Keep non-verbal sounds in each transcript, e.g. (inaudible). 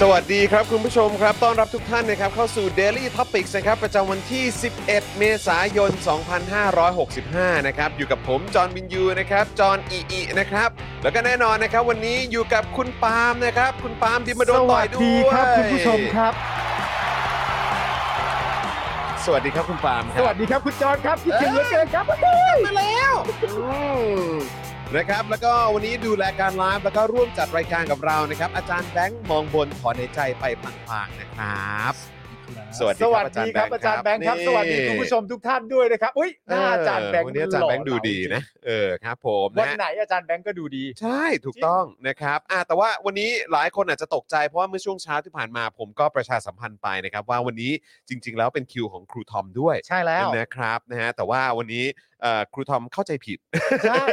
สวัสดีครับคุณผู้ชมครับ ต้อนรับทุกท่านนะครับเข้าสู่ Daily Topics นะครับประจำวันที่ 11 เมษายน 2565 นะครับอยู่กับผมจอห์นวินยูนะครับจอห์นอีอีนะครับแล้วก็แน่นอนนะครับวันนี้อยู่กับคุณปาล์มนะครับคุณปาล์มดิมาโดนต่อยด้วย ครับ สวัสดีครับคุณปาล์มค ส รับ วัสดีครับคุณจอนครับคิดถึงเหลือเกินครับ ไปแล้วนะครับแล้วก็วันนี้ดูแลการไลฟ์แล้วก็ร่วมจัดรายการกับเรานะครับ อาจารย์แบงค์มองบนถอนหายใจไปพลางๆนะครับ สวัสดี ส ค วั รับสอาจาร ดี ย์แบ ครั ง บ ค์ อาจารย์แบงค์ครับ นี่ สวัสดีคุณผู้ชมทุกท่านด้วยนะครับ อุ้ยหน้าอาจารย์แบงค์ เวันนี้อาจารย์แบงค์ดูดีนะเออครับผม วัน นะ ไหนอาจารย์แบงค์ก็ดูดี ใช่ถูกต้องนะครับอ่ะแต่ว่าวันนี้หลายคนอาจจะตกใจเพราะว่าเมื่อช่วงเช้าที่ผ่านมาผมก็ประชาสัมพันธ์ไปนะครับ ว่าวันนี้จริง ๆ แล้วเป็นคิวของครูทอมด้วย ใช่แล้ว นะครับนะฮะแต่ว่าวันนี้เอ่อครูทอมเข้าใจผิด ใช่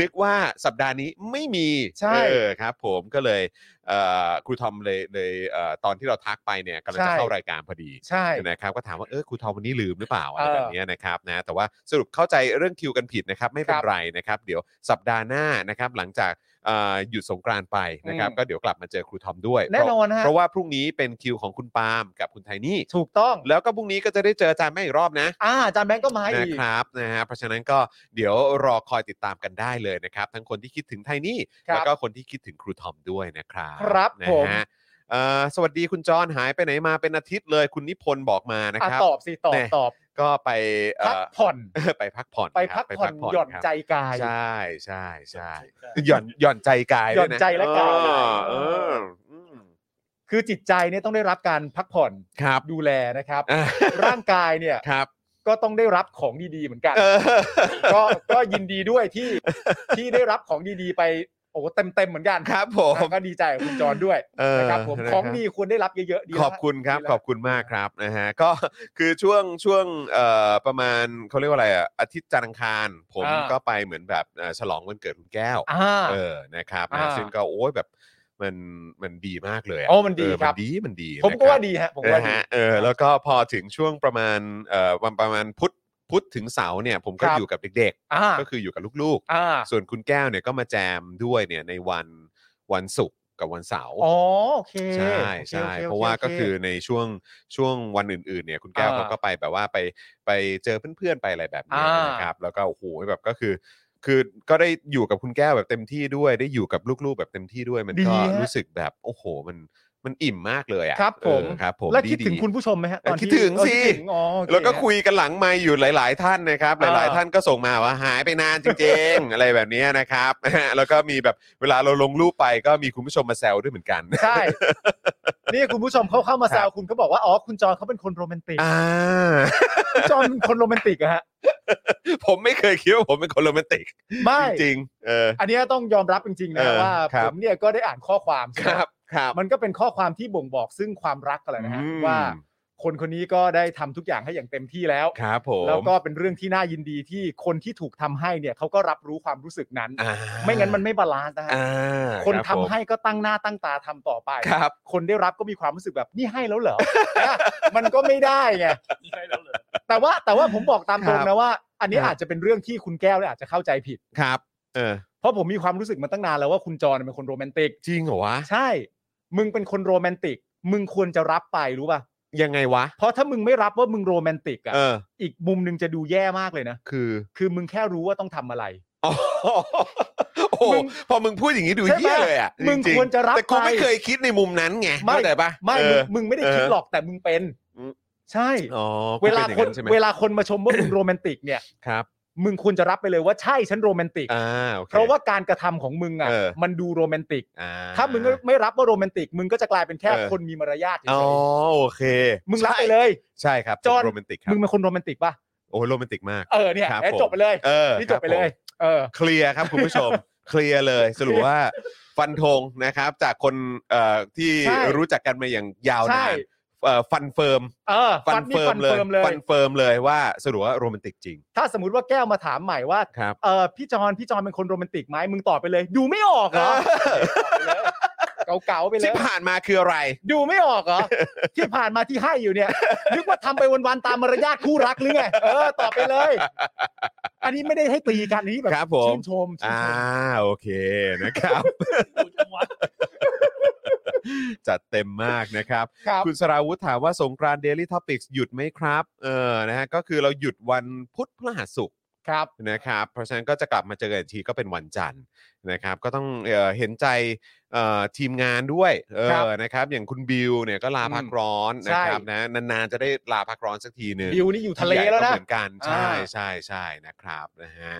นึกว่าสัปดาห์นี้ไม่มี ใช่ เออครับ ผมก็เลยเอ่อครูทอมเลยเลยเอ่อตอนที่เราทักไปเนี่ยกำลังจะ ใช่ เข้ารายการพอดี ใช่ นะครับก็ถามว่าเออครูทอมวันนี้ลืมหรือเปล่าอะไร เออ แบบเนี้ยนะครับนะแต่ว่าสรุปเข้าใจเรื่องคิวกันผิดนะครับ ไม่เป็น ครับ ไรนะครับ เดี๋ยวสัปดาห์หน้านะครับหลังจากเอ่อหยุดสงกรานต์ไปนะครับ อืม ก็เดี๋ยวกลับมาเจอครูทอมด้วย แน่นอนฮะ เพราะว่าพรุ่งนี้เป็นคิวของคุณปาล์มกับคุณไทนี่ ถูกต้อง แล้วก็พรุ่งนี้ก็จะได้เจออาจารย์แม่อีกรอบนะ อ่าอาจารย์แบงค์ก็มา นะ อีก ครับนะฮะเพราะฉะนั้นก็เดี๋ยวรอคอยติดตามกันได้เลยนะครับ ทั้งคนที่คิดถึงไทนี่ ครับ แล้วก็คนที่คิดถึงครูทอมด้วยนะครับ ครับ นะ ผม ฮะเอ่อสวัสดีคุณจอนหายไปไหนมาเป็นอาทิตย์เลยคุณนิพนธ์บอกมานะ อ่ะ ครับ ตอบสิตอบ แน่ ตอบ ก็ไปเอ่ พัก อ ผ่อน ไปพักผ่อน ไป ค พั รับ กผ่อนหย่อน ครับ ใจกาย ใช่ใช่ใช่หย่อนหย่อนใจกาย หย่อน ด้วยะ ใจและกาย เออเอออืม คือจิตใจเนี่ยต้องได้รับการพักผ่อน ครับ ดูแลนะครับ อ่ะ ร่างกายเนี่ย ครับ ก็ต้องได้รับของดีๆเหมือนกัน เออ ก็ก็ยินดีด้วยที่ที่ได้รับของดีๆไปโอ้โหเต็มๆเหมือนกัน ครับผม ก็ดีใจกับคุณจรด้วย เออ นะครับผม นะ ของดีควรได้รับเยอะๆดีแล้ว ขอบคุณครับ ดีแล้ว ขอบคุณมากครับนะฮ (laughs) ะก็ คือช่วงช่วงเอ่อประมาณเขาเรียกว่าอะไรอ่ะอาทิตย์จันทร์อังคาร ผม อ่า ก็ไปเหมือนแบบเอ่อฉลองวันเกิดคุณแก้ว อ่า เออนะครับนะ อ่า ซึ่งก็โอ้ยแบบมันมันดีมากเลยะ โอ้มันดีครับเมันดีมันดี ผมนะคก็รับ ว่าดีฮะผมก็ว่า นะ ดี ฮะเออแล้วก็พอถึงช่วงประมาณเอ่อวันประมาณพุธพุธถึงเสาร์เนี่ย ผมก็ ครับ อยู่กับเด็ก อ่า ๆ ก็คืออยู่กับลูก อ่า ๆ ส่วนคุณแก้วเนี่ยก็มาแจมด้วยเนี่ยในวันวันศุกร์กับวันเสาร์ อ๋อโอเค ใช่ โอค ใช่ โอคโอค เพราะว่าก็คือในช่วงช่วงวันอื่นๆเนี่ยคุณแก้ว อ่า เขาก็ไปแบบว่าไปไปเจอเพื่อนๆไปอะไรแบบนี้ อ่าน นะครับแล้วก็โอ้โหแบบก็คือ คือก็ได้อยู่กับคุณแก้วแบบเต็มที่ด้วย ได้อยู่กับลูกๆแบบเต็มที่ด้วยมันก็รู้สึกแบบโอ้โหมันมันอิ่มมากเลยอ่ะ ครับผม เออครับผม แล้วคิดถึง ๆ คุณผู้ชมไหมฮะตอนที่ คิดถึงสิ เออคิดถึงอ๋อโอเ แล้วก็คุยกันหลังไมค์อยู่หลาย ๆ ท่านนะครับ ห อ่า ลาย ๆ ท่านก็ส่งมาว่าหายไปนานจริง ๆ อะไรแบบนี้นะครับ (laughs) แล้วก็มีแบบเวลาเราลงรูปไปก็มีคุณผู้ชมมาแซวด้วยเหมือนกัน (laughs) ใช่ นี่คุณผู้ชมเขาเข้ามา ครับแซวคุณเขาบอกว่าอ๋อคุณจอนเขาเป็นคนโรแมนติก อ่า คุณจอนเป็นคนโรแมนติกอะฮะ ผมไม่เคยคิดว่าผมเป็นคนโรแมนติก ไม่ จริงๆเออ อันเนี้ยต้องยอมรับจริงๆนะ เออ ว่า ครั ผ บ มเนี่ยก็ได้อ่านข้อความใช่ ค ไหม รับครับ มันก็เป็นข้อความที่บ่งบอกซึ่งความรักกันแหละนะฮะ อืม ว่าคนคนนี้ก็ได้ทำทุกอย่างให้อย่างเต็มที่แล้ว ครับผม แล้วก็เป็นเรื่องที่น่ายินดีที่คนที่ถูกทำให้เนี่ยเขาก็รับรู้ความรู้สึกนั้น อ่า ไม่งั้นมันไม่บาลานซ์นะฮะ อ่า คน รั ทำ บผม ให้ก็ตั้งหน้าตั้งตาทำต่อไป ครับ คนได้รับก็มีความรู้สึกแบบนี่ให้แล้ว (laughs) เหรอ อ่ะมันก็ไม่ได้ไงแต่ว่าแต่ว่าผมบอกตามตรง ครับ นะว่า อันนี้ ครับ อาจจะเป็นเรื่องที่คุณแก้วเนี่ยอาจจะเข้าใจผิด ครับ เออ เพราะผมมีความรู้สึกมาตั้งนานแล้วว่าคุณจรเป็นคนโรแมนติก จริงเหรอวะ ใช่ มึงเป็นคนโรแมนติก มึงควรจะรับไปรู้ป่ะ ยังไงวะ เพราะถ้ามึงไม่รับว่ามึงโรแมนติกอ่ะ เออ อีกมุมหนึงจะดูแย่มากเลยนะ คือ คือมึงแค่รู้ว่าต้องทำอะไร อ๋อโอ้โห มึง พอมึงพูดอย่างนี้ดู ใช่ปะ เยี่ยเลยอ่ะ มึง จริงๆ ควรจะรับ แต่กูไม่ ไป เคยคิดในมุมนั้นไง ไม่ เข้าใจปะ ไม่ เอ มึง อ มึงไม่ได้คิด เออ หรอกแต่มึงเป็น อืม ใช่ อ๋อ เวลา กู ค ป็ น อย่งใช่ไหม เวลาคนมาชมว่ามึงโรแมนติกเนี่ย ครับ มึงควรจะรับไปเลยว่าใช่ฉันโรแมนติก อ่าโอค เพราะว่าการกระทำของมึงอ่ะ เออ มันดูโรแมนติก อ่ ถ้ามึงไม่รับว่าโรแมนติก มึงก็จะกลายเป็นแค่ เออ คนมีมารยาทเฉ อ๋อยโอเค ๆมึงรับไป ใช่ เลย ใช่ครับ จอห์น โรแมนติกครับ มึงเป็นคนโรแมนติกป่ะ โอ้โรแมนติกมาก เออเนี่ย ครับ เอ๊ะ ผม จบไปเลย เออ นี่ ค จ รั บบไปเลย ผม เออ เคลียร์ครับคุณผู้ชม (laughs) เคลียร์เลยสรุปว่าฟันธงนะครับ จากคนเอ่อที่ ใช่ รู้จักกันมาอย่างยาวนาใช่นเอ่อฟันเฟิร์ม เออ ฟั ฟั น นนี่ เฟิร์ ฟั ม น เลย เฟิร์มเลย ฟันเฟิร์มเลยว่าสรุปว่าโรแมนติกจริง ถ้าสมมติว่าแก้วมาถามใหม่ว่า ครับ เออพี่จอนพี่จอนเป็นคนโรแมนติกไหมมึงตอบไปเลย ดูไม่ออกเหรอ เออ ตอบไปเลยเก๋าๆไปเล ที่ ย ผ่านมาคืออะไร ดูไม่ออกเหรอ ที่ผ่านมาที่ให้อยู่เนี่ย นึกว่าทำไปวันๆตามมารยาทคู่รักหรือไงเออตอบไปเลย อันนี้ไม่ได้ให้ตีกันอันนี้แบบ ครับผม ชื่นชมชื่น อ่า ชม โอเคนะครับ (laughs) จัดเต็มมากนะครับ ครับ คุณสราวุธถามว่าสงกรานต์ Daily Topics หยุดไหมครับ เออนะฮะก็คือเราหยุดวันพุธพฤหัสศุกร์ ครับ นะครับ เพราะฉะนั้นก็จะกลับมาเจอกันอีกทีก็เป็นวันจันทร์นะครับ ก็ต้องเอ่อเห็นใจเอ่อทีมงานด้วยเอ ครับ อนะครับ อย่างคุณบิวเนี่ยก็ลาพักร้อน ใช่ นะครับนะนานๆจะได้ลาพักร้อนสักทีหนึ่ง ดิวนี่อยู่ทะเล ใหญ่ก็ แล้วนะ เหมือนกัน อ่า ใช่ใช่ใช่นะครับนะฮะ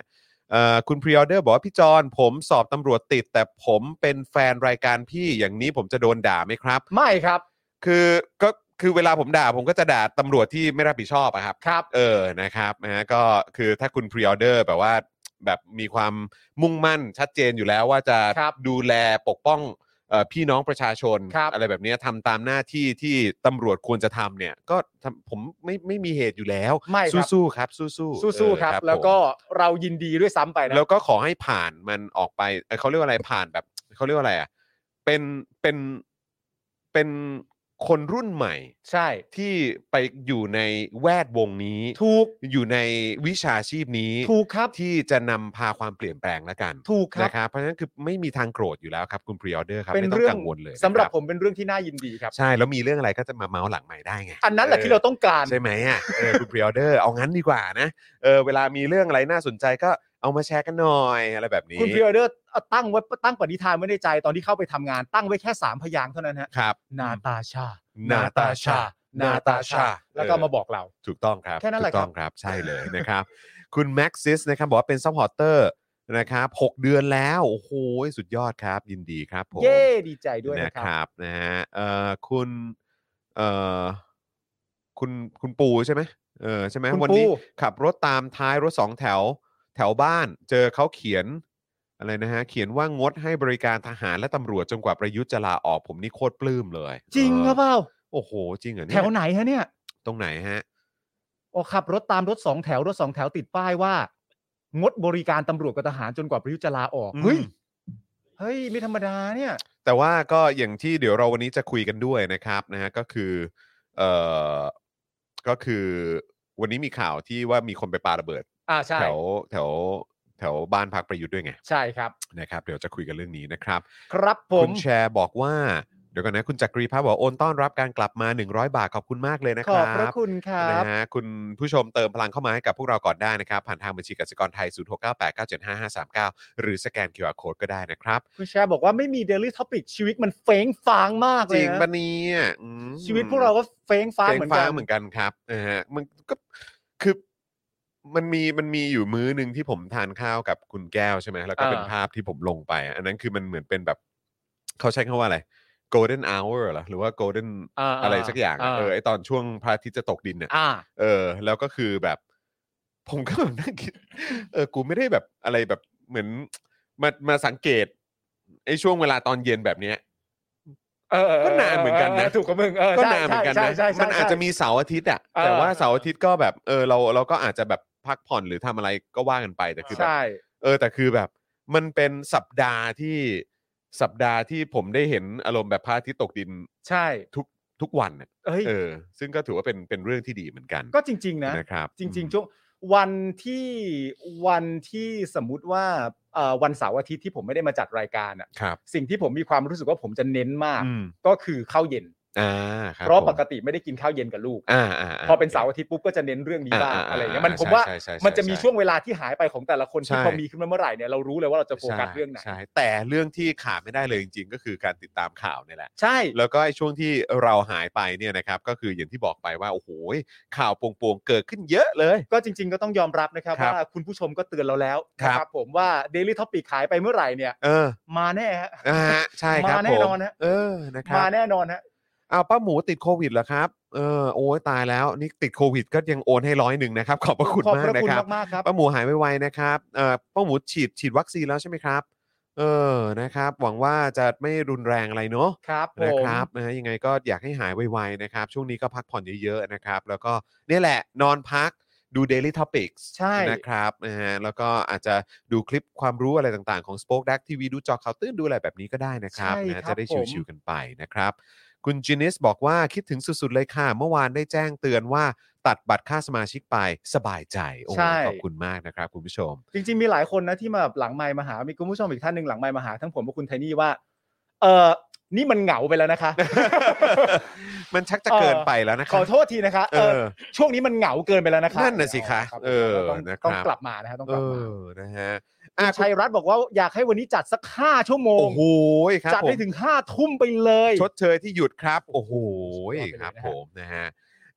เอ่อคุณพรีออเดอร์บอกว่าพี่จอนผมสอบตำรวจติด แต่ผมเป็นแฟนรายการพี่อย่างนี้ผมจะโดนด่าไหมครับ ไม่ครับ คือก็คือเวลาผมด่าผมก็จะด่าตำรวจที่ไม่รับผิดชอบอะครับ ครับ เออนะครับนะฮะก็คือถ้าคุณพรีออเดอร์แบบว่าแบบมีความมุ่งมั่นชัดเจนอยู่แล้วว่าจะ ครับ ดูแลปกป้องเอ่อพี่น้องประชาชน ครับ อะไรแบบเนี้ยทำตามหน้าที่ที่ตำรวจควรจะทำเนี่ย ก็ทำผมไม่ไม่มีเหตุอยู่แล้ว ไม่ครับ สู้ๆครับสู้ๆ สู้ เออ ๆครับ แล้วก็ ผ เรายินดีด้วยซ้ำไป ม นะ แล้วก็ขอให้ผ่านมันออกไปเอ่อเขาเรียกว่าอะไรผ่านแบบเขาเรียกว่าอะไรอ่ะเป็นเป็นเป็นคนรุ่นใหม่ ใช่ ที่ไปอยู่ในแวดวงนี้ ถูก อยู่ในวิชาชีพนี้ ถูกครับ ที่จะนำพาความเปลี่ยนแปลงแล้วกัน ถูกครับ นะครับเพราะฉะนั้นคือไม่มีทางโกรธอยู่แล้วครับคุณพรีออเดอร์ครับ เป็น ไม่ต้อ เรื่อง ง กังวลเลยนะ สำหรับ ค ผมเป็นเรื่องที่น่ายินดีครับ ใช่แล้วมีเรื่องอะไรก็จะมาเมาส์หลังใหม่ได้ไง อันนั้นแหละที่เราต้องการ ใช่ไหมอ่ะเออคุณพรีออเดอร์เอางั้นดีกว่านะเออเวลามีเรื่องอะไรน่าสนใจก็เอามาแชร์กันหน่อยอะไรแบบนี้ คุณพรีออเดอร์ตั้งไว้ตั้งปณิธานไว้ในใจตอนที่เข้าไปทำงาน ตั้งไว้แค่สามพยางค์เท่านั้นฮะ ครับ นาตาชา นาตาชา นาตาชา เออ แล้วก็มาบอกเรา ถูกต้องครับ แค่นั้นแหละ ถูกต้องครับใช่เลย (laughs) นะครับ คุณแม็กซิสนะครับบอกว่าเป็นซัพพอร์เตอร์นะครับหกเดือนแล้วโอ้โหสุดยอดครับ ยินดีครับผม เย้ดีใจด้วย นะ นะค ครับ รับนะฮะเอ่อคุณเอ่อคุณคุณปูใช่ไหมเออใช่ไหม คุณ วัน ปู นี้ขับรถตามท้ายรถสองแถวแถวบ้าน เจอเขาเขียนอะไรนะฮะเขียนว่างดให้บริการทหารและตำรวจจนกว่าประยุทธ์จะลาออกผมนี่โคตรปลื้มเลย จริงหรือเปล่า โอ้โห จริงเหรอเนี่ แถ ยว ไหนฮะเนี่ย ตรงไหนฮะ โอขับรถตามรถสองแถวรถสองแถวติดป้ายว่า งดบริการตำรวจกับทหารจนกว่าประยุทธ์จะลาออก อืม เฮ้ยเฮ้ยไม่ธรรมดาเนี่ย แต่ว่าก็อย่างที่เดี๋ยวเราวันนี้จะคุยกันด้วยนะครับนะฮะก็คือเอ่อก็คือวันนี้มีข่าวที่ว่ามีคนไปปาระเบิด อ่าใช่ แถวแถวแถวบ้านพักประยุทธ์ด้วยไง ใช่ครับ นะครับเดี๋ยวจะคุยกันเรื่องนี้นะครับ ครับผ คุ ม ณแชร์บอกว่า เดี๋ยวก่อนนะคุณจักรีภาพบอกโอนต้อนรับการกลับมา 100 บาทขอบคุณมากเลยนะ ข ค อบ รั พระ บ คุณครั นะ บ ฮะคุณผู้ชมเติมพลังเข้ามาให้กับพวกเราก่อนได้นะครับ ผ่านทางบัญชีกสิกรไทย 0698975539 หรือสแกน QR Code ก็ได้นะครับ คุณแชร์บอกว่าไม่มี Daily Topic ชีวิตมันเฟ้งฟางมากเล จ ย ริง นะ ปะเนี่ยอืม ชีวิตพวกเราก็เฟ้งฟางเหมือนกัน ฟ้าเหมือนกันครับนะฮะมันก็คือมันมีมันมีอยู่มื้อหนึ่งที่ผมทานข้าวกับคุณแก้วใช่ไหมแล้วก็เป็น อ่า ภาพที่ผมลงไปอ่ะอันนั้นคือมันเหมือนเป็นแบบ เขาใช้คำว่าอะไร golden hour เหรอหรือว่า golden อา อะไรสักอย่างอ่ะ า เออไอตอนช่วงพระอาทิตย์จะตกดินเนี่ย อ่า เออ แล้วก็คือแบบ ผมก็แบบนั่งคิด เออ กูไม่ได้แบบอะไรแบบเหมือนมามาสังเกตไอช่วงเวลาตอนเย็นแบบเนี้ย เออ ก็นานเหมือนกันนะ ถูกกับมึงเออ ก็ ใช่ นานเหมือนกัน ใช่ นะ ใช่ใช่ มันอาจ ใช่ จะมีเสาร์อาทิตย์อะ เออ แต่ว่าเสาร์อาทิตย์ก็แบบ เออ เราเราก็อาจจะแบบพักผ่อนหรือทำอะไรก็ว่ากันไป แต่คือแบบ ใช่ เออ แต่คือแบบ มันเป็นสัปดาห์ที่สัปดาห์ที่ผมได้เห็นอารมณ์แบบพระอาทิตย์ตกดิน ใช่ ทุกทุกวันน่ะ เอ้ย เออ ซึ่งก็ถือว่าเป็นเป็นเรื่องที่ดีเหมือนกัน ก็จริง ๆ นะ นะครับ จริง ๆ ช่วง วันที่วันที่สมมุติว่าเอ่อวันเสาร์อาทิตย์ที่ผมไม่ได้มาจัดรายการอ่ะ ครับ สิ่งที่ผมมีความรู้สึกว่าผมจะเน้นมาก อืม ก็คือข้าวเย็น อ่าครับ เพราะ ผม ปกติไม่ได้กินข้าวเย็นกับลูก อ่าาา พอเป็นเสาร์อาทิตย์ปุ๊บก็จะเน้นเรื่องนี้บ้างอะไรอย่างเงี้ยมัน อ่ ผมว่า ใช่ใช่ใช่ มันจะมี ใ ช่วงเวลาที่หายไปของแต่ละคนที่ ใช่ พอมีขึ้นมาเมื่อไหร่เนี่ยเรารู้เลยว่าเราจะโฟกัส ใช่ เรื่องไหน ใช่แต่เรื่องที่ขาดไม่ได้เลยจริง ๆ ก็คือการติดตามข่าวเนี่ยแหละ ใช่ (laughs) แล้วก็ไอ้ช่วงที่เราหายไปเนี่ยนะครับก็คืออย่างที่บอกไปว่าโอ้โหข่าวโปวงๆเกิดขึ้นเยอะเลย ก็จริง ๆ ก็ต้องยอมรับนะครับ ครับ ว่าคุณผู้ชมก็เตือนเราแล้ว ครับ นะครับผมว่า Daily t o p i c ขายไปเมื่อไหร่เนี่ย เออ มาแน่ฮะ นะฮะใช่ครับ มาแน่ ผม นอนฮะ เออนะครั มา บ แน่นอนฮะ เอาวป้าหมูติดโควิดเหรอครับเออโอ้ยตายแล้วนี่ติดโควิดก็ยังโอนให้ร้อยหนึ่งนะครับขอบพระคุณ ขอบ มา พ ก ระ นะ คุณ ครับ มากๆครับ ป้าหมูหายไวๆนะครับเออป้าหมูฉีดฉีดวัคซีนแล้วใช่ไหมครับ เออนะครับ หวังว่าจะไม่รุนแรงอะไรเนาะ ครับผ นะ ม ครับนะฮะยังไงก็อยากให้หายไวๆนะครับ ช่วงนี้ก็พักผ่อนเยอะๆนะครับ แล้วก็เนี่ยแหละนอนพักดู Daily Topics ใช่ นะครับนะฮะแล้วก็อาจจะดูคลิปความรู้อะไรต่างๆของ Spoke Dark TV ดูจอข่าวตื้นดูอะไรแบบนี้ก็ได้นะครับ ใช่ นะฮะ ครับ จะได้ ผม ชิวๆกันไปนะครับ คุณจินิสบอกว่าคิดถึงสุดๆเลยค่ะ เมื่อวานได้แจ้งเตือนว่าตัดบัตรค่าสมาชิกไปสบายใจโอ้โห ใช่ ขอบคุณมากนะครับ คุณผู้ช (laughs) ม จริงๆมีหลายคนนะที่มาหลังไมค์มาหา มีคุณผู้ชมอีกท่านหนึ่งหลังไมค์มาหาทั้งผมกับคุณไทนี่ว่า เออนี่มันเหงาไปแล้วนะคะ มันชักจะเกินไปแล้วนะค ข รั อบ โทษทีนะคะเออ เออ ช่วงนี้มันเหงาเกินไปแล้วนะคะ นั่นน่ะสิคะ รับ เออ ต้อง นะครับ ต้องกลับมานะฮะต้อง เอก ลับมา อนะฮะอ่ะ ชัยรัตน์บอกว่าอยากให้วันนี้จัดสักห้าชั่วโมง โอ้โหครับ จัด ผม ให้ถึงห้าทุ่มไปเลย ชดเชยที่หยุดครับ โอ้โห สุดยอดไปครัเลยนะฮะบผมนะฮะ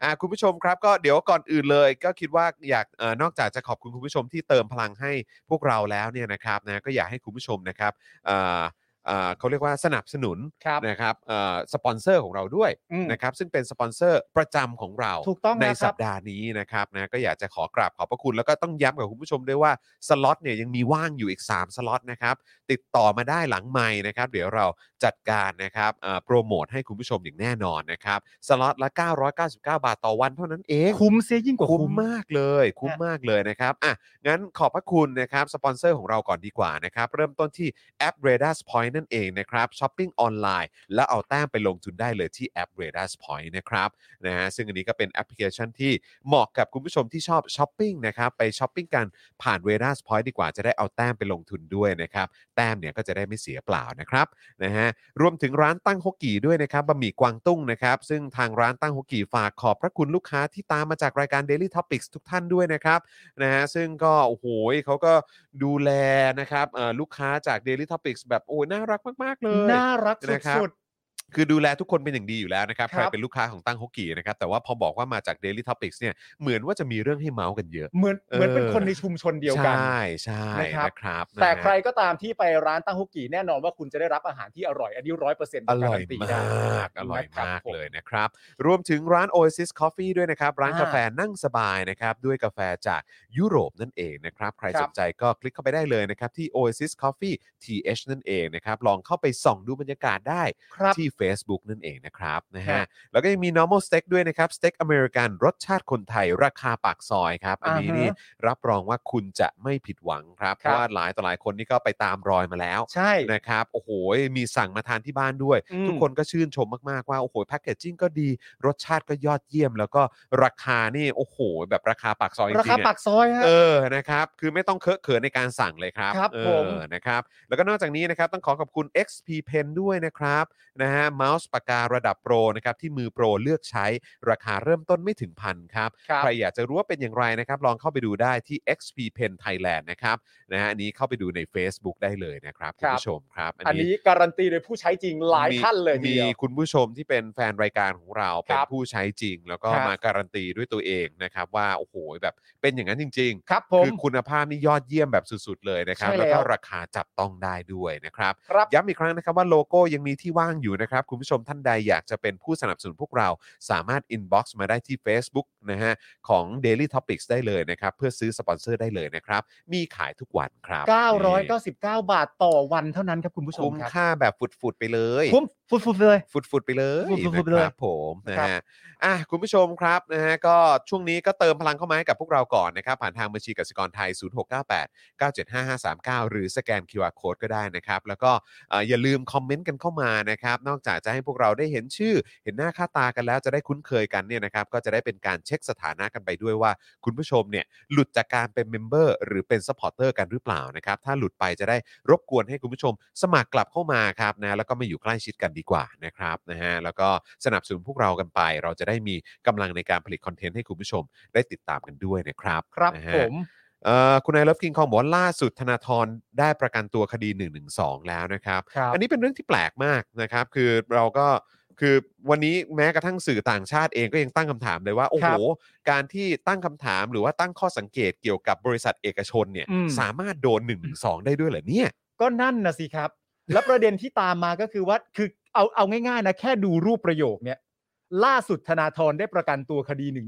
อ่ะคุณผู้ชมครับก็เดี๋ยวก่อนอื่นเลยก็คิดว่าอยากเอ่อนอกจากจะขอบคุณคุณผู้ชมที่เติมพลังให้พวกเราแล้วเนี่ยนะครับนะก็อยากให้คุณผู้ชมนะครับเอ่อเอ่อเขาเรียกว่าสนับสนุน ครับ นะครับเอ่อสปอนเซอร์ของเราด้วย อืม นะครับซึ่งเป็นสปอนเซอร์ประจำของเรา ถูกต้อง ใน แล้วครับ สัปดาห์นี้นะครับนะก็อยากจะขอกราบขอบพระคุณแล้วก็ต้องย้ำกับคุณผู้ชมด้วยว่าสล็อตเนี่ยยังมีว่างอยู่อีก 3 สล็อตนะครับติดต่อมาได้หลังไม้นะครับ เดี๋ยวเราจัดการนะครับเอ่อโปรโมทให้คุณผู้ชมอย่างแน่นอนนะครับ สล็อตละ 999 บาทต่อวันเท่านั้นเอง คุ้มเสียยิ่งกว่า คุ้ม คุ้ม มากเลย คุ้มมากเลยนะครับ อ่ะ งั้นขอบพระคุณนะครับ สปอนเซอร์ของเราก่อนดีกว่านะครับ เริ่มต้นที่แอป r a d a r Point นั่นเองนะครับ ช้อปปิ้งออนไลน์ แล้วเอาแต้มไปลงทุนได้เลยที่แอป r a d a r Point นะครับ นะฮะ ซึ่งอันนี้ก็เป็นแอปพลิเคชันที่เหมาะกับคุณผู้ชมที่ชอบช้อปปิ้งนะครับ ไปช้อปปิ้งกันผ่าน r a d a r Point ดีกว่า จะได้เอาแต้มไปลงทุนด้วยนะครับ แต้มเนี่ยก็จะได้ไม่เสียเปล่านะครับ นะฮะรวมถึงร้านตั้งฮกกี่ด้วยนะครับบะหมี่กวางตุ้งนะครับ ซึ่งทางร้านตั้งฮกกี่ฝากขอบพระคุณลูกค้าที่ตามมาจากรายการ Daily Topics ทุกท่านด้วยนะครับนะฮะซึ่งก็โอ้โหเขาก็ดูแลนะครับเอ่อลูกค้าจาก Daily Topics แบบโอ้ยน่ารักมาก ๆ เลย น่ารักส นะครับ ุด คือดูแลทุกคนเป็นอย่างดีอยู่แล้วนะครับ ครับ ใครเป็นลูกค้าของตั้งฮกกี่นะครับ แต่ว่าพอบอกว่ามาจาก Daily Topics เนี่ยเหมือนว่าจะมีเรื่องให้เมาส์กันเยอะ ๆ เหมือนเหมือน เออ เป็นคนในชุมชนเดียวกัน ใช่ใช่ นะครับ นะครับ แต่ นะฮะ ใครก็ตามที่ไปร้านตั้งฮกกี่แน่นอนว่าคุณจะได้รับอาหารที่อร่อย อันนี้ร้อยเปอร์เซ็นต์ อร่อยมาก อร่อยมากเลยนะครับ รวมถึงร้าน Oasis Coffee ด้วยนะครับ ร้านกาแฟนั่งสบายนะครับ ด้วยกาแฟจากยุโรปนั่นเองนะครับ ใครสนใจก็คลิกเข้าไปได้เลยนะครับ ที่ Oasis Coffee TH นั่นเองนะครับ ลองเข้าไปส่องดูบรรยากาศได้ ครับ ที่ Facebook นั่นเองนะครับนะ ครั ฮะ บ แล้วก็ยังมี normal steak ด้วยนะครับสเต็กอเมริกันรสชาติคนไทยราคาปากซอยครับ อันนี้ อ่าฮะ นี่รับรองว่าคุณจะไม่ผิดหวังครับ เพ ครับ ราะว่าหลายต่อหลายคนนี่ก็ไปตามรอยมาแล้ว ใช่ นะครับโอ้โหมีสั่งมาทานที่บ้านด้วย อืม ทุกคนก็ชื่นชมมาก ๆ ว่า โอ้โหแพคเกจจิ้งก็ดี รสชาติก็ยอดเยี่ยม แล้วก็ราคานี่ โอ้โห แบบราคาปากซอยจ รา ริ คาง ๆ ปา อะ กซอยฮะ เออนะครับ คือไม่ต้องเคอะเขินในการสั่งเลยครับ ครับ เอ ผม อนะครับ แล้วก็นอกจากนี้นะครับ ต้องขอขอบคุณ XP Pen ด้วยนะครับนะฮะเมาส์ปากการะดับโปรนะครับที่มือโปรเลือกใช้ราคาเริ่มต้นไม่ถึงพันครับ ครับ ใครอยากจะรู้ว่าเป็นอย่างไรนะครับ ลองเข้าไปดูได้ที่ XP Pen Thailand นะครับนะฮะอันนี้เข้าไปดูใน Facebook ได้เลยนะครับ ค คุ รั ณ บ ผู้ชมครับ อันนี้การันตีโดยผู้ใช้จริงหลาย มี ท่านเลยที มี เดียว คุณผู้ชมที่เป็นแฟนรายการของเรา ค เป็ รั น บ ผู้ใช้จริง แล้วก็ ครับ มาการันตีด้วยตัวเองนะครับ ว่าโอ้โหแบบเป็นอย่างนั้นจริง ครับผ ๆ ม คือคุณภาพนี่ยอดเยี่ยมแบบสุดๆเลยนะครับ ใช่แล้ แล้ว ว ก็ราคาจับต้องได้ด้วยนะครับ ครับ ย้ำอีกครั้งนะครับว่าโลโก้ยังมีที่ว่างอยู่นะครับ คุณผู้ชมท่านใดอยากจะเป็นผู้สนับสนุนพวกเราสามารถ inbox มาได้ที่ Facebook นะฮะของ Daily Topics ได้เลยนะครับ เพื่อซื้อสปอนเซอร์ได้เลยนะครับ มีขายทุกวันครับนี่ 999 บาทต่อวันเท่านั้นครับคุณผู้ชม คุ้ม ครับ ค่าแบบฝุดๆไปเลย คุ้มฟุดๆเลย ฟุดฟุดๆไปเลย ฟุดๆไปเลนะคยรับผมนะ ครับ ฮะอ่ะคุณผู้ชมครับนะฮะก็ช่วงนี้ก็เติมพลังเข้ามาให้กับพวกเราก่อนนะครับ ผ่านทางบัญชีกสิกรไทย 0698 975539 หรือสแกน QR Code ก็ได้นะครับ แล้วก็เอ่ออย่าลืมคอมเมนต์กันเข้ามานะครับ นอก จากจะให้พวกเราได้เห็นชื่อ เห็นหน้าค่าตากันแล้วจะได้คุ้นเคยกันเนี่ยนะครับ ก็จะได้เป็นการเช็คสถานะกันไปด้วยว่า คุณผู้ชมเนี่ยหลุดจากการเป็นเมมเบอร์หรือเป็นซัพพอร์เตอร์กันหรือเปล่านะครับ ถ้าหลุดไปจะได้รบกวนให้คุณผู้ชม สมัครกลับเข้ามาครับนะแล้วก็มาอยู่ใกล้ชิดกันดีกว่านะครับนะฮะแล้วก็สนับสนุนพวกเรากันไป เราจะได้มีกำลังในการผลิตคอนเทนต์ให้คุณผู้ชมได้ติดตามกันด้วยนะครับ ครับ นะฮะ ผม เอ่อคุณนายเลิฟกิงคองบอกว่าล่าสุดธนาธรได้ประกันตัวคดี 112 แล้วนะครับ ครับ อันนี้เป็นเรื่องที่แปลกมากนะครับ คือเราก็คือวันนี้แม้กระทั่งสื่อต่างชาติเองก็ยังตั้งคำถามเลยว่า โอ้โห การที่ตั้งคำถามหรือว่าตั้งข้อสังเกตเกี่ยวกับบริษัทเอกชนเนี่ย อืม สามารถโดน 112 ได้ด้วยเหรอเนี่ย ก็นั่นนะสิครับ แล้วประเด็นที่ตามมาก็คือว่าคือเอาเอาง่ายๆนะแค่ดูรูปประโยคเนี่ยล่าสุดธนาธรได้ประกันตัวคดี1นึ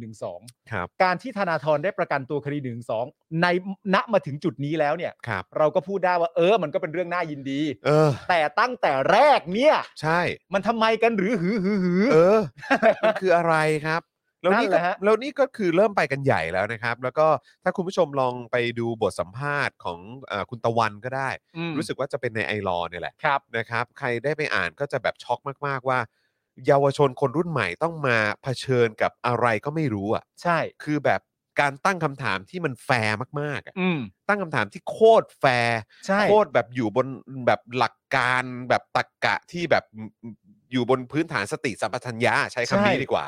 ครับ การที่ธนาธรได้ประกันตัวคดี1นึในณมาถึงจุดนี้แล้วเนี่ย ครับ เราก็พูดได้ว่าเออ มันก็เป็นเรื่องน่ายินดี เออ แต่ตั้งแต่แรกเนี่ย ใช่ มันทำไมกันหรือหือหือหือ เออ มันคืออะไรครับ แล้วนี่ นั่นก็แหละฮะ แล้วนี่ก็คือเริ่มไปกันใหญ่แล้วนะครับ แล้วก็ถ้าคุณผู้ชมลองไปดูบทสัมภาษณ์ของเอ่อคุณตะวันก็ได้ รู้สึกว่าจะเป็นในไอรอเนี่ยแหละ ครับ นะครับ ใครได้ไปอ่านก็จะแบบช็อกมาก ๆ ว่า เยาวชนคนรุ่นใหม่ต้องมาเผชิญกับอะไรก็ไม่รู้อ่ะ ใช่ คือแบบการตั้งคำถามที่มันแฟร์มากๆอะ อืม ตั้งคำถามที่โคตรแฟร์ ใช่ โคตรแบบอยู่บนแบบหลักการแบบตรกกะที่แบบอยู่บนพื้นฐานสติสัมปชัญญะใช้คำนี้ดีกว่า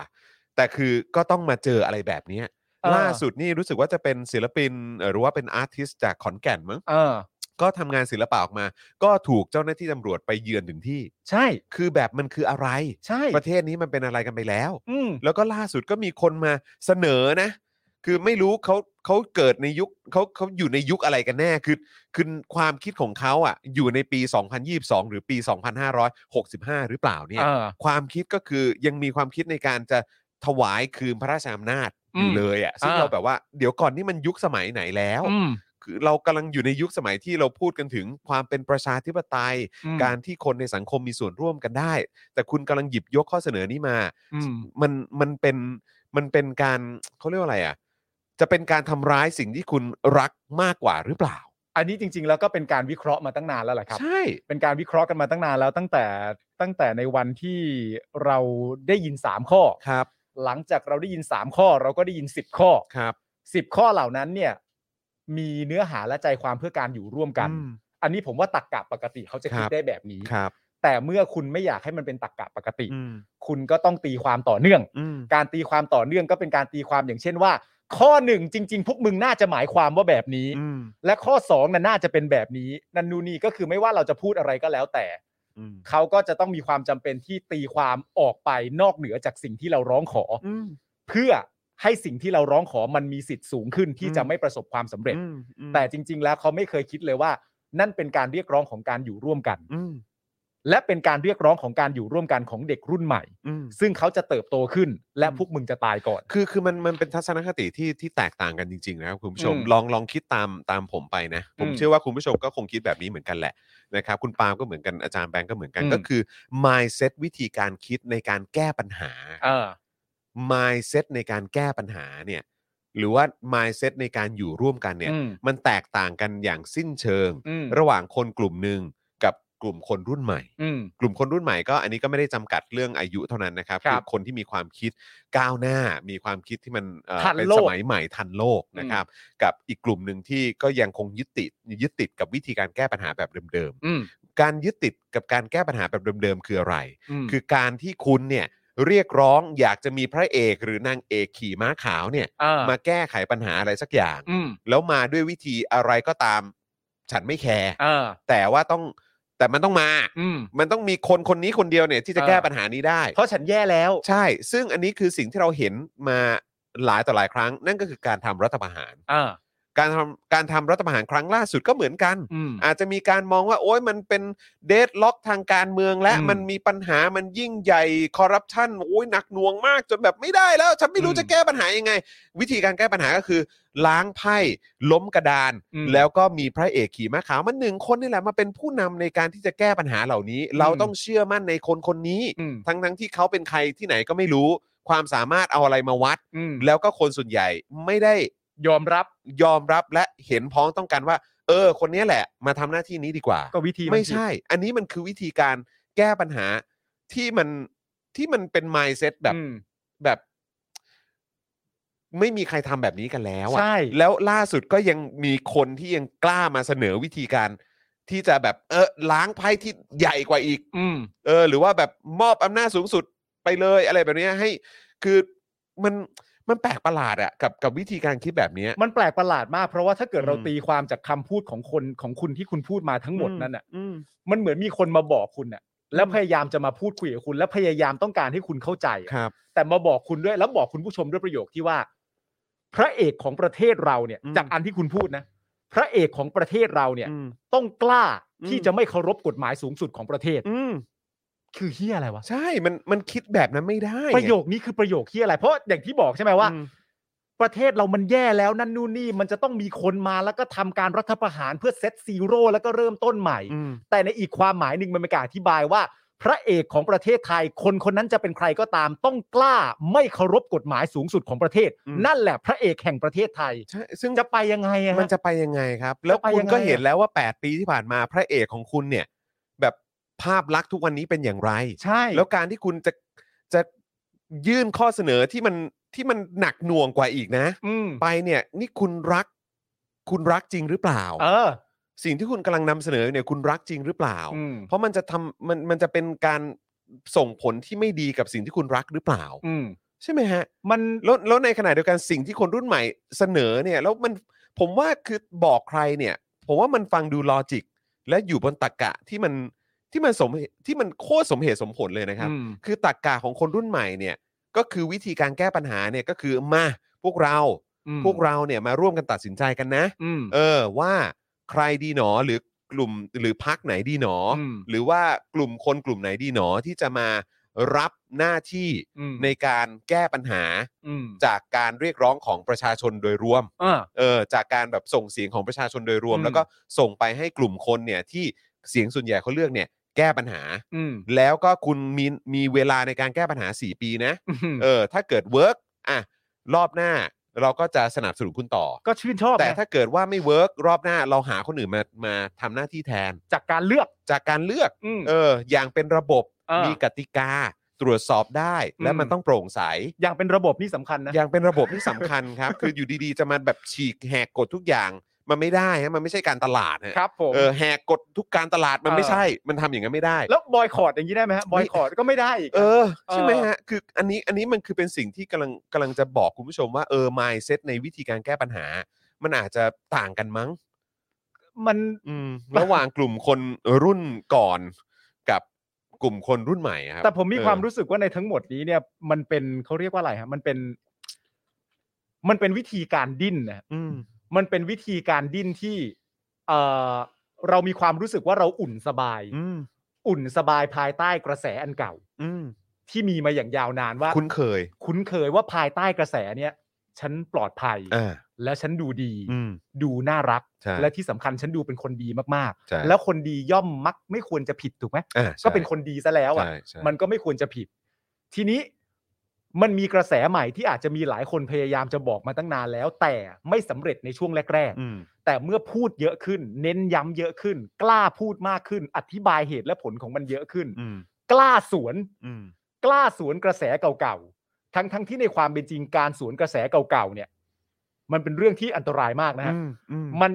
แต่คือก็ต้องมาเจออะไรแบบเนี้ย เออ ล่าสุดนี่รู้สึกว่าจะเป็นศิลปินเอ่อหรือว่าเป็นอาร์ติสต์จากขอนแก่นมั้ง เออ ก็ทำงานศิลปะออกมา ก็ถูกเจ้าหน้าที่ตำรวจไปเยือนถึงที่ ใช่ คือแบบมันคืออะไร ใช่ ประเทศนี้มันเป็นอะไรกันไปแล้ว อืม แล้วก็ล่าสุดก็มีคนมาเสนอนะ คือไม่รู้เขาเขาเกิดในยุคเขาเขาอยู่ในยุคอะไรกันแน่ คือคือความคิดของเขาอ่ะ อยู่ในปี 2022 หรือปี 2565 หรือเปล่าเนี่ย เออ ความคิดก็คือยังมีความคิดในการจะถวายคืนพระราชอำนาจอ อื ยู่ ม เลยอ่ะซึ่ง อ่า เราแบบว่าเดี๋ยวก่อนนี่มันยุคสมัยไหนแล้ว อืม คือเรากำลังอยู่ในยุคสมัยที่เราพูดกันถึงความเป็นประชาธิปไตย อืม การที่คนในสังคมมีส่วนร่วมกันได้ แต่คุณกำลังหยิบยกข้อเสนอนี้มา อืม มันมันเป็นมันเป็นการเขาเรียกว่าอะไรอ่ะ จะเป็นการทำร้ายสิ่งที่คุณรักมากกว่าหรือเปล่า อันนี้จริง ๆ แล้วก็เป็นการวิเคราะห์มาตั้งนานแล้วแหละครับ ใช่ เป็นการวิเคราะห์กันมาตั้งนานแล้วตั้งแต่ตั้งแต่ในวันที่เราได้ยิน 3 ข้อ ครับ หลังจากเราได้ยิน 3 ข้อ เราก็ได้ยิน 10 ข้อ ครับ 10 ข้อเหล่านั้นเนี่ย มีเนื้อหาและใจความเพื่อการอยู่ร่วมกัน อืม อันนี้ผมว่าตักกะปกติเขาจะคิคดรับ ได้แบบนี้ ครับ แต่เมื่อคุณไม่อยากให้มันเป็นตักกะปกติ อืม คุณก็ต้องตีความต่อเนื่อง อืม การตีความต่อเนื่องก็เป็นการตีความอย่างเช่นว่า ข้อหนึ่งจริง ๆ พวกมึงน่าจะหมายความว่าแบบนี้ อืม และข้อสองน่ะน่าจะเป็นแบบนี้ นันนูนนีก็คือไม่ว่าเราจะพูดอะไรก็แล้วแต่ อืม เขาก็จะต้องมีความจำเป็นที่ตีความออกไปนอกเหนือจากสิ่งที่เราร้องขออ อืม เพื่อให้สิ่งที่เราร้องขอมันมีสิทธิ์สูงขึ้นที่ อืม จะไม่ประสบความสำเร็จ อืมอืม แต่จริง ๆ แล้วเขาไม่เคยคิดเลยว่า นั่นเป็นการเรียกร้องของการอยู่ร่วมกัน อืม และเป็นการเรียกร้องของการอยู่ร่วมกันของเด็กรุ่นใหม่ อืม ซึ่งเขาจะเติบโตขึ้น และ อืม พวกมึงจะตายก่อน คือคือมันมันเป็นทัศนคติที่ที่แตกต่างกันจริงๆนะครับคุณผู้ชม อืม ลองลองคิดตามตามผมไปนะ ผม อืม เชื่อว่าคุณผู้ชมก็คงคิดแบบนี้เหมือนกันแหละนะครับคุณปาล์มก็เหมือนกันอาจารย์แบงก์ก็เหมือนกัน อืม ก็คือ mindset วิธีการคิดในการแก้ปัญหา เออ mindset ในการแก้ปัญหาเนี่ยหรือว่า mindset ในการอยู่ร่วมกันเนี่ย อืม มันแตกต่างกันอย่างสิ้นเชิง อืม ระหว่างคนกลุ่มหนึ่งกับกลุ่มคนรุ่นใหม่ อืม กลุ่มคนรุ่นใหม่ก็อันนี้ก็ไม่ได้จำกัดเรื่องอายุเท่านั้นนะครับ ครับ คนที่มีความคิดก้าวหน้า มีความคิดที่มันเอ่อ ทัน เป็น โล ส ก มัยใหม่ทันโลกนะครับ กับอีกกลุ่มหนึ่งที่ก็ยังคงยึดติดยึดติดกับวิธีการแก้ปัญหาแบบเดิม อืม ๆ การยึดติดกับการแก้ปัญหาแบบเดิมๆคืออะไร อืม คือการที่คุณเนี่ยเรียกร้องอยากจะมีพระเอกหรือนางเอกขี่ม้าขาวเนี่ย เออ มาแก้ไขปัญหาอะไรสักอย่าง อืม แล้วมาด้วยวิธีอะไรก็ตามฉันไม่แคร์ เออ แต่ว่าต้องแต่มันต้องมา อืม มันต้องมีคนคนนี้คนเดียวเนี่ยที่จะ เออ แก้ปัญหานี้ได้ เพราะฉันแย่แล้ว ใช่ ซึ่งอันนี้คือสิ่งที่เราเห็นมาหลายต่อหลายครั้ง นั่นก็คือการทำรัฐประหาร เออ การทำการทำรัฐประหารครั้งล่าสุดก็เหมือนกัน อืม อาจจะมีการมองว่าโอ้ยมันเป็นเดดล็อกทางการเมืองและ อืม มันมีปัญหามันยิ่งใหญ่คอร์รัปชันโอ้ยหนักหน่วงมากจนแบบไม่ได้แล้ว ฉันไม่รู้ อืม จะแก้ปัญหายังไง วิธีการแก้ปัญหาก็คือ ล้างไพ่ล้มกระดาน อืม แล้วก็มีพระเอกขี่ม้าขาวมันหนึ่งคนนี่แหละมาเป็นผู้นำในการที่จะแก้ปัญหาเหล่านี้ เราต้องเชื่อมั่นในคนคนนี้ อืม ทั้งทั้งๆที่เขาเป็นใครที่ไหนก็ไม่รู้ ความสามารถเอาอะไรมาวัด อืม แล้วก็คนส่วนใหญ่ไม่ได้ ยอมรับ ยอมรับและเห็นพ้องต้องกันว่า เออ คนเนี้ยแหละ มาทำหน้าที่นี้ดีกว่า ก็วิธีน ไม่ ผิ ใช่ ด อันนี้มันคือวิธีการแก้ปัญหา ที่มันที่มันเป็น mindset แบบ อืม แบบ ไม่มีใครทำแบบนี้กันแล้วอะ ใช่ แล้วล่าสุดก็ยังมีคนที่ยังกล้ามาเสนอวิธีการ ที่จะแบบ เออล้างไพ่ที่ใหญ่กว่าอีก อืม เออหรือว่าแบบมอบอำนาจสูงสุดไปเลยอะไรแบบเนี้ยให้คือมันมันแปลกประหลาดอะกับกับวิธีการคิดแบบเนี้ย มันแปลกประหลาดมาก เพราะว่าถ้าเกิดเรา อืม ตีความจากคำพูดของคนของคุณที่คุณพูดมาทั้งหมดนั่นน่ะ อืม มันเหมือนมีคนมาบอกคุณน่ะ แล้วพยายามจะมาพูดคุยกับคุณ และพยายามต้องการให้คุณเข้าใจอะ ครับ แต่มาบอกคุณด้วยแล้วบอกคุณผู้ชมด้วยประโยคที่ว่า พระเอกของประเทศเราเนี่ย อืม จากอันที่คุณพูดนะ พระเอกของประเทศเราเนี่ย อืม ต้องกล้าที่ อืม จะไม่เคารพกฎหมายสูงสุดของประเทศ อืม คือเฮียอะไรวะ ใช่มันมันคิดแบบนั้นไม่ได้ไง ประโยคนี้คือประโยคเฮียอะไร เพราะอย่างที่บอกใช่ไหมว่า อืม ประเทศเรามันแย่แล้วนั่นนู่นนี่มันจะต้องมีคนมาแล้วก็ทำการรัฐประหารเพื่อเซตซีโร่แล้วก็เริ่มต้นใหม่ อืม แต่ในอีกความหมายหนึ่งมันเป็นการอธิบายว่า พระเอกของประเทศไทย คนคนนั้นจะเป็นใครก็ตาม ต้องกล้าไม่เคารพกฎหมายสูงสุดของประเทศ นั่นแหละพระเอกแห่งประเทศไทย ใช่ซึ่ง จะไปยังไงอะฮะ มันจะไปยังไงครับ แล้ว จะไป คุ ยั ณ งไง ก็เห็น อะ แล้วว่า 8 ปีที่ผ่านมาพระเอกของคุณเนี่ย แบบภาพลักษณ์ทุกวันนี้เป็นอย่างไร ใช่ แล้วการที่คุณจะจะยื่นข้อเสนอที่มันที่มันหนักหน่วงกว่าอีกนะ อืม ไปเนี่ยนี่คุณรัก คุณรักจริงหรือเปล่า เออ สิ่งที่คุณกำลังนำเสนอเนี่ยคุณรักจริงหรือเปล่า อืม เพราะมันจะทำมันมันจะเป็นการส่งผลที่ไม่ดีกับสิ่งที่คุณรักหรือเปล่า อืม ใช่ไหมฮะ มัน แล้วแล้วในขณะเดียวกันสิ่งที่คนรุ่นใหม่เสนอเนี่ย แล้วมันผมว่าคือบอกใครเนี่ย ผมว่ามันฟังดูลอจิก และอยู่บนตรกกะที่มันที่มันสมเหตุที่มันโคตรสมเหตุสมผลเลยนะครับ อืม คือตรกกะของคนรุ่นใหม่เนี่ย ก็คือวิธีการแก้ปัญหาเนี่ยก็คือมาพวกเรา อืม พวกเราเนี่ยมาร่วมกันตัดสินใจกันนะ อืม เออว่าใครดีหนอหรือกลุ่มหรือพักไหนดีหนออ ม หรือว่ากลุ่มคนกลุ่มไหนดีหนอที่จะมารับหน้าที่ ม ในการแก้ปัญหา อืม จากการเรียกร้องของประชาชนโดยรวม เออ เออจากการแบบส่งเสียงของประชาชนโดยรวม อืม แล้วก็ส่งไปให้กลุ่มคนเนี่ยที่เสียงส่วนใหญ่เขาเลือกเนี่ยแก้ปัญหา อืม แล้วก็คุณมีมีเวลาในการแก้ปัญหา 4 ปีนะ อืม เออถ้าเกิดเวิร์กอ่ะรอบหน้าเราก็จะสนับสนุนคุณต่อ ก็ชื่นชอบ แต่ ไง ถ้าเกิดว่าไม่เวิร์กรอบหน้าเราหาคนอื่นมามาทำหน้าที่แทน จากการเลือก จากการเลือก อืม เอออย่างเป็นระบบ เออ มีกติกา ตรวจสอบได้ และ อืม มันต้องโปร่งใส อย่างเป็นระบบนี่สำคัญนะ อย่างเป็นระบบที่สำคัญ (laughs) ครับ คืออยู่ดีๆ จะมาแบบฉีกแหกกฎทุกอย่าง มันไม่ได้ฮะมันไม่ใช่การตลาดฮะ ครับผม เออแหกกฎทุกการตลาดมัน เออ ไม่ใช่ มันทำอย่างนั้นไม่ได้ แล้วบอยคอรดอย่างนี้ได้ไหมฮะบอยคอรดก็ไม่ได้อีก เออ เออ ใช่ไหมฮะคืออันนี้อันนี้มันคือเป็นสิ่งที่กำลังกำลังจะบอกคุณผู้ชมว่าเออ mindset ในวิธีการแก้ปัญหา มันอาจจะต่างกันมั้ง มัน อื (laughs) มระหว่างกลุ่มคนรุ่นก่อนกับกลุ่มคนรุ่นใหม่อะครับ แต่ผมมีความ เอ รู้สึกว่าในทั้งหมดนี้เนี่ย มันเป็นเขาเรียกว่าอะไรฮะมันเป็น มันเป็นวิธีการดิ้นนะฮะ ออืม มันเป็นวิธีการดิ้นที่ เออเรามีความรู้สึกว่าเราอุ่นสบาย อืม อุ่นสบายภายใต้กระแสอันเก่า อืม ที่มีมาอย่างยาวนานว่า คุ้นเคย คุ้นเคยว่าภายใต้กระแสเนี่ย ฉันปลอดภัย อ่า และฉันดูดี อืม ดูน่ารัก ใช่ และที่สำคัญฉันดูเป็นคนดีมาก ใช่ ๆ แล้วคนดีย่อมมักไม่ควรจะผิดถูกไหม อ่า ก็เป็นคนดีซะแล้วอ่ะ มันก็ไม่ควรจะผิด ทีนี้มันมีกระแสใหม่ที่อาจจะมีหลายคนพยายามจะบอกมาตั้งนานแล้ว แต่ไม่สำเร็จในช่วงแรก อืม ๆ แต่เมื่อพูดเยอะขึ้น เน้นย้ำเยอะขึ้น กล้าพูดมากขึ้น อธิบายเหตุและผลของมันเยอะขึ้น อืม กล้าสวน อืม กล้าสวนกระแสเก่าๆ ทั้งๆที่ในความเป็นจริงการสวนกระแสเก่าๆเนี่ย มันเป็นเรื่องที่อันตรายมากนะฮะ อืมอืม มัน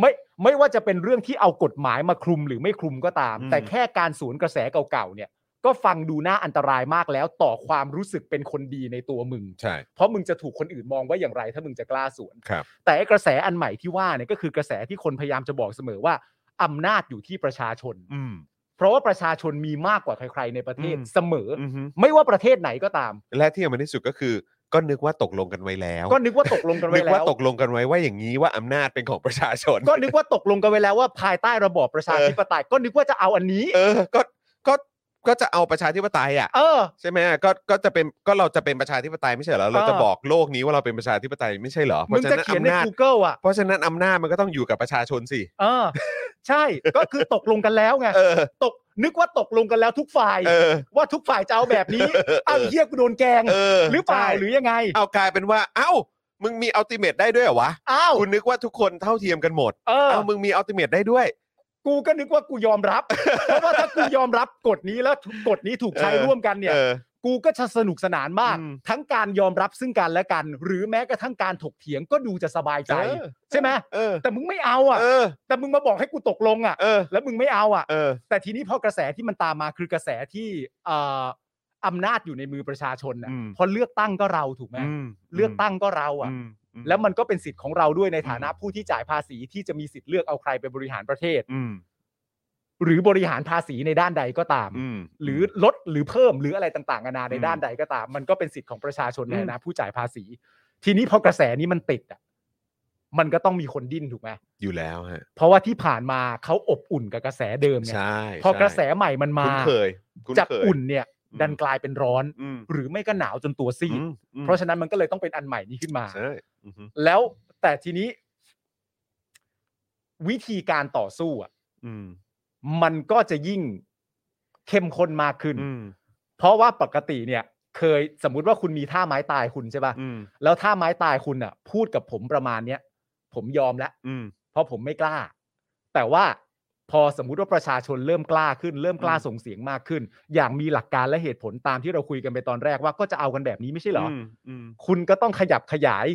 ไม่ไม่ว่าจะเป็นเรื่องที่เอากฎหมายมาคลุมหรือไม่คลุมก็ตาม อืม แต่แค่การสวนกระแสเก่าๆเนี่ย ก็ฟังดูน่าอันตรายมากแล้วต่อความรู้สึกเป็นคนดีในตัวมึง ใช่ เพราะมึงจะถูกคนอื่นมองว่าอย่างไร ถ้ามึงจะกล้าสวน ครับ แต่ไอ้กระแสอันใหม่ที่ว่าเนี่ยก็คือกระแสที่คนพยายามจะบอกเสมอว่าอำนาจอยู่ที่ประชาชน อืม เพราะว่าประชาชนมีมากกว่าใคร ๆ ในประเทศ อืม เสมออ อือฮึ ไม่ว่าประเทศไหนก็ตาม และที่สำคัญที่สุดก็คือ ก็นึกว่าตกลงกันไว้แล้ว ก็นึกว่าตกลงกันไว้ ก แล้ว ว่าตกลงกันไว้ว่าอย่างนี้ว่าอำนาจเป็นของประชาชน ก็นึกว่าตกลงกันไว้แล้วว่าภายใต้ระบอบประชาธิปไตยก็นึกว่าจะเอาอันนี้ เออก็ก็ก็จะเอาประชาธิปไตย (laughs) อ่ะ เออ ใช่ไหมก็ก็จะเป็นก็เราจะเป็นประชาธิปไตยไม่ใช่เหรอเราจะ เออ บอกโลกนี้ว่าเราเป็นประชาธิปไตยไม่ใช่เหรอเพ มึ ราะ ง ฉะ จะ นั้น เขียนใน อำนาจ Google อ่ะ เพราะฉะนั้นอำนาจมันก็ต้องอยู่กับประชาชน (laughs) สิ เอ (laughs) อ ใช่ ก็คือตกลงกันแล้วไง เออ ตกนึกว่าตกลงกันแล้วทุกฝ่าย เออ ว่าทุกฝ่ายจะเอาแบบนี้ เออ เอาเหี้ยกูโดนแกล้ง เออ หรือเปล่า ใช่ หรือยังไง เอากลายเป็นว่า เอ้า มึงมีอัลติเมทได้ด้วยเหรอวะ อ้าว คุณนึกว่าทุกคนเท่าเทียมกันหมด เออ เอ้ามึงมีอัลติเมทได้ด้วย กูก็นึกว่ากูยอม (laughs) รับ เพราะว่าถ้ากูยอมรับกฎนี้แล้วกฎนี้ถูกใช้ เออ ร่วมกันเนี่ย เออ กูก็จะสนุกสนานมาก อืม ทั้งการยอมรับซึ่งกันและกัน หรือแม้กระทั่งการถกเถียงก็ดูจะสบายใจ เออ ใช่ไหม เออ แต่มึงไม่เอาอ่ะ เออ แต่มึงมาบอกให้กูตกลงอ่ะ เออ แล้วมึงไม่เอาอ่ะ เออ แต่ทีนี้พอกระแสที่มันตามมาคือกระแสที่เอ่ออำนาจอยู่ในมือประชาชนนะ อืม พอเลือกตั้งก็เราถูกไหมเลือกตั้งก็เราอ่ะ อืมอืม แล้วมันก็เป็นสิทธิ์ของเราด้วยในฐานะผู้ที่จ่ายภาษีที่จะมีสิทธิ์เลือกเอาใครไปบริหารประเทศ อืม หรือบริหารภาษีในด้านใดก็ตาม อืม หรือลดหรือเพิ่มหรืออะไรต่างๆนานาใน อืม ด้านใดก็ตาม มันก็เป็นสิทธิ์ของประชาชนใน อืม ฐานะผู้จ่ายภาษี ทีนี้พอกระแสนี้มันติดอ่ะมันก็ต้องมีคนดิ้นถูกไหม อยู่แล้วฮะ เพราะว่าที่ผ่านมาเขาอบอุ่นกับกระแสเดิมไง ใช่ พอกระแสใหม่มันมา คุ้นเคยคุ้น จาก เคย อุ่นเนี่ย อืม ดันกลายเป็นร้อน อืม หรือไม่ก็หนาวจนตัวซีด อืมอืม เพราะฉะนั้นมันก็เลยต้องเป็นอันใหม่นี้ขึ้นมา ใช่อือฮึ แล้วแต่ทีนี้ วิธีการต่อสู้อ่ะ อืม มันก็จะยิ่งเข้มข้นมากขึ้น อืม เพราะว่าปกติเนี่ย เคยสมมุติว่าคุณมีท่าไม้ตายคุณใช่ป่ะ อืม แล้วท่าไม้ตายคุณอ่ะ พูดกับผมประมาณเนี้ยผมยอมแล้ว อืม เพราะผมไม่กล้า แต่ว่าพอสมมุติว่าประชาชนเริ่มกล้าขึ้น เริ่มกล้าส่งเสียงมากขึ้น อย่างมีหลักการและเหตุผลตามที่เราคุยกันไปตอนแรกว่าก็จะเอากันแบบนี้ไม่ใช่เหรออ อืม คุณก็ต้องขยับขยาย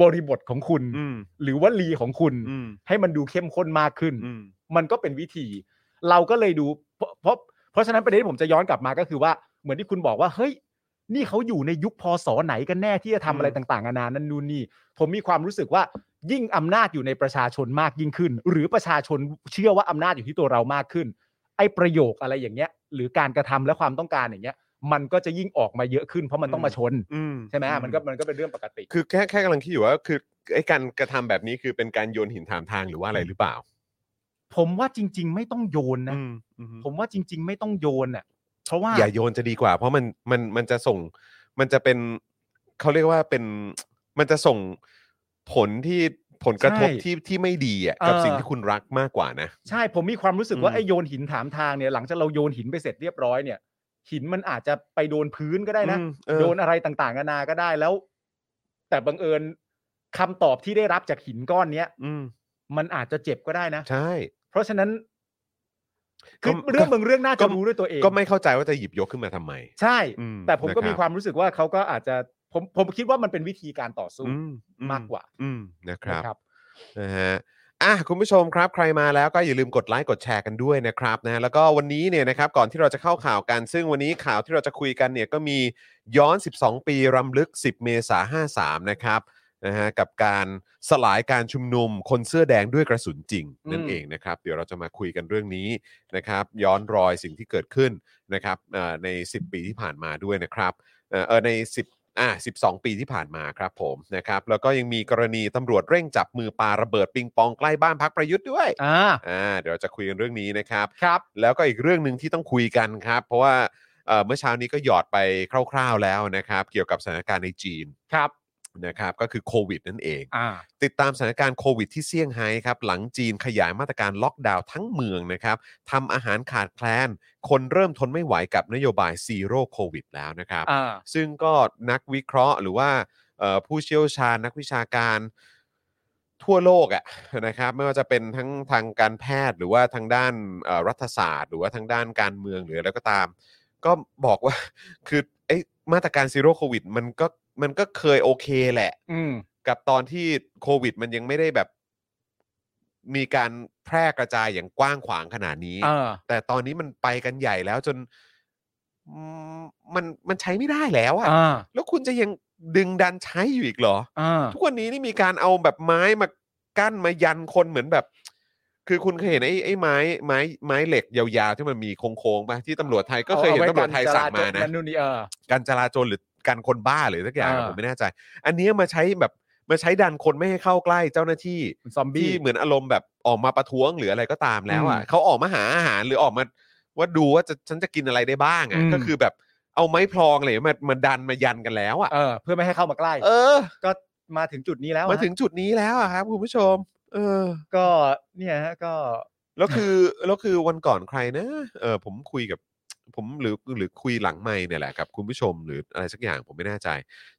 บริบทของคุณ อืม หรือว่าลีของคุณ อืม ให้มันดูเข้มข้นมากขึ้น อืม มันก็เป็นวิธี เราก็เลยดูเพราะเพราะเพราะฉะนั้นประเด็นที่ผมจะย้อนกลับมาก็คือว่าเหมือนที่คุณบอกว่าเฮ้ย นี่เขาอยู่ในยุคพศไหนกันแน่ที่จะทำอะไรต่างๆนานานั่นนู่นนี่ ผมมีความรู้สึกว่ายิ่งอำนาจอยู่ในประชาชนมากยิ่งขึ้น หรือประชาชนเชื่อว่าอำนาจอยู่ที่ตัวเรามากขึ้น ไอ้ประโยคอะไรอย่างเงี้ย หรือการกระทำและความต้องการอย่างเงี้ย มันก็จะยิ่งออกมาเยอะขึ้น เพราะมันต้องมาชน อืม ใช่ไหมฮะมันก็ อื มันก็เป็นเรื่องปกติ คือแค่แค่กำลังคิดอยู่ว่าคือไอ้การกระทำแบบนี้คือเป็นการโยนหินถามทางหรือว่าอะไรหรือเปล่า ผมว่าจริง ๆ ไม่ต้องโยนนะ อืมอืม ผมว่าจริง ๆ ไม่ต้องโยนอ่ะ เพราะว่า อย่าโยนจะดีกว่า เพราะมันมันมันจะส่ง มันจะเป็นเขาเรียกว่าเป็นมันจะส่งผลที่ผลกระทบ ใช่ ที่ที่ไม่ดีอ่ะกับ เออ สิ่งที่คุณรักมากกว่านะ ใช่ผมมีความรู้สึก อื ว่าม ไอ้โยนหินถามทางเนี่ยหลังจากเราโยนหินไปเสร็จเรียบร้อยเนี่ย หินมันอาจจะไปโดนพื้นก็ได้นะ อืมเออ โดนอะไรต่างๆนานาก็ได้แล้ว แต่บังเอิญคำตอบที่ได้รับจากหินก้อนเนี้ย อืม มันอาจจะเจ็บก็ได้นะ ใช่ เพราะฉะนั้น ก็ คือเรื่อง ก็ บางเรื่องน่า ก็ จะรู้ด้วยตัวเอง ก็ไม่เข้าใจว่าจะหยิบยกขึ้นมาทำไม ใช่ อืม แต่ผมก็ นะครับ มีความรู้สึกว่าเขาก็อาจจะผมผมคิดว่ามันเป็นวิธีการต่อสู้ อือื มากกว่า อืมนะครับ นะครับ นะฮะ อ่ะคุณผู้ชมครับ ใครมาแล้วก็อย่าลืมกดไลค์กดแชร์กันด้วยนะครับนะฮะแล้วก็วันนี้เนี่ยนะครับก่อนที่เราจะเข้าข่าวกัน ซึ่งวันนี้ข่าวที่เราจะคุยกันเนี่ยก็มีย้อน 12 ปีรำลึก 10 เมษายน53 นะครับนะฮะกับการสลายการชุมนุมคนเสื้อแดงด้วยกระสุนจริง นั่น อืม เองนะครับ เดี๋ยวเราจะมาคุยกันเรื่องนี้นะครับ ย้อนรอยสิ่งที่เกิดขึ้นนะครับเอ่อใน 10 ปีที่ผ่านมาด้วยนะครับ เอ่อเอ่อใน 10อ่า12 ปีที่ผ่านมาครับผมนะครับแล้วก็ยังมีกรณีตำรวจเร่งจับมือปาระเบิดปิงปองใกล้บ้านพักประยุทธ์ด้วย อ่า อ่าเดี๋ยวจะคุยกันเรื่องนี้นะครับ ครับ แล้วก็อีกเรื่องหนึ่งที่ต้องคุยกันครับ เพราะว่าเอ่อเมื่อเช้านี้ก็หยอดไปคร่าวๆแล้วนะครับ เกี่ยวกับสถานการณ์ในจีน ครับ นะครับก็คือโควิดนั่นเอง อ่า ติดตามสถานการณ์โควิดที่เซี่ยงไฮ้ครับ หลังจีนขยายมาตรการล็อกดาวน์ทั้งเมืองนะครับทำอาหารขาดแคลน คนเริ่มทนไม่ไหวกับนโยบายซีโร่โควิดแล้วนะครับ อ่า ซึ่งก็นักวิเคราะห์หรือว่าเอ่อผู้เชี่ยวชาญนักวิชาการทั่วโลกอะนะครับไม่ว่าจะเป็นทั้งทางการแพทย์หรือว่าทางด้านเอ่อรัฐศาสตร์ หรือว่าทางด้านการเมืองหรืออะไรก็ตาม ก็บอกว่า (laughs) คือไอ้มาตรการซีโร่โควิดมันก็มันก็เคยโอเคแหละ อืม กับตอนที่โควิด มันยังไม่ได้แบบ มีการแพร่กระจายอย่างกว้างขวางขนาดนี้ อ่า แต่ตอนนี้มันไปกันใหญ่แล้วจนอืมมันมันใช้ไม่ได้แล้วอะ อ่า แล้วคุณจะยังดึงดันใช้อยู่อีกเหรอ อ่า ทุกวันนี้นี่มีการเอาแบบไม้มากั้นมายันคนเหมือนแบบ คือคุณเคยเห็นไอ้ไอ้ไม้ไม้ไม้เหล็กยาวๆ ที่มันมีโค้งๆป่ะที่ตำรวจไทยก็เคยเห็นตำรวจไทยสั่งมานะ นู่นนี่เออ การจราจรหรือการคนบ้าหรือสักอย่างอะ อ่า ผมไม่แน่ใจ อันเนี้ยมาใช้แบบมาใช้ดันคนไม่ให้เข้าใกล้เจ้าหน้าที่ ซอมบี้ ที่เหมือนอารมณ์แบบออกมาประท้วงหรืออะไรก็ตามแล้วอ่ะ อืม เขาออกมาหาอาหารหรือออกมาว่าดูว่าจะฉันจะกินอะไรได้บ้างอ่ะ อืม ก็คือแบบเอาไม้พลองอะไรมามาดันมายันกันแล้วอ่ะ เออ เพื่อไม่ให้เข้ามาใกล้ เออ ก็มาถึงจุดนี้แล้ว มา ฮะ ถึงจุดนี้แล้วอะครับคุณผู้ชม เออ ก็เนี่ยฮะก็ แล้วคือ แล้วคือวันก่อนใครนะ เออผมคุยกับผมหรือหรือคุยหลังไม่เนี่ยแหละกับคุณผู้ชมหรืออะไรสักอย่างผมไม่แน่ใจ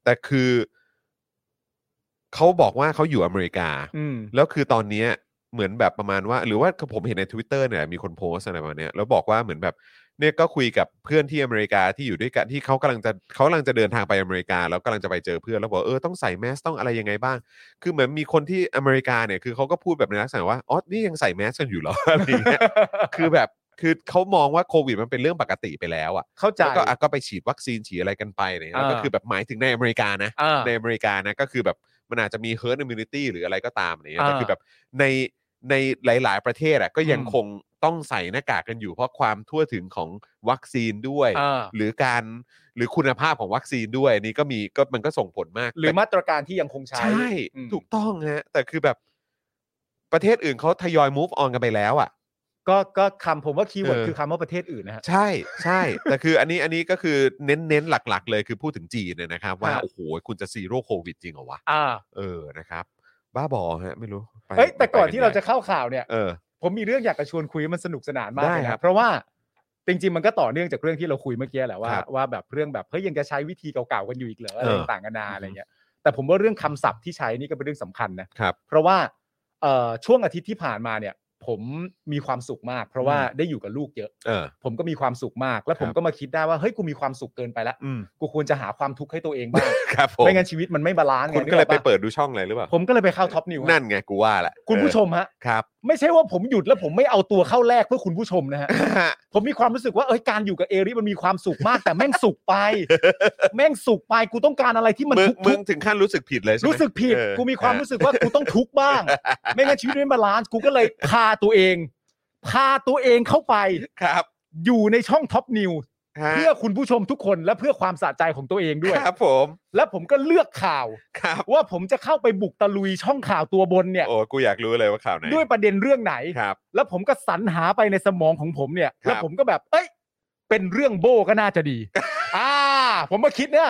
แต่คือเขาบอกว่าเขาอยู่อเมริกา อืม แล้วคือตอนเนี้ย เหมือนแบบประมาณว่า หรือว่าผมเห็นใน Twitter เนี่ยมีคนโพสต์อะไรประมาณเนี้ยแล้วบอกว่าเหมือนแบบเนี่ยก็คุยกับเพื่อนที่อเมริกาที่อยู่ด้วยกันที่เขากำลังจะเขากำลังจะเดินทางไปอเมริกา แล้วกำลังจะไปเจอเพื่อนแล้วบอกเออต้องใส่แมสต้องอะไรยังไงบ้าง คือเหมือนมีคนที่อเมริกาเนี่ยคือเขาก็พูดแบบในลักษณะว่าอ๋อนี่ยังใส่แมสกันอยู่เห (laughs) รอ อะไรอย่างเงี้ยคือแบบคือเขามองว่าโควิดมันเป็นเรื่องปกติไปแล้วอะ เข้าใจ แล้วก็อ่ะก็ไปฉีดวัคซีนฉีดอะไรกันไปเนี่ยแล้วก็ อ่า คือแบบหมายถึงในอเมริกานะ อ่า ในอเมริกานะก็คือแบบมันอาจจะมี herd immunity หรืออะไรก็ตามเนี่ย อ่า แต่คือแบบในในหลาย ๆ ประเทศอ่ะก็ยัง อืม คงต้องใส่หน้ากากกันอยู่ เพราะความทั่วถึงของวัคซีนด้วย อ่า หรือการหรือคุณภาพของวัคซีนด้วยนี่ก็มีก็มันก็ส่งผลมาก หรือ แต่ มาตรการที่ยังคงใช้ ใช่ อืม ถูกต้องฮะ แต่คือแบบประเทศอื่นเขาทยอย move on กันไปแล้วอ่ะ ก็ก็คำผมว่าคีย์เวิร์ด เออ คือคำว่าประเทศอื่นนะฮะ ใช่ใช่ แต่คืออันนี้อันนี้ก็คือเน้นเน้นๆหลัก ๆ เลยคือพูดถึงจีนเนี่ยนะครับ ว่า ฮะ โอ้โห คุณจะซีโร่โควิดจริงเหรอวะ อ่า เออนะครับ บ้าบอฮะ ไม่รู้ไป เฮ้ยแต่ก่อนที่เราจะ ไปนใหญ่ เข้าข่าวเนี่ย เออ ผมมีเรื่องอยากจะชวนคุยมันสนุกสนานมาก ได้ เลย ครับ นะเพราะว่าจริงๆมันก็ต่อเนื่องจากเรื่องที่เราคุยเมื่อกี้แหละว่า ครับ ว่าแบบเรื่องแบบเฮ้ยยังจะใช้วิธีเก่าๆกันอยู่อีกเหรออะไร เออ ต่างกันานาอะไรเงี้ยแต่ผมว่าเรื่องคำศัพท์ที่ใช้นี่ก็เป็นเรื่องสำคัญนะครับ เพราะว่าเอ่อช่วงอาทิตย์ที่ผ่านมาเนี่ย ผมมีความสุขมาก เพราะว่าได้อยู่กับลูกเยอะ เออ ผมก็มีความสุขมาก แล้วผคมรับ ก็มาคิดได้ว่าเฮ้ยกูมีความสุขเกินไปละ อืม กูควรจะหาความทุกข์ให้ตัวเองบ้าง ครับผม ไม่งั้นชีวิตมันไม่บาลานซ์ง คุณก็เลยไป นึออะ เปิดดูช่องอะไรหรือเปล่า ผมก็เลยไปเข้าท็อปนิว นั่นไงกูว่าแหละ คุณผู้ช เอ มฮะ อครับ ไม่ใช่ว่าผมหยุดแล้วผมไม่เอาตัวเข้าแรกเพื่อคุณผู้ชมนะฮะ (laughs) ผมมีความรู้สึกว่าเอ้ยการอยู่กับเอริมันมีความสุขมาก แต่แม่งสุขไป (laughs) แม่งสุขไปกูต้องการอะไรที่มัน มึงมึ ทุ ง ก ถึงขั้นรู้สึกผิดเลยใช่ ๆ ไหม รู้สึกผิด เออ กูมีความรู้สึกว่ากูต้องทุกข์บ้าง ไม่งั้นชีวิตไม่บาลานซ์กูก็เลยพาตัวเอง พาตัวเองเข้าไป ครับ อยู่ในช่องท็อปนิว ฮะ เพื่อคุณผู้ชมทุกคนและเพื่อความสะใจของตัวเองด้วย ครับผม และผมก็เลือกข่าว ครับ ว่าผมจะเข้าไปบุกตะลุยช่องข่าวตัวบนเนี่ย โอ้กูอยากรู้เลยว่าข่าวไหน ด้วยประเด็นเรื่องไหน ครับ แล้วผมก็สรรหาไปในสมองของผมเนี่ย ครับ แล้วผมก็แบบ เอ้ย เป็นเรื่องโบก็น่าจะดี (laughs) อ่า ผมมาคิดเนี่ย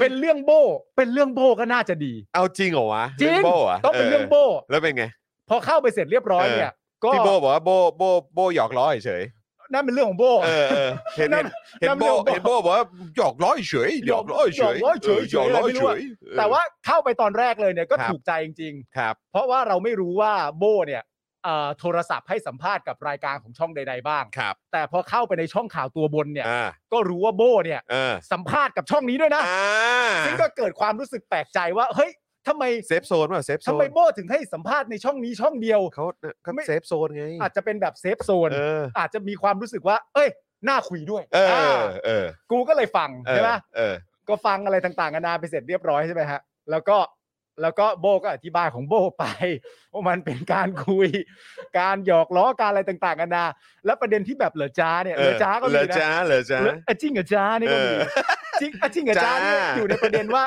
เป็นเรื่องโบ เป็นเรื่องโบก็น่าจะดี เอาจริงเหรอวะ จริง เอโบ้หะ ต้องเป็นเรื่องโบ แล้วเป็นไง พอเข้าไปเสร็จเรียบร้อยเนี่ย ก็ พี่โบบอกว่าโบโบโบหยอกล้อเฉย นั่นเป็นเรื่องของโบ ๆเออเออเห็น นั่ เห็นนเห็น นั่น โบ เรื่องโบ้ เห็นโบบอกว่าหยอกล้อเฉยๆหยอกล้อเฉยๆ หยอกล้อเฉยๆ หยอกล้อ อะไรไม่รู้ เฉ อะ ยๆ แต่ว่าเข้าไปตอนแรกเลยเนี่ยก็ ครับ ถูกใจจริง ครับ ๆ เพราะว่าเราไม่รู้ว่าโบเนี่ยเอ่อโทรศัพท์ให้สัมภาษณ์กับรายการของช่องใด ๆ บ้าง ครับ แต่พอเข้าไปในช่องข่าวตัวบนเนี่ย อ่า ก็รู้ว่าโบเนี่ย เออ สัมภาษณ์กับช่องนี้ด้วยนะ อ่า ซึ่งก็เกิดความรู้สึกแปลกใจว่า เฮ้ยทำไม เซฟโซนป่ะเซฟโซ ทำไม น โบถึงให้สัมภาษณ์ในช่องนี้ช่องเดียว เขาเขา ไม่ เซฟโซนไง อาจจะเป็นแบบเซฟโซน เออ อาจจะมีความรู้สึกว่า เอ้ย น่าคุยด้วย เออ อ่า เออ กูก็เลยฟัง เออ ใช่ไหม เออ ก็ฟังอะไรต่างๆนานาไปเสร็จเรียบร้อยใช่ไหมฮะ แล้วก็ แล้วก็โบก็อธิบายของโบไป (laughs) ว่ามันเป็นการคุย (laughs) การหยอกล้อการอะไรต่างๆนานา แล้วประเด็นที่แบบเหลือจ้าเนี่ย เหลือจ้าก็ เห มี ลือ นะ จ้าเหลือจ้า เอออ่ะจริงเหรอจ้านี่ก็มี เออ จริงอ่ะจริงเหรอจ้า จ้า นี่อยู่ในประเด็นว่า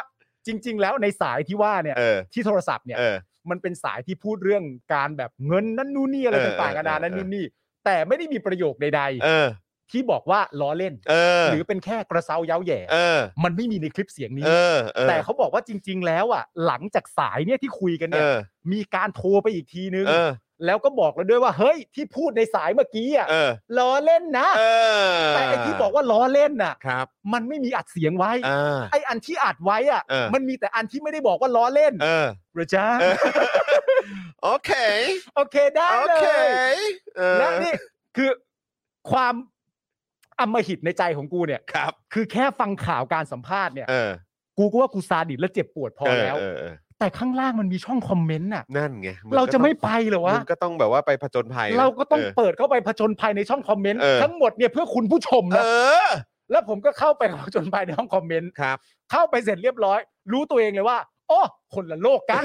จริง ๆ แล้วในสายที่ว่าเนี่ย เออ ที่โทรศัพท์เนี่ย เออ มันเป็นสายที่พูดเรื่องการแบบเงินนั่นนู่นนี่อะไร เออ ต่างๆ เออกันานานั่นนู่นนี่ แต่ไม่ได้มีประโยคใด เออ ๆ ที่บอกว่าล้อเล่น เออ หรือเป็นแค่กระเซาเย้าแหย่ เออ มันไม่มีในคลิปเสียงนี้ เออเออ แต่เขาบอกว่าจริง ๆ แล้วอ่ะหลังจากสายเนี่ยที่คุยกัน เอ เนี่ย อ มีการโทรไปอีกทีนึง เออ แล้วก็บอกแล้วด้วยว่าเฮ้ยที่พูดในสายเมื่อกี้อ่ะ เออ ล้อเล่นนะ เออ แต่ไอที่บอกว่าล้อเล่นน่ะ ครับ มันไม่มีอัดเสียงไว้ อ่า ไออันที่อัดไว้อ่ะ เออ มันมีแต่อันที่ไม่ได้บอกว่าล้อเล่น เออ เหรือจ้า เออโอเค โอเคได้ โอ เล เค ย เออ และนี่คือความอำมหิตในใจของกูเนี่ย ครับ คือแค่ฟังข่าวการสัมภาษณ์เนี่ย เออ กูก็ว่ากูซาดิสและเจ็บปวดพอแล้ว เออเออเออ แต่ข้างล่างมันมีช่องคอมเมนต์น่ะ นั่นไงง เราจะไม่ ก็ ไปเหรอ ต้อง วะ มึงก็ต้องแบบว่าไปผจญภัยนะ เราก็ต้อง เ เปิดเข้าไปผจญภัยในช่องคอมเมนต์ เออ ทั้งหมดเนี่ยเพื่อคุณผู้ชม เอ นะ อ แล้วผมก็เข้าไปผจญภัยในห้องคอมเมนต์ ครับ เข้าไปเสร็จเรียบร้อย รู้ตัวเองเลยว่าอ๋อคนละโลกกัน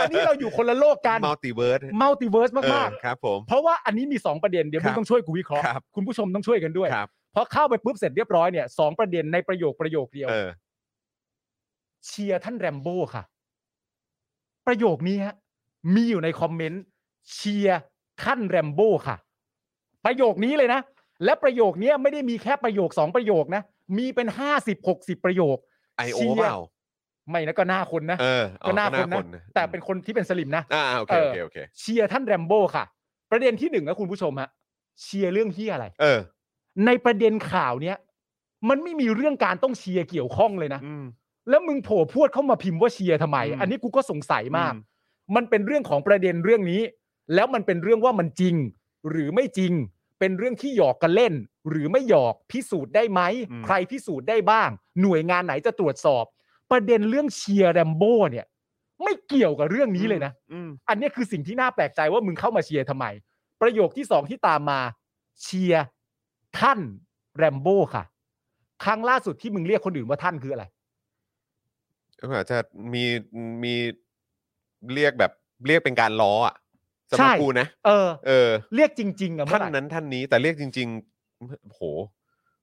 อันนี้เราอยู่คนละโลกกัน มัลติเวิร์ส มัลติเวิร์ส เออ มาก ครับผม ๆ เพราะว่าอันนี้มี 2 ประเด็นเดี๋ยว ครั มึ บ งต้องช่วยกูวิเคราะห์ ครับ คุณผู้ชมต้องช่วยกันด้วย ครับ พอเข้าไปปุ๊บเสร็จเรียบร้อยเนี่ยสองประเด็นในประโยคประโยคเดียว เออ เชียร์ท่านแรมโบ้ค่ะ ประโยคนี้ฮะมีอยู่ในคอมเมนต์เชียร์ท่านแรมโบ้ค่ะ ประโยคนี้เลยนะ และประโยคนี้ไม่ได้มีแค่ประโยคสองประโยคนะ มีเป็นห้าสิบหกสิบประโยค ไอโอ เชียร์ เปล่า ไม่นะก็หน้าคนนะ เอออ๋อ ก็หน้าคนนะ แต่เป็นคนที่เป็นสลิมนะ อ่าโอเคโอเคโอเค เชียร์ท่านแรมโบ้ค่ะ ประเด็นที่หนึ่งนะคุณผู้ชมฮะเชียร์เรื่องเฮียอะไร เออ ในประเด็นข่าวเนี้ยมันไม่มีเรื่องการต้องเชียร์เกี่ยวข้องเลยนะ อืม แล้วมึงโผล่พวดเข้ามาพิมพ์ว่าเชียร์ทำไม อืม อันนี้กูก็สงสัยมาก อืม มันเป็นเรื่องของประเด็นเรื่องนี้ แล้วมันเป็นเรื่องว่ามันจริง หรือไม่จริง เป็นเรื่องที่หยอกกันเล่น หรือไม่หยอกพิสูจน์ได้ไหม อืม ใครพิสูจน์ได้บ้าง หน่วยงานไหนจะตรวจสอบ ประเด็นเรื่องเชียร์แรมโบ้เนี่ย ไม่เกี่ยวกับเรื่องนี้เลยนะ อืม อันเนี้ยคือสิ่งที่น่าแปลกใจว่ามึงเข้ามาเชียร์ทำไม ประโยคที่สองที่ตามมาเชียร์ท่านแรมโบ้ค่ะ ครั้งล่าสุดที่มึงเรียกคนอื่นว่าท่านคืออะไร ก็อาจจะมีมีเรียกแบบเรียกเป็นการล้ออะสำห ใช่ รับกูนะ เออ เออ เรียกจริงๆอะเมื่อ ท่าน ไหร่ นั้นท่านนี้แต่เรียกจริงๆโอ้โห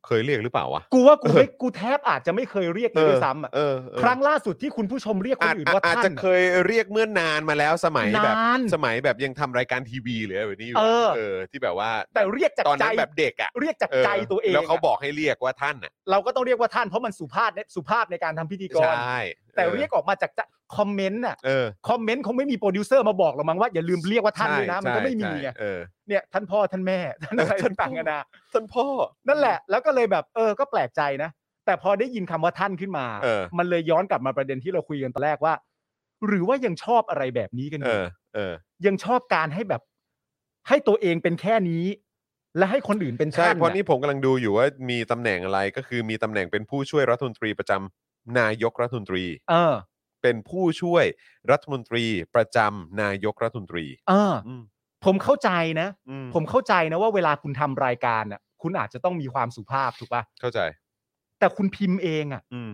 เคยเรียกหรือเปล่าวะ กูว่ากูไม่กูแทบอาจจะไม่เคยเรียกเลยด้วยซ้ำอะ เออเออ ครั้งล่าสุดที่คุณผู้ชมเรียกค อาจ นอื่นว่า อาจ ท่า จะ น เคยเรียกเมื่อนานมาแล้วสมัยแบบ นาน สมัยแบบยังทำรายการทีวีหรืออะไรแบบนี้อยู่ เออ เออ ที่แบบว่า แต่เรียกจาก ตอน ใจ นั้นแบบเด็กอ่ะ เรียกจาก เออ ใจตัวเอง แล้วเขา อะ บอกให้เรียกว่าท่านอ่ะ เราก็ต้องเรียกว่าท่านเพราะมันสุภาพเนี่ยสุภาพในการทำพิธีก ใช ร ่ แต่ ออ เรียกออกมาจากใจคอมเมนต์น่ะ เออ คอมเมนต์คงไม่มีโปรดิวเซอร์มาบอกหรอกมั้งว่าอย่าลืมเรียกว่าท่านด้วยนะมันก็ไม่มี ใช่ ไง ใช่เออ เนี่ยท่านพ่อท่านแม่ ท่านอะไร เออท่านพ่อ ต่างๆนานา ท่านพ่อ นั่นแหละ แล้วก็เลยแบบเออก็แปลกใจนะ แต่พอได้ยินคำว่าท่านขึ้นมา เออ มันเลยย้อนกลับมาประเด็นที่เราคุยกันตอนแรกว่า หรือว่ายังชอบอะไรแบบนี้กันเออยู่ อ เออ ยังชอบการให้แบบ ให้ตัวเองเป็นแค่นี้ และให้คนอื่นเป็น ใช่ ท่าน เพราะนี่ น่ะ ผมกำลังดูอยู่ว่ามีตำแหน่งอะไรก็คือมีตำแหน่งเป็นผู้ช่วยรัฐมนตรีประจำนายกรัฐมนตรี เออ เป็นผู้ช่วยรัฐมนตรีประจำนายกรัฐมนตรี เออ อืม ผมเข้าใจนะ อื ผมเข้าใจนะว่าเวลาคุณทำรายการน่ะ คุณอาจจะต้องมีความสุภาพถูกป่ะ เข้าใจ แต่คุณพิมพ์เองอ่ะ อืม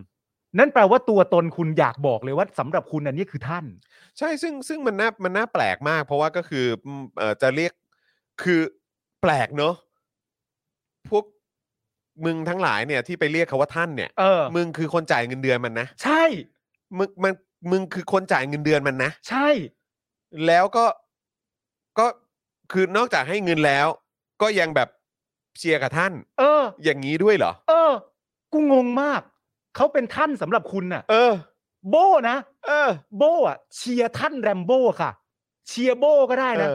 นั่นแปลว่าตัวตนคุณอยากบอกเลยว่าสำหรับคุณอันนี้คือท่าน ใช่ซึ่งซึ่งมันน่ามันน่าแปลกมาก เพราะว่าก็คืออืมเอ่อจะเรียกคือแปลกเนอะพวกมึงทั้งหลายเนี่ยที่ไปเรียกเขาว่าท่านเนี่ย เออ มึงคือคนจ่ายเงินเดือนมันนะ ใช่ มึงมันมึงคือคนจ่ายเงินเดือนมันนะ ใช่ แล้วก็ก็คือนอกจากให้เงินแล้ว ก็ยังแบบเชียร์กับท่าน เออ อย่างนี้ด้วยเหรอ เออ กูงงมาก เขาเป็นท่านสำหรับคุณน่ะ เออ โบนะ เออ โบอ่ะ เชียร์ท่านแรมโบค่ะ เชียร์โบก็ได้ เอ นะ อ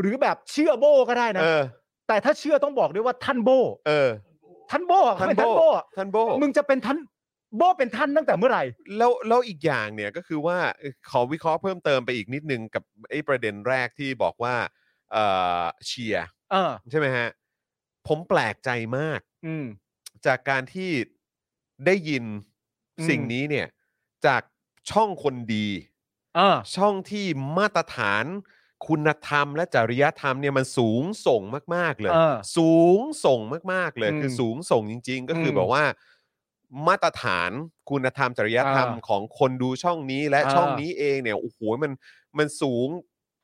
หรือแบบเชื่อโบก็ได้นะ เออ แต่ถ้าเชื่อต้องบอกด้วยว่าท่านโบ เออ ท่านโบอ่ะเขาเป็น ท่า ท่าน น โบ้ โบอ่ะ ท่านโบ มึงจะเป็นท่านโบเป็นท่านตั้งแต่เมื่อไหร่ แล้วแล้วอีกอย่างเนี่ยก็คือว่าเอ่อขอวิเคราะห์เพิ่มเติมไปอีกนิดนึงกับไอ้ประเด็นแรกที่บอกว่าเอ่อเชียร์ เออ ใช่ไหมฮะ ผมแปลกใจมาก อืม จากการที่ได้ยิน อืม สิ่งนี้เนี่ย จากช่องคนดี เออ ช่องที่มาตรฐาน คุณธรรมและจริยธรรมเนี่ยมันสูงส่งมาก ๆ เลย เออ สูงส่งมาก ๆ เลย อืม คือสูงส่งจริง ๆ ก็คืออ ม แบบว่า มาตรฐานคุณธรรมจริยธรรม อ่า ของคนดูช่องนี้และ อ่า ช่องนี้เองเนี่ยโอ้โหมันมันสูง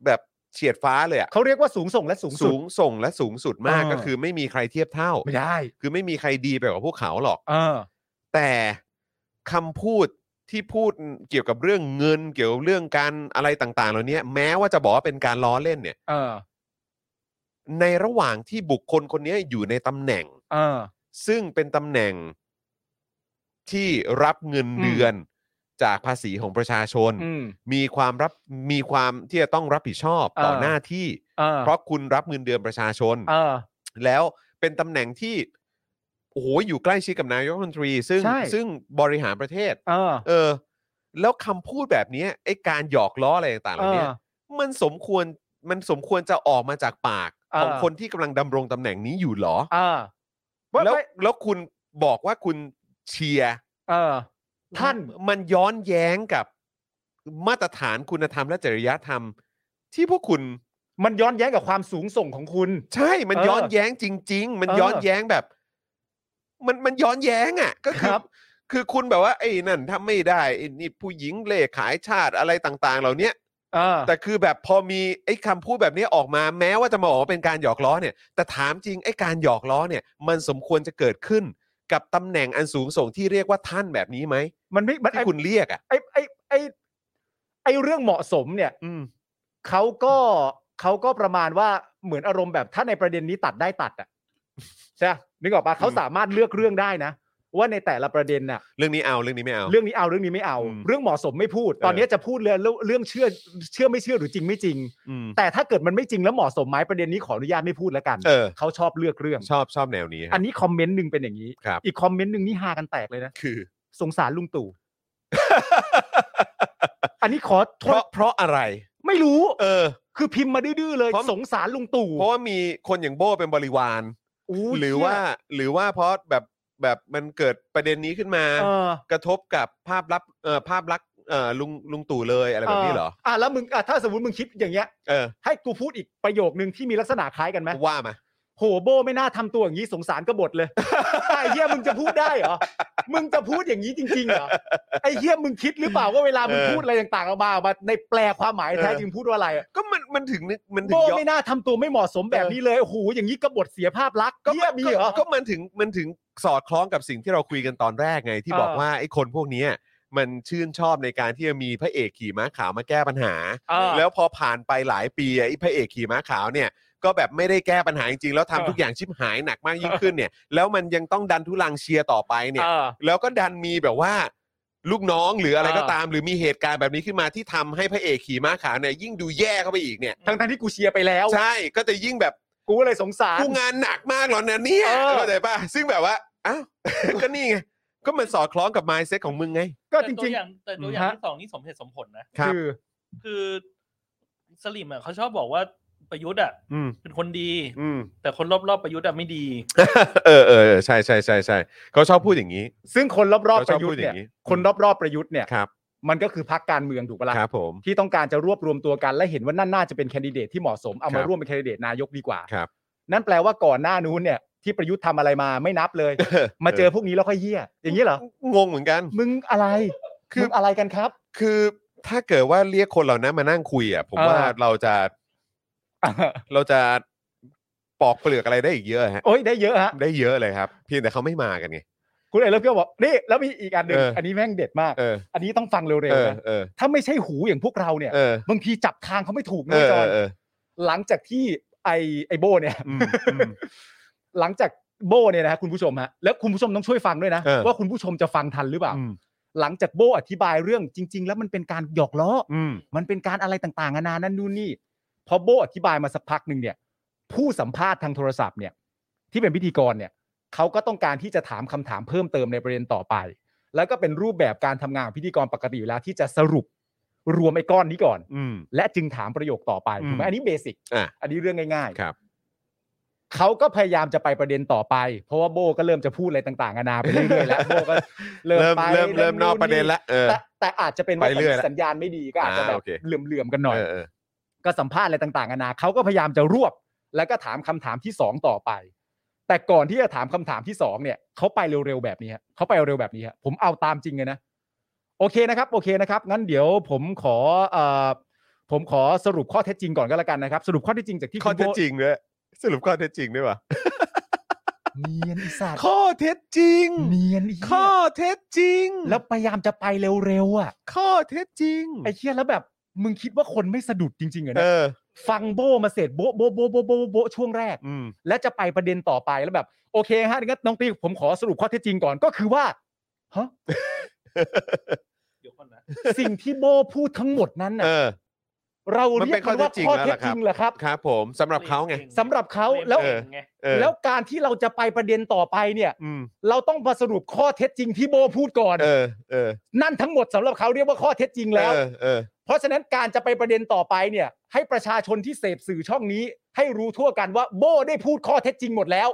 แบบเฉียดฟ้าเลยอะ เขาเรียกว่าสูงส่งและสูงสุ สู ด งส่งและสูงสุดมาก อ่า ก็คือไม่มีใครเทียบเท่า ไม่ได้ คือไม่มีใครดีไปกว่าพวกเขาหรอก เออ แต่คำพูดที่พูดเกี่ยวกับเรื่องเงินเกี่ยวกับเรื่องการอะไรต่างๆ เหล่านี้แม้ว่าจะบอกว่าเป็นการล้อเล่นเนี่ย เออ ในระหว่างที่บุคคลคนนี้อยู่ในตำแหน่ง เออ ซึ่งเป็นตำแหน่งที่รับเงินเดือนจากภาษีของประชาชน อืม มีความรับมีความที่จะต้องรับผิดชอบต่อ เออ หน้าที่ เออ เพราะคุณรับเงินเดือนประชาชน เออ แล้วเป็นตำแหน่งที่โอ้โหอยู่ใกล้ชิดกับนายกรัฐมนตรี ซึ่ง ใช่ ซึ่งบริหารประเทศ เออ เออ แล้วคำพูดแบบเนี้ยไอ้การหยอกล้ออะไรต่างๆเห เอ ล่า อ นี้มันสมควรมันสมควรจะออกมาจากปากของ เออ คนที่กำลังดำรงตำแหน่งนี้อยู่เหรอ เออ แล้ว ไม่ แล้วคุณบอกว่าคุณเชียร์ เออ ท่าน มันย้อนแย้งกับมาตรฐานคุณธรรมและจริยธรรม ที่พวกคุณ มันย้อนแย้งกับความสูงส่งของคุณ ใช่ มัน เออ ย้อนแย้งจริง ๆ มัน เออ ย้อนแย้งแบบ มันมันย้อนแย้งอ่ะ ก็คือ ครับ คือคุณแบบว่าไอ้นั่นถ้าไม่ได้ไอ้นี่ผู้หญิงเล่ขายชาติอะไรต่าง ๆ เหล่าเนี้ย เออ แต่คือแบบพอมีไอ้คำพูดแบบนี้ออกมาแม้ว่าจะมาออกว่าเป็นการหยอกล้อเนี่ย แต่ถามจริงไอ้การหยอกล้อเนี่ย มันสมควรจะเกิดขึ้นกับตำแหน่งอันสูงส่งที่เรียกว่าท่านแบบนี้ไหม มันไม่มันไอ้ ที่คุณเรียกอ่ะ ไอ้ไอ้ไอ้ไอ้เรื่องเหมาะสมเนี่ย อืม เขาก็เขาก็ประมาณว่าเหมือนอารมณ์แบบถ้าในประเด็นนี้ตัดได้ตัดอ่ะใช่ปะนึกออกปะเขาสามารถเลือกเรื่องได้นะ ว่าในแต่ละประเด็นน่ะ เรื่องนี้เอาเรื่องนี้ไม่เอา เรื่องนี้เอาเรื่องนี้ไม่เอา อืม เรื่องเหมาะสมไม่พูด ตอนนี้จะพูดเรื่องเรื่องเชื่อเชื่อไม่เชื่อหรือจริงไม่จริง อืม แต่ถ้าเกิดมันไม่จริงแล้วเหมาะสมไหมประเด็นนี้ขออนุญาตไม่พูดแล้วกัน เออ เขาชอบเลือกเรื่อง ชอบชอบแนวนี้ค อั รับ นนี้คอมเมนต์หนึ่งเป็นอย่างนี้ ครับ อีกคอมเมนต์หนึ่งนี่ฮากันแตกเลยนะ คือ (laughs) สงสารลุงตู่ อันนี้ขอโท เพราะ ษ เพราะอะไร ไม่รู้ เออ คือพิมพ์มาดื้อๆเลย เพราะ สงสารลุงตู่ เพราะว่ามีคนอย่างโบ้เป็นบริวาร ย หรือว่า เชี่ย หรือว่าเพราะแบบแบบมันเกิดประเด็นนี้ขึ้นมา เออก ระทบกับภาพลับเอ่อภาพลักษณ์เอ่อลุงลุงตู่เลยอะไรแบบนี้เหรอ อ่ะแล้วมึงอ่ะถ้าสมมติมึงคิดอย่างเงี้ย เออ ให้กูพูดอีกประโยคนึงที่มีลักษณะคล้ายกันไหม ว่ามา โหโบไม่น่าทำตัวอย่างนี้สงสารกบฏ (laughs) เลย ไอ้เฮียมึงจะพูดได้เหรอมึงจะพูดอย่างนี้จริงๆเหรอไอ้เฮียมึงคิดหรือเปล่าว่าเวลามึง เออ พูดอะไรต่างๆออกมาออกมาในแปลความหมายแท้จริงพูดว่าอะไรอะ ก็มันมันถึงนึกมันถึ โบ งย้อน ไม่น่าทำตัวไม่เหมาะสมแบบนี้เลยโอ้โหอย่างนี้กบฏเสียภาพลักษณ์ ก็ เฮียมีเหรอ ก็ก็มันถึงมันถึงสอดคล้องกับสิ่งที่เราคุยกันตอนแรกไง ที่ เออ บอกว่าไอ้คนพวกเนี้ยมันชื่นชอบในการที่จะมีพระเอกขี่ม้าขาวมาแก้ปัญหา เออ แล้วพอผ่านไปหลายปีอ่ะไอ้พระเอกขี่ม้าขาวเนี่ย ก็แบบไม่ได้แก้ปัญหาจริงๆแล้วทำ เออ ทุกอย่างชิบหายหนักมากยิ่งขึ้นเนี่ย แล้วมันยังต้องดันทุลังเชียร์ต่อไปเนี่ย เออ แล้วก็ดันมีแบบว่า ลูกน้องหรืออะไร เออ ก็ตาม หรือมีเหตุการณ์แบบนี้ขึ้นมาที่ทำให้พระเอกขี่ม้าขาวเนี่ยยิ่งดูแย่เข้าไปอีกเนี่ย ทั้งๆที่กูเชียร์ไปแล้ว ใช่ก็จะยิ่งแบบ กูก็เลยสงสาร กูงานหนักมากเหรอเนี่ยเนี่ย เออ เข้าใจป่ะซึ่งแบบว่าอ้าว ก็นี่ไงก็มันสอดคล้องกับ mindset ของมึงไง ก็จ แต่ตัว ริง อย่างแต่ตัวอย่าง ฮะ ที่สองนี่สมเหตุสมผลนะ ๆ ครับ คือ คือสลิมอ่ะเขาชอบบอกว่าประยุทธ์อ่ะ อืม เป็นคนดี อืม แต่คนรอบๆประยุทธ์อ่ะไม่ดี เออเออเออใช่ใช่ใช่ใช่เขาชอบพูดอย่างนี้ ซึ่งคนรอบๆประยุเขาชอบทธ์พูดอ เนี่ ย่าย งนี้ คนรอบๆประยุทธ์เนี่ย ครับ มันก็คือพักการเมืองถูกปะล่ะ ครับผม ที่ต้องการจะรวบรวมตัวกันและเห็นว่านั่นน่าจะเป็นแคนดิเดตที่เหมาะสมเอา ครั มา บ ร่วมเป็นแคนดิเดตนายกดีกว่า ครับ นั่นแปลว่าก่อนหน้านู้นเนี่ยที่ประยุทธ์ทำอะไรมาไม่นับเลย มาเจอพวกนี้แล้วค่อยเยี่ยอย่างนี้เหรอ งงเหมือนกัน มึงอะไร คื คือ ออะไรกันครับ คือถ้าเกิดว่าเรียกคนเหล่านั้นมานั่งคุยอ่ะผมว่า เออ เราจะ เราจะปอกเปลือกอะไรได้อีกเยอะฮะ โอ้ยได้เยอะฮะ ได้เยอะเลยครับ เพียงแต่เขาไม่มากันไง คุณเอเลิฟก็บอกนี่แล้วมีอีกอันหนึ่ง เอออั อันนี้แม่งเด็ดมาก เออ อันนี้ต้องฟังเร็ว เอ ๆ อ นะ เออ ถ้าไม่ใช่หูอย่างพวกเราเนี่ย เออ บางทีจับทางเขาไม่ถูก เอ นะ อ จอย เออ หลังจากที่ไอไอโบเนี่ย อืมอืม หลังจากโบเนี่ยนะฮะคุณผู้ชมฮะแล้วคุณผู้ชมต้องช่วยฟังด้วยนะ เออ ว่าคุณผู้ชมจะฟังทันหรือเปล่า อืม หลังจากโบอธิบายเรื่องจริง ๆ แล้วมันเป็นการหยอกล้ออ อืม มันเป็นการอะไรต่างๆนานานั่นนู่นนี่ พอโบอธิบายมาสักพักหนึ่งเนี่ย ผู้สัมภาษณ์ทางโทรศัพท์เนี่ย ที่เป็นพิธีกรเนี่ยเขาก็ต้องการที่จะถามคำถามเพิ่มเติมในประเด็นต่อไป แล้วก็เป็นรูปแบบการทำงานของพิธีกรปกติอยู่แล้วที่จะสรุปรวมไอ้ก้อนนี้ก่อน อืม และจึงถามประโยคต่อไปถูกไหม อืม อันนี้เบสิก อ่ะ อันนี้เรื่องง่ายๆ ครับ เขาก็พยายามจะไปประเด็นต่อไป เพราะว่าโบก็เริ่มจะพูดอะไรต่างๆนานาไปเรื่อย (laughs) ๆแล้วโบก็เริ่ม เริ่ม ไป เริ่ม เริ่มนอกประเด็น แล้ว ละเออ แต่แต่อาจจะเป็นว่า ไปเรื่อยละ สัญญาณไม่ดีก็อาจจะ อ่า แบบ โอเค เหลื่อมๆกันหน่อย เออเออ ก็สัมภาษณ์อะไรต่างๆนานาเขาก็พยายามจะรวบ แล้วก็ถามคำถามที่สองต่อไป แต่ก่อนที่จะถามคำถามที่สองเนี่ยเขาไปเร็วๆแบบนี้ฮะเขาไปเร็วๆแบบนี้ฮะผมเอาตามจริงเลยนะโอเคนะครับโอเคนะครับงั้นเดี๋ยวผมขอเอ่อผมขอสรุปข้อเท็จจริงก่อนก็แล้วกันนะครับ สรุปข้อเท็จจริงจากที่ ข้อ คุณ เท็จ โบ้ จริงด้วยสรุปข้อเท็จจริงด้วยวะ เนียนอีสัตว์ ข้อเท็จจริง เนียนอี ข้อเท็จจริง แล้วพยายามจะไปเร็วๆอ่ะ ข้อเท็จจริง ไอ้เชี่ยแล้วแบบมึงคิดว่าคนไม่สะดุดจริงๆเหรอเนี่ย เออ ฟังโบมาเสร็จโบะโบะโบะโบะโบะโบะช่วงแรก อืม และจะไปประเด็นต่อไปแล้วแบบ โอเคฮะงั้นน้องตีผมขอสรุปข้อเท็จจริงก่อนก็คือว่าฮะ เดี๋ยวก่อนนะ สิ่งที่โบพูดทั้งหมดนั้นน่ะ เออ เรา มัน เรี เป็ ย น ก ข้ มั อน เท็ ว่า จจริงแล้วข้อเท็จ ล่ะครัจริ บ งเหรอครับ ครับผมสำหรับเขาไง สำหรับเขา เล่น แล้ว เก่งไง เออ แล้วการที่เราจะไปประเด็นต่อไปเนี่ย อืม เราต้องมาสรุปข้อเท็จจริงที่โบพูดก่อน เออ เออ นั่นทั้งหมดสำหรับเขาเรียกว่าข้อเท็จจริงแล้ว เออเออ เพราะฉะนั้นการจะไปประเด็นต่อไปเนี่ย ให้ประชาชนที่เสพสื่อช่องนี้ ให้รู้ทั่วกันว่าโบ้ได้พูดข้อเท็จจริงหมดแล้ว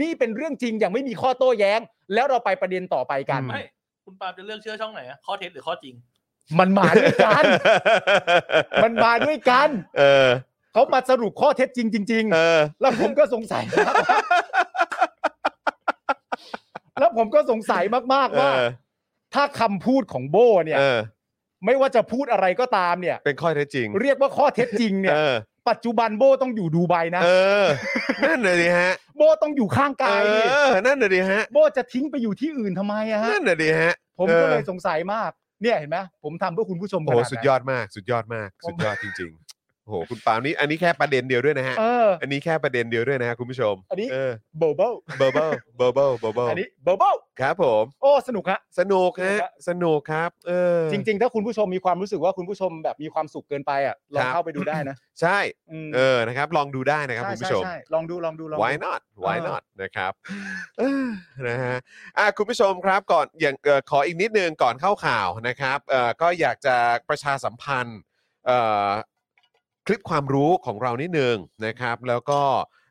นี่เป็นเรื่องจริงอย่างไม่มีข้อโต้แย้ง แล้วเราไปประเด็นต่อไปกัน อื ไม่ คุณปาล์มจะเลือกเชื่อช่องไหนอะข้อเท็จหรือข้อจริง มันมาด้วย (laughs) กัน มันมาด้วยกัน เออ เขามาสรุปข้อเท็จจริงจริง เออ ๆแล้วผมก็สงสัย (laughs) มากแล้วผมก็สงสัยมากๆว่า เออ ถ้าคำพูดของโบ้เนี่ย เออ ไม่ว่าจะพูดอะไรก็ตามเนี่ย เป็นข้อเท็จจริง เรียกว่าข้อเท็จจริงเนี่ย เออ ปัจจุบันโบ้ต้องอยู่ดูไบนะ เออ นั่นน่ะดิฮะ โบต้องอยู่ข้างกาย เอ ดิ อ นั่นน่ะดิฮะ โบจะทิ้งไปอยู่ที่อื่นทำไมอะฮะ นั่นน่ะดิฮะ ผมก็เล เอย อ สงสัยมาก เนี่ยเห็นไหมผมทำเพื่อคุณผู้ชม โอ้โห ขนาไหน สุดยอดมาก สุดยอดมาก สุดยอดจริง ๆ โอ้โห คุณปาล์มนี่ อันนี้แค่ประเด็นเดียวด้วยนะฮะ เออ อันนี้แค่ประเด็นเดียวด้วยนะฮะคุณผู้ชม อันนี้ เออ โบโบ เบอร์เบิลเบอร์เบิลเบอร์เบิล อันนี้โบโบ ครับผม โอ้สนุกฮะ สนุกฮะ สนุกอะ สนุกครับ เออ จริง ๆ ถ้าคุณผู้ชมมีความรู้สึกว่าคุณผู้ชมแบบมีความสุขเกินไปอ่ะลอคงรับ เข้าไปดูได้นะ ใช่ อืม เออ นะครับ ลองดูได้นะครับ ใช่ คุณ ใช่ ผู้ชม ใช่ลองดูลองดูลองดู why not why เออ not นะครับเออ (laughs) นะฮะอ่ะคุณผู้ชมครับก่อนอย่างเอ่อขออีกนิดนึงก่อนเข้าข่าวนะครับเอ่อก็อยากจะประชาสัมพันธ์เอ่อ คลิปความรู้ของเรานิดนึงนะครับ แล้วก็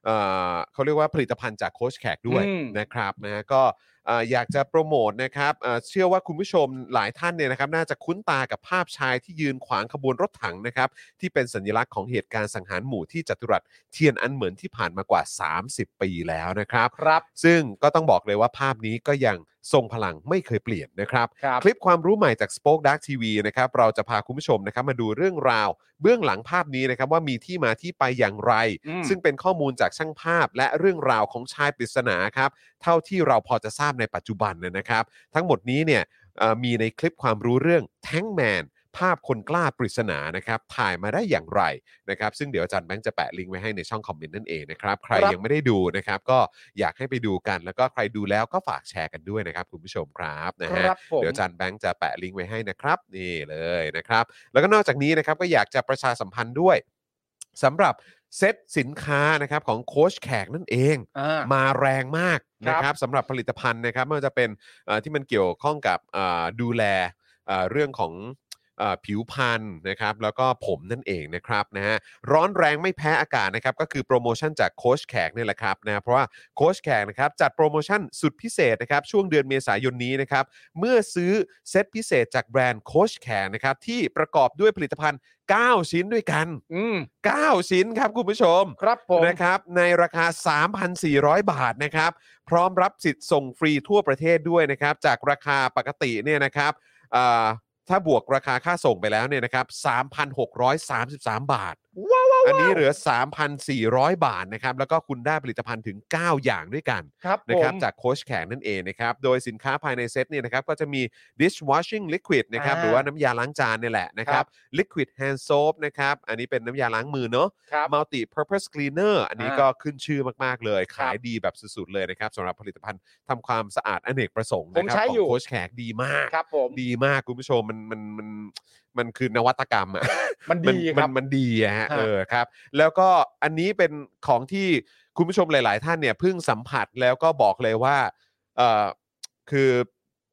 เอ่อเขาเรียกว่าผลิตภัณฑ์จากโค้ชแขกด้วย อืม นะครับนะฮะก็เอ่ออยากจะโปรโมทนะครับเอ่อเชื่อว่าคุณผู้ชมหลายท่านเนี่ยนะครับน่าจะคุ้นตากับภาพชายที่ยืนขวางขบวนรถถังนะครับ ที่เป็นสัญลักษณ์ของเหตุการณ์สังหารหมู่ที่จัตุรัสเทียนอันเหมือนที่ผ่านมากว่า 30 ปีแล้วนะครับ ครับ ซึ่งก็ต้องบอกเลยว่าภาพนี้ก็ยังทรงพลังไม่เคยเปลี่ยนนะครับ ครับ คลิปความรู้ใหม่จาก Spoke Dark TV นะครับเราจะพาคุณผู้ชมนะครับมาดูเรื่องราว เบื้องหลังภาพนี้นะครับว่ามีที่มาที่ไปอย่างไร อืม ซึ่งเป็นข้อมูลจากช่างภาพ และเรื่องราวของชายปริศนาครับเท่าที่เราพอจะทราบในปัจจุบันนะนะครับ ทั้งหมดนี้เนี่ยเอ่อมีในคลิปความรู้เรื่องแท้งแมนภาพคนกล้าปริศนานะครับถ่ายมาได้อย่างไรนะครับซึ่งเดี๋ยวอาจารย์แบงค์จะแปะลิงก์ไว้ให้ในช่องคอมเมนต์นั่นเองนะครับใคร ครับ ยังไม่ได้ดูนะครับก็อยากให้ไปดูกัน แล้วก็ใครดูแล้วก็ฝากแชร์กันด้วยนะครับคุณผู้ชมครับนะฮะ ครับผม เดี๋ยวอาจารย์แบงค์จะแปะลิงก์ไว้ให้นะครับนี่เลยนะครับ แล้วก็นอกจากนี้นะครับก็อยากจะประชาสัมพันธ์ด้วยสำหรับเซตสินค้านะครับของโค้ชแขกนั่นเอง อ่า มาแรงมาก ครับ นะครับสำหรับผลิตภัณฑ์นะครับไม่ว่าจะเป็นเอ่อที่มันเกี่ยวข้องกับเอ่อดูแลเอ่อเรื่องของเอ่อผิวพรรณนะครับ แล้วก็ผมนั่นเองนะครับนะฮะร้อนแรงไม่แพ้อากาศนะครับ ก็คือโปรโมชั่นจากโค้ชแขกนี่แหละครับนะเพราะว่าโค้ชแขกนะครับจัดโปรโมชั่นสุดพิเศษนะครับ ช่วงเดือนเมษายนนี้นะครับ เมื่อซื้อเซตพิเศษจากแบรนด์โค้ชแขกนะครับ ที่ประกอบด้วยผลิตภัณฑ์ 9 ชิ้นด้วยกัน ืม 9 ชิ้นครับคุณผู้ชม ครับผม นะครับในราคา 3,400 บาทนะครับ พร้อมรับสิทธิ์ส่งฟรีทั่วประเทศด้วยนะครับ จากราคาปกติเนี่ยนะครับอ่าถ้าบวกราคาค่าส่งไปแล้วเนี่ยนะครับ 3,633 บาท ว้าวว้าว อันนี้เหลือ 3,400 บาทนะครับ แล้วก็คุณได้ผลิตภัณฑ์ถึง 9 อย่างด้วยกัน ครับผ นะ ม ครับจากโค้ชแขกนั่นเองนะครับ โดยสินค้าภายในเซตเนี่ยนะครับก็จะมี dishwashing liquid นะครับ อ่า หรือว่าน้ำยาล้างจานเนี่ยแหละนะครับ liquid hand soap นะครับ อันนี้เป็นน้ำยาล้างมือเนาะ ครับ multi purpose cleaner อันนี้ อ่า ก็ขึ้นชื่อมาก ๆ เลย ครับ ขายดีแบบสุด ๆ เลยนะครับสำหรับผลิตภัณฑ์ทำความสะอาดอเนกประสงค์นะ ผม ครับ ใช้ ขอ อยู่ งโค้ชแขกดีมาก ครับผม ดีมากคุณผู้ชมมันมันมันมันคือนวัตกรร (laughs) มอะ มัน มัน ดีค มั รั น บ มันดีอะฮะ ฮะ เออครับ แล้วก็อันนี้เป็นของที่คุณผู้ชมหลาย ๆ ท่านเนี่ยเพิ่งสัมผัสแล้วก็บอกเลยว่าเออคือ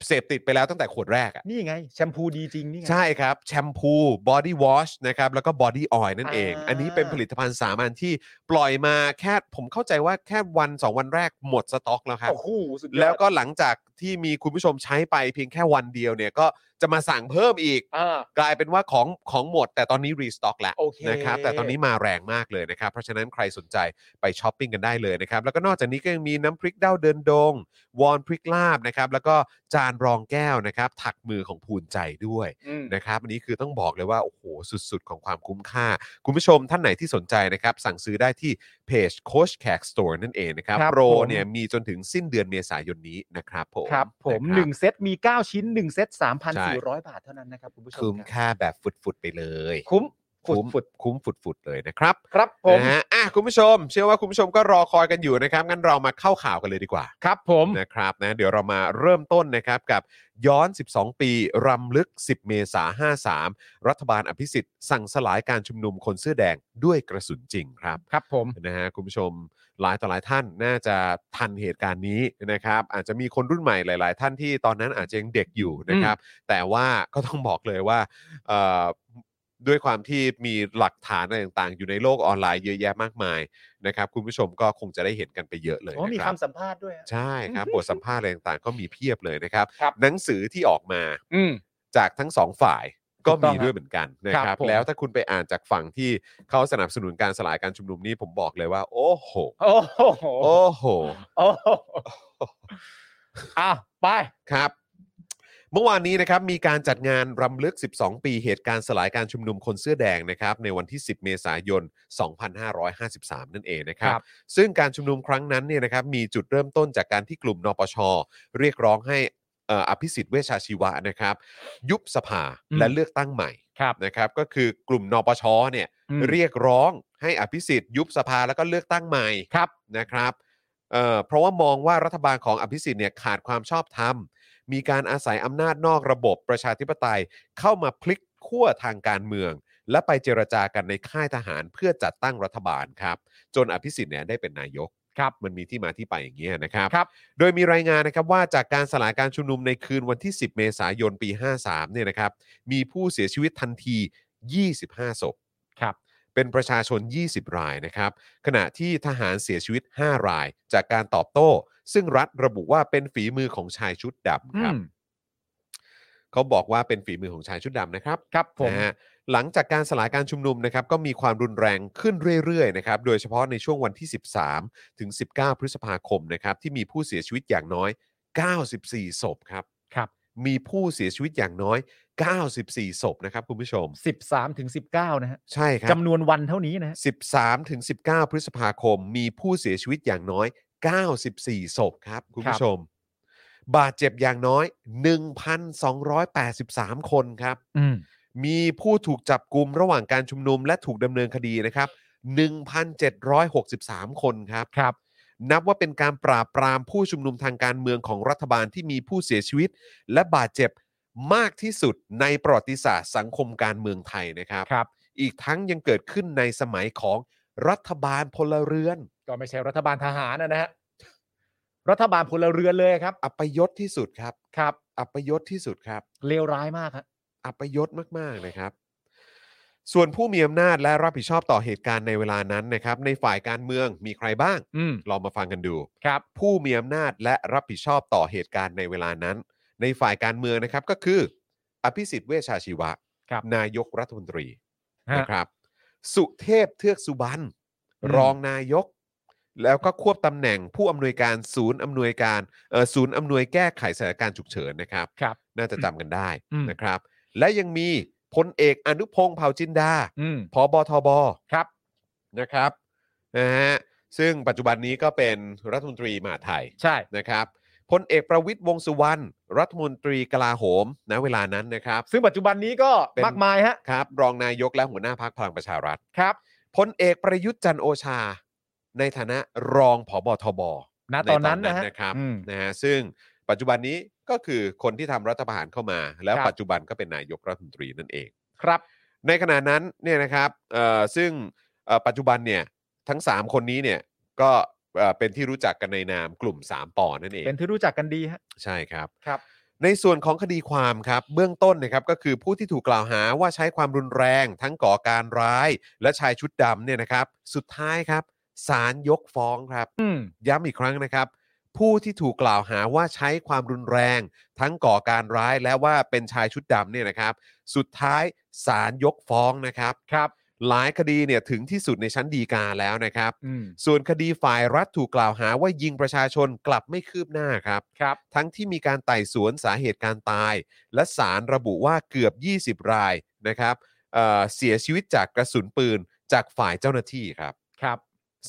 เสพติดไปแล้วตั้งแต่ขวดแรกอะ นี่ไง แชมพูดีจริงนี่ไง ใช่ครับ แชมพูบอดี้วอชนะครับแล้วก็บอดี้ออยล์นั่นเอง อ่า อันนี้เป็นผลิตภัณฑ์สามัญที่ปล่อยมาแค่ผมเข้าใจว่าแค่วัน 2 วันแรกหมดสต็อกแล้วครับ โอ้โหสุดยอด แล้วก็หลังจากที่มีคุณผู้ชมใช้ไปเพียงแค่วันเดียวเนี่ยก็จะมาสั่งเพิ่มอีก อ่า กลายเป็นว่าของของหมด แต่ตอนนี้รีสต็อกแล้ว โอเค นะครับแต่ตอนนี้มาแรงมากเลยนะครับ เพราะฉะนั้นใครสนใจไปช้อปปิ้งกันได้เลยนะครับ แล้วก็นอกจากนี้ก็ยังมีน้ำพริกเด้าเดินดง วอนพริกลาบนะครับ แล้วก็จานรองแก้วนะครับ ถักมือของภูนใจด้วย อืม นะครับอันนี้คือต้องบอกเลยว่า โอ้โห สุดๆ ของความคุ้มค่า คุณผู้ชมท่านไหนที่สนใจนะครับ สั่งซื้อได้ที่เพจโคชแขกสโตร์นั่นเองนะครับ ครับ โปร ผม เนี่ยมีจนถึงสิ้นเดือนเมษายนนี้นะครับผม ครับผม ะค ห รับ นึ่งเซตมี 9 ชิ้น 1 เซต ใช่ 3,400 บาทเท่านั้นนะครับคุณผู้ชม คุ้ม รับ ค่าแบบฟุดๆไปเลย คุ้ม คุ้ม ฝุด คุ้มฝุดๆเลยนะครับ ๆครับผม นะฮะอ่ะคุณผู้ชม เชื่อว่าคุณผู้ชมก็รอคอยกันอยู่นะครับงั้นเรามาเข้าข่าวกันเลยดีกว่า ครับผม นะครับนะเดี๋ยวเรามาเริ่มต้นนะครับกับย้อน 12 ปีรำลึก 10 เมษา53 รัฐบาลอภิสิทธิ์สั่งสลายการชุมนุมคนเสื้อแดงด้วยกระสุนจริงครับ ครับผม นะฮะคุณผู้ชมหลายต่อหลายท่านน่าจะทันเหตุการณ์นี้นะครับ อาจจะมีคนรุ่นใหม่หลาย ๆ ท่านที่ตอนนั้นอาจจะยังเด็กอยู่นะครับ แต่ว่าก็ต้องบอกเลยว่าเอ่อด้วยความที่มีหลักฐานอะไรต่าง ๆ อยู่ในโลกออนไลน์เยอะแยะมากมายนะครับ คุณผู้ชมก็คงจะได้เห็นกันไปเยอะเลย โอ้มี นะครับ คำสัมภาษณ์ด้วยอะ ใช่ครับบทสัมภาษณ์อะไรต่าง ๆ ก็มีเพียบเลยนะครับ ครับ หนังสือที่ออกมา อืม จากทั้งสองฝ่าย ถู ก็ กต้อง มีด้วยเหมือนกันนะค ครั รับ บผม แล้วถ้าคุณไปอ่านจากฝั่งที่เขาสนับสนุนการสลายการชุมนุมนี้ผมบอกเลยว่า โอ้โห โอ้โห โอ้โห โอ้โหอ้าวไป ครับ เมื่อวานนี้นะครับมีการจัดงานรำลึก 12 ปีเหตุการณ์สลายการชุมนุมคนเสื้อแดงนะครับในวันที่ 10 เมษายน 2553 นั่นเองนะครับ ครับ ซึ่งการชุมนุมครั้งนั้นเนี่ยนะครับมีจุดเริ่มต้นจากการที่กลุ่มนปช เรียกร้องให้เอ่ออภิสิทธิ์เวชชาชีวะนะครับ ยุบสภา อืม และเลือกตั้งใหม่ ครับ นะครับ ก็คือกลุ่มนปชเนี่ย อืม เรียกร้องให้อภิสิทธิ์ยุบสภาแล้วก็เลือกตั้งใหม่ ครับ นะครับเอ่อเพราะว่ามองว่ารัฐบาลของอภิสิทธิ์เนี่ยขาดความชอบธรรม มีการอาศัยอำนาจนอกระบบประชาธิปไตยเข้ามาพลิกขั้วทางการเมือง และไปเจรจากันในค่ายทหารเพื่อจัดตั้งรัฐบาลครับ จนอภิสิทธิ์เนี่ยได้เป็นนายก ครับ มันมีที่มาที่ไปอย่างเงี้ยนะครับ ครับ โดยมีรายงานนะครับว่าจากการสลายการชุมนุมในคืนวันที่ 10 เมษายนปี 53เนี่ยนะครับ มีผู้เสียชีวิตทันที 25 ศพ ครับ เป็นประชาชน 20 รายนะครับ ขณะที่ทหารเสียชีวิต 5 ราย จากการตอบโต้ ซึ่งรัฐระบุว่าเป็นฝีมือของชายชุดดำครับ อืม เขาบอกว่าเป็นฝีมือของชายชุดดำนะครับ ครับผม นะฮะหลังจากการสลายการชุมนุมนะครับก็มีความรุนแรงขึ้นเรื่อยๆนะครับโดยเฉพาะในช่วงวันที่ 13 ถึง 19 พฤษภาคมนะครับที่มีผู้เสียชีวิตอย่างน้อย 94 ศพครับ ครับ มีผู้เสียชีวิตอย่างน้อย 94 ศพนะครับคุณผู้ชม สิบสามถึงสิบเก้านะฮะ ใช่ครับ จำนวนวันเท่านี้นะฮะ 13 ถึง 19 พฤษภาคม มีผู้เสียชีวิตอย่างน้อย 94 ศพครับ คุณ ครั ผู้ บ ชม บาดเจ็บอย่างน้อย 1,283 คนครับ อืม มีผู้ถูกจับกลุ่มระหว่างการชุมนุมและถูกดำเนินคดีนะครับ 1,763 คนครับ ครับ นับว่าเป็นการปราบปรามผู้ชุมนุมทางการเมืองของรัฐบาลที่มีผู้เสียชีวิต และบาดเจ็บมากที่สุดในประวัติศาสตร์สังคมการเมืองไทยนะครับ ครับ อีกทั้งยังเกิดขึ้นในสมัยของรัฐบาลพลเรือน ก็ไม่ใช่รัฐบาลทหารนะนะฮะรัฐบาลพลเรือนเลยครับ อัปยศที่สุดครับ ครับ อัปยศที่สุดครับ เลวร้ายมากฮะ อัปยศมาก ๆ นะครับ ส่วนผู้มีอำนาจและรับผิดชอบต่อเหตุการณ์ในเวลานั้นนะครับ ในฝ่ายการเมืองมีใครบ้าง อืม ลองมาฟังกันดู ครับ ผู้มีอำนาจและรับผิดชอบต่อเหตุการณ์ในเวลานั้น ในฝ่ายการเมืองนะครับก็คือ อภิสิทธิ์เวชชาชีวะ ครับ นายกรัฐมนตรี ฮะ นะครับ สุเทพเทือกสุบรรณ อืม รองนายก แล้วก็ควบตำแหน่งผู้อำนวยการศูนย์อำนวยการเอ่อศูนย์อำนวยแก้ไขสถานการณ์ฉุกเฉินนะครับ ครับ น่าจะจำกันได้ อืม นะครับ และยังมีพลเอกอนุพงษ์เผ่าจินดา อืม พอบอทบ ครับ นะครับนะฮะซึ่งปัจจุบันนี้ก็เป็นรัฐมนตรีมหาดไทย ใช่ นะครับพลเอกประวิทย์วงษ์สุวรรณรัฐมนตรีกลาโหมณเวลานั้นนะครับ ซึ่งปัจจุบันนี้ก็ เป็น มากมายฮะ ครับรองนายกและหัวหน้าพักพลังประชารัฐ ครับ พลเอกประยุทธ์จันทร์โอชา ในฐานะรองผบทบ ณตอนนั้นนะฮะ ใตอครับ อืม นะฮะซึ่งปัจจุบันนี้ก็คือคนที่ทำรัฐประหารเข้ามา แล้ว ครับ ปัจจุบันก็เป็นนายกรัฐมนตรีนั่นเอง ครับ ในขณะนั้นเนี่ยนะครับเอ่อซึ่งเอ่อปัจจุบันเนี่ยทั้ง 3 คนนี้เนี่ยก็เอ่อเป็นที่รู้จักกันในนามกลุ่ม 3ปอนั่นเอง เป็นที่รู้จักกันดีฮะ ใช่ครับ ครับ ในส่วนของคดีความครับ เบื้องต้นนะครับก็คือผู้ที่ถูกกล่าวหาว่าใช้ความรุนแรง ทั้งก่อการร้าย และชายชุดดำเนี่ยนะครับ สุดท้ายครับศาลยกฟ้องครับ อืม ย้ำอีกครั้งนะครับ ผู้ที่ถูกกล่าวหาว่าใช้ความรุนแรง ทั้งก่อการร้ายและว่าเป็นชายชุดดำเนี่ยนะครับ สุดท้ายศาลยกฟ้องนะครับ ครับ หลายคดีเนี่ยถึงที่สุดในชั้นฎีกาแล้วนะครับ อืม ส่วนคดีฝ่ายรัฐถูกกล่าวหาว่ายิงประชาชนกลับไม่คืบหน้าครับ ครับ ทั้งที่มีการไต่สวนสาเหตุการตาย และสารระบุว่าเกือบ 20 รายนะครับเอ่อเสียชีวิตจากกระสุนปืนจากฝ่ายเจ้าหน้าที่ครับ ครับ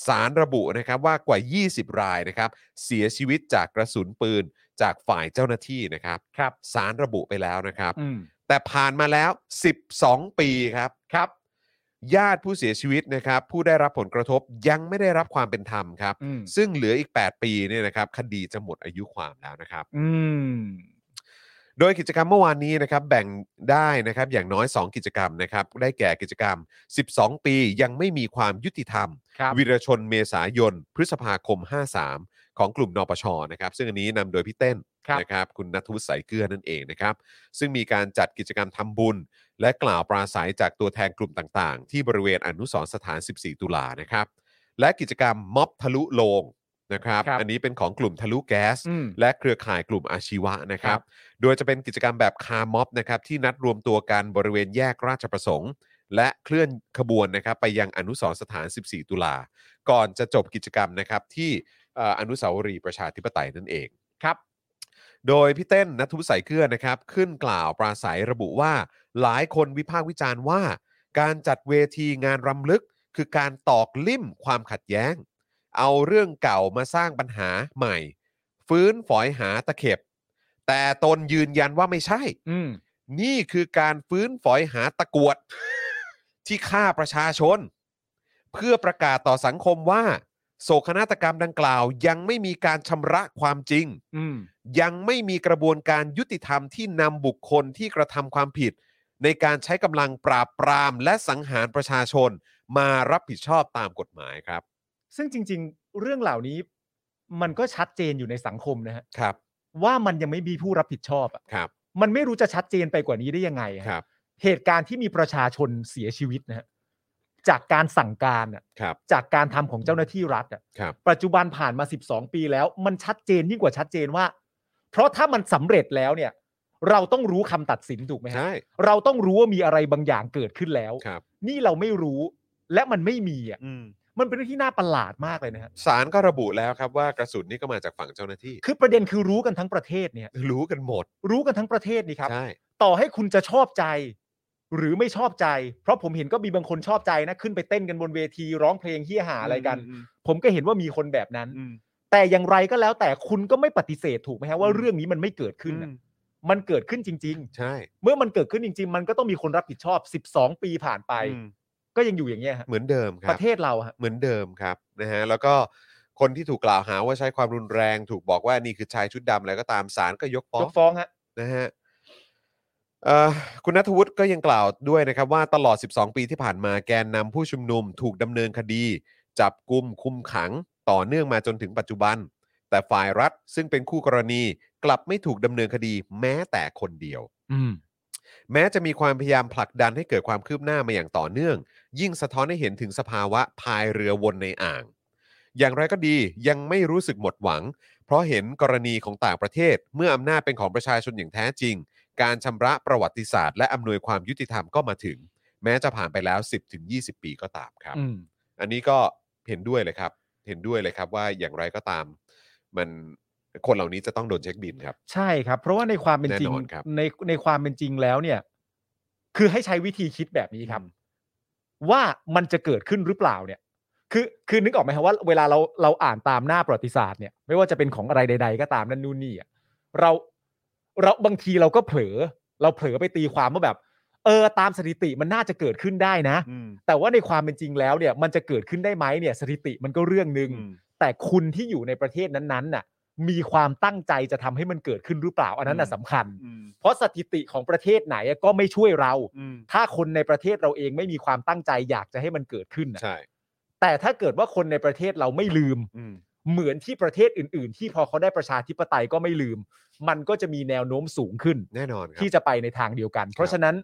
สารระบุนะครับว่ากว่า 20 รายนะครับ เสียชีวิตจากกระสุนปืนจากฝ่ายเจ้าหน้าที่นะครับ ครับ สารระบุไปแล้วนะครับ อืม แต่ผ่านมาแล้ว 12 ปีครับ ครับ ญาติผู้เสียชีวิตนะครับ ผู้ได้รับผลกระทบยังไม่ได้รับความเป็นธรรมครับ อืม ซึ่งเหลืออีก 8 ปีเนี่ยนะครับคดีจะหมดอายุความแล้วนะครับ อืม โดยกิจกรรมเมื่อวานนี้นะครับแบ่งได้นะครับอย่างน้อย 2 กิจกรรมนะครับได้แก่กิจกรรม 12 ปียังไม่มีความยุติธรรม ครับ วีรชนเมษายน พฤษภาคม 53 ของกลุ่มนปชนะครับ ซึ่งอันนี้นำโดยพี่เต้น ครับ นะครับ คุณนัทวุฒิสายเกลือนั่นเองนะครับ ซึ่งมีการจัดกิจกรรมทำบุญ และกล่าวปราศัยจากตัวแทนกลุ่มต่างๆ ที่บริเวณอนุสรณ์สถาน 14 ตุลานะครับ และกิจกรรมม็อบทะลุโลงนะครับ ครับ อันนี้เป็นของกลุ่มทะลุแก๊ส อืม และเครือข่ายกลุ่มอาชีวะนะครั ครับ บ โดยจะเป็นกิจกรรมแบบคาร์ม็อบนะครับที่นัดรวมตัวกันบริเวณแยกราชประสงค์ และเคลื่อนขบวนนะครับไปยังอนุสรณ์สถาน 14 ตุลา ก่อนจะจบกิจกรรมนะครับที่เอ่ออนุสาวรีย์ประชาธิปไตยนั่นเอง ครับ โดยพี่เต้นนัทวุฒิสายเกลือนะครับขึ้นกล่าวปราศัยระบุว่าหลายคนวิพากษ์วิจารณ์ว่า การจัดเวทีงานรำลึก คือการตอกลิ่มความขัดแย้ง เอาเรื่องเก่ามาสร้างปัญหาใหม่ ฟื้นฝอยหาตะเข็บ แต่ตนยืนยันว่าไม่ใช่ อืม นี่คือการฟื้นฝอยหาตะกรวด (laughs) ที่ฆ่าประชาชน เพื่อประกาศต่อสังคมว่า โศกนาฏกรรมดังกล่าว ยังไม่มีการชำระความจริง อืม ยังไม่มีกระบวนการยุติธรรมที่นำบุคคลที่กระทำความผิด ในการใช้กำลังปราบปรามและสังหารประชาชน มารับผิดชอบตามกฎหมายครับ ซึ่งจริง ๆ เรื่องเหล่านี้ มันก็ชัดเจนอยู่ในสังคมนะฮะ ครับ ว่ามันยังไม่มีผู้รับผิดชอบอ่ะ ครับ มันไม่รู้จะชัดเจนไปกว่านี้ได้ยังไงอะ ครับ เหตุการณ์ที่มีประชาชนเสียชีวิตนะฮะ จากการสั่งการอะ ครับ จากการทำของเจ้าหน้าที่รัฐอะ ครับ ปัจจุบันผ่านมา 12 ปีแล้ว มันชัดเจนยิ่งกว่าชัดเจนว่า เพราะถ้ามันสำเร็จแล้วเนี่ย เราต้องรู้คำตัดสินถูกไหมฮะ ใช่ เราต้องรู้ว่ามีอะไรบางอย่างเกิดขึ้นแล้ว ครับ นี่เราไม่รู้และมันไม่มีอ่ะ อืม มันเป็นเรื่องที่น่าประหลาดมากเลยนะฮะ ศาลก็ระบุแล้วครับว่ากระสุนนี่ก็มาจากฝั่งเจ้าหน้าที่ คือประเด็นคือรู้กันทั้งประเทศเนี่ย รู้กันหมด รู้กันทั้งประเทศนี่ครับ ใช่ ต่อให้คุณจะชอบใจ หรือไม่ชอบใจ เพราะผมเห็นก็มีบางคนชอบใจนะ ขึ้นไปเต้นกันบนเวทีร้องเพลงเฮี้ยหาอะไรกัน ม ผมก็เห็นว่ามีคนแบบนั้น อืม แต่อย่างไรก็แล้วแต่คุณก็ไม่ปฏิเสธถูกไหมฮะว่าเรื่องนี้มันไม่เกิดขึ้น อื น่ะ ม มันเกิดขึ้นจริง ใช่ ๆ เมื่อมันเกิดขึ้นจริง ๆ มันก็ต้องมีคนรับผิดชอบ 12 ปีผ่านไป อืม ก็ยังอยู่อย่างเงี้ยฮะ เหมือนเดิมค ป รับ ระเทศเราฮะ เหมือนเดิมครับนะฮะแล้วก็คนที่ถูกกล่าวหาว่าใช้ความรุนแรง ถูกบอกว่านี่คือชายชุดดำอะไรก็ตามศาลก็ยกฟ้อง ยกฟ้องฮะ นะฮะเอ่อคุณนัทวุฒิก็ยังกล่าวด้วยนะครับว่าตลอด 12 ปีที่ผ่านมาแกนนำผู้ชุมนุม ถูกดำเนินคดี จับกุมคุมขังต่อเนื่องมาจนถึงปัจจุบัน แต่ฝ่ายรัฐซึ่งเป็นคู่กรณีกลับไม่ถูกดำเนินคดีแม้แต่คนเดียว อืม แม้จะมีความพยายามผลักดันให้เกิดความคืบหน้ามาอย่างต่อเนื่อง ยิ่งสะท้อนให้เห็นถึงสภาวะพายเรือวนในอ่าง อย่างไรก็ดียังไม่รู้สึกหมดหวัง เพราะเห็นกรณีของต่างประเทศ เมื่ออำนาจเป็นของประชาชนอย่างแท้จริง การชำระประวัติศาสตร์และอำนวยความยุติธรรมก็มาถึง แม้จะผ่านไปแล้ว 10-20 ปีก็ตามครับ อืม อันนี้ก็เห็นด้วยเลยครับ เห็นด้วยเลยครับว่าอย่างไรก็ตาม มันคนเหล่านี้จะต้องโดนเช็คบินครับ ใช่ครับ เพราะว่าในความเป็นจริง แน่นอนครับ ในในความเป็นจริงแล้วเนี่ย คือให้ใช้วิธีคิดแบบนี้ครับ ว่ามันจะเกิดขึ้นหรือเปล่าเนี่ย คือคือนึกออกไหมครับว่า เวลาเราเราอ่านตามหน้าประวัติศาสตร์เนี่ยไม่ว่าจะเป็นของอะไรใด ๆ ก็ตามนั่นนู่นนี่อะเราเราบางทีเราก็เผลอ เราเผลอไปตีความว่าแบบ เออตามสถิติมันน่าจะเกิดขึ้นได้นะ อืม แต่ว่าในความเป็นจริงแล้วเนี่ย มันจะเกิดขึ้นได้ไหมเนี่ย สถิติมันก็เรื่องหนึ่ง อืม แต่คุณที่อยู่ในประเทศนั้นๆน่ะ มีความตั้งใจจะทำให้มันเกิดขึ้นหรือเปล่า อันนั้นน่ะ อืม สำคัญ อืม เพราะสถิติของประเทศไหนอะก็ไม่ช่วยเรา อืม ถ้าคนในประเทศเราเองไม่มีความตั้งใจอยากจะให้มันเกิดขึ้นน่ะ ใช่ แต่ถ้าเกิดว่าคนในประเทศเราไม่ลืม อืม เหมือนที่ประเทศอื่น ๆ ที่พอเขาได้ประชาธิปไตยก็ไม่ลืม มันก็จะมีแนวโน้มสูงขึ้น แน่นอนครับ ที่จะไปในทางเดียวกัน เพ ครั ราะ บ ฉะนั้น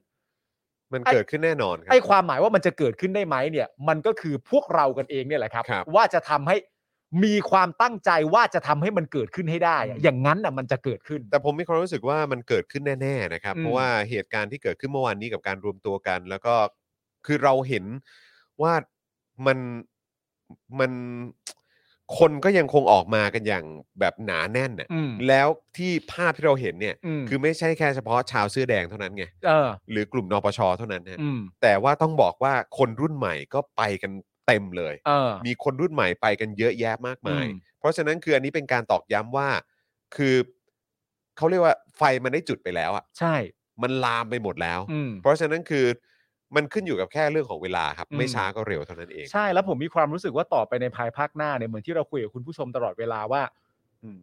มัน ไอ้ เกิดขึ้นแน่นอนครั ไอ้ความหมายว่ามันจะเกิดขึ้นได้ไหมเนี่ย มันก็คือพวกเรากันเองเนี่ยแหละครับ ครับ ว่าจะทำให้มีความตั้งใจว่าจะทำให้มันเกิดขึ้นให้ได้อะอย่างนั้นน่ะมันจะเกิดขึ้น แต่ผมมีความรู้สึกว่ามันเกิดขึ้นแน่ๆนะครับ อืม เพราะว่าเหตุการณ์ที่เกิดขึ้นเมื่อวานนี้กับการรวมตัวกัน แล้วก็คือเราเห็นว่ามันมันคนก็ยังคงออกมากันอย่างแบบหนาแน่นน่ะ อืม แล้วที่ภาพที่เราเห็นเนี่ย ม คือไม่ใช่แค่เฉพาะชาวเสื้อแดงเท่านั้นไง เออ หรือกลุ่มนปชเท่านั้นนะ อืม แต่ว่าต้องบอกว่าคนรุ่นใหม่ก็ไปกันเต็มเลย เออ มีคนรุ่นใหม่ไปกันเยอะแยะมากมาย อืม เพราะฉะนั้นคืออันนี้เป็นการตอกย้ำว่า คือเขาเรียกว่าไฟมันได้จุดไปแล้วอ่ะ ใช่ มันลามไปหมดแล้ว อืม เพราะฉะนั้นคือมันขึ้นอยู่กับแค่เรื่องของเวลาครับ อืม ไม่ช้าก็เร็วเท่านั้นเอง ใช่แล้วผมมีความรู้สึกว่าต่อไปในภายภาคหน้าเนี่ยเหมือนที่เราคุยกับคุณผู้ชมตลอดเวลาว่า อืม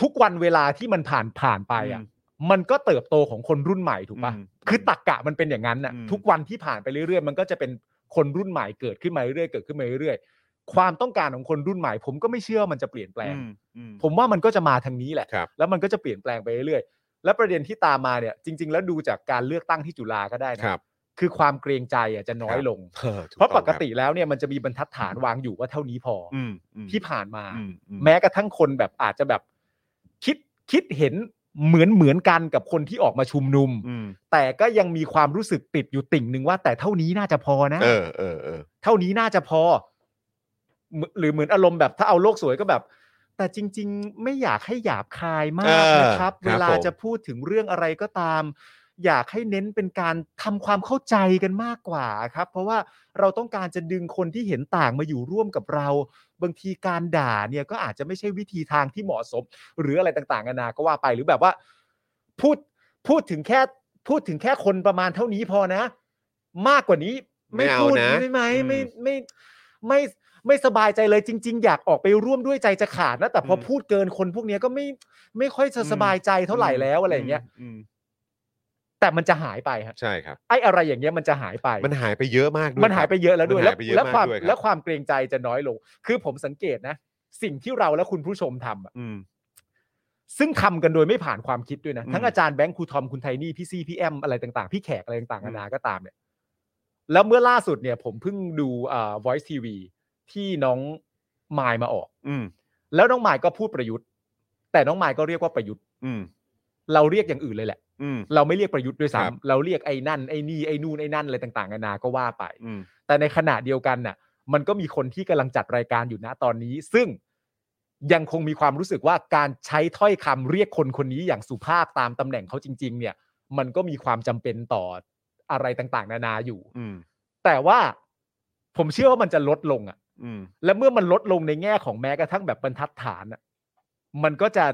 ทุกวันเวลาที่มันผ่านผ่านไปอ่ะ อืม มันก็เติบโตของคนรุ่นใหม่ถูกปะ อืม คือตักกะมันเป็นอย่างนั้นน่ะ อืม ทุกวันที่ผ่านไปเรื่อยๆ มันก็จะเป็นคนรุ่นใหม่เกิดขึ้นมาเรื่อยๆเกิดขึ้นมาเรื่อยๆความต้องการของคนรุ่นใหม่ ผมก็ไม่เชื่อว่ามันจะเปลี่ยนแปลง อืมอืม ผมว่ามันก็จะมาทางนี้แหละ ครับ แล้วมันก็จะเปลี่ยนแปลงไปเรื่อยๆ และประเด็นที่ตามมาเนี่ยจริง ๆ แล้วดูจากการเลือกตั้งที่จุฬาก็ได้นะครับ คือความเกรงใจอ่ะจะน้อยลง ออถู เพอราะงค ป บ กติแล้วเนี่ยมันจะมีบรรทัดฐานวางอยู่ว่าเท่านี้พออ อืมอืม ที่ผ่านมา อืมอืม แม้กระทั่งคนแบบอาจจะแบบ คิดคิดเห็นเหมือนเหมือนกันกับคนที่ออกมาชุมนุม อืม แต่ก็ยังมีความรู้สึกติดอยู่ติ่งหนึ่งว่า แต่เท่านี้น่าจะพอนะ เออเออเออ เท่านี้น่าจะพอเหมือนหรือเหมือนอารมณ์แบบถ้าเอาโลกสวยก็แบบ แต่จริง ๆ ไม่อยากให้หยาบคายมากนะครับ เวลาจะพูดถึงเรื่องอะไรก็ตาม อยากให้เน้นเป็นการทำความเข้าใจกันมากกว่าครับ เพราะว่าเราต้องการจะดึงคนที่เห็นต่างมาอยู่ร่วมกับเรา บางทีการด่าเนี่ยก็อาจจะไม่ใช่วิธีทางที่เหมาะสม หรืออะไรต่างๆนานาก็ว่าไปหรือแบบว่า พูดพูดถึงแค่พูดถึงแค่คนประมาณเท่านี้พอนะ มากกว่านี้พูดได้ไหมไม่ไม่ไม่ไม่สบายใจเลยจริง ๆ อยากออกไปร่วมด้วยใจจะขาดนะแต่พอพูดเกินคนพวกเนี้ยก็ไม่ไม่ค่อยจะสบายใจเท่าไหร่แล้วอะไรอย่างเงี้ย อืม แต่มันจะหายไปฮะ ใช่ครับ ไอ้อะไรอย่างเงี้ยมันจะหายไป มันหายไปเยอะมากด้วย มันหายไปเยอะแล้วด้วย มันหายไปเยอะ แล้ว มาก ความ ด้วยค แล้ รั วความเกรงใจจะน้อยลง คือผมสังเกตนะ สิ่งที่เราและคุณผู้ชมทำอะ อืม ซึ่งทำกันโดยไม่ผ่านความคิดด้วยนะ อืม ทั้งอาจารย์แบงค์ครูทอมคุณไทนี่พี่ซีพี่แอมอะไรต่างๆ พี่แขกอะไรต่างๆนานาก็ตามเนี่ย แล้วเมื่อล่าสุดเนี่ยผมเพิ่งดูอ่า Voice TV ที่น้องมายมาออก อืม แล้วน้องมายก็พูดประยุทธ์ แต่น้องมายก็เรียกว่าประยุทธ์ อืม เราเรียกอย่างอื่นเลยแหละ อืม เราไม่เรียกประยุทธ์ด้วย ครับ ซ้ำเราเรียกไอ้นั่นไอ้นี่ไอ้นู่นไอ้นั่นอะไรต่างๆนานาก็ว่าไป อืม แต่ในขณะเดียวกันน่ะ มันก็มีคนที่กำลังจัดรายการอยู่นะตอนนี้ ซึ่งยังคงมีความรู้สึกว่าการใช้ถ้อยคำเรียกคนคนนี้อย่างสุภาพตามตำแหน่งเขาจริง ๆ เนี่ย มันก็มีความจำเป็นต่ออะไรต่างๆ นานาอยู่ อืม แต่ว่าผมเชื่อว่ามันจะลดลงอ่ะ อืม และเมื่อมันลดลงในแง่ของแม้กระทั่งแบบบรรทัดฐานอ่ะมันก็จะ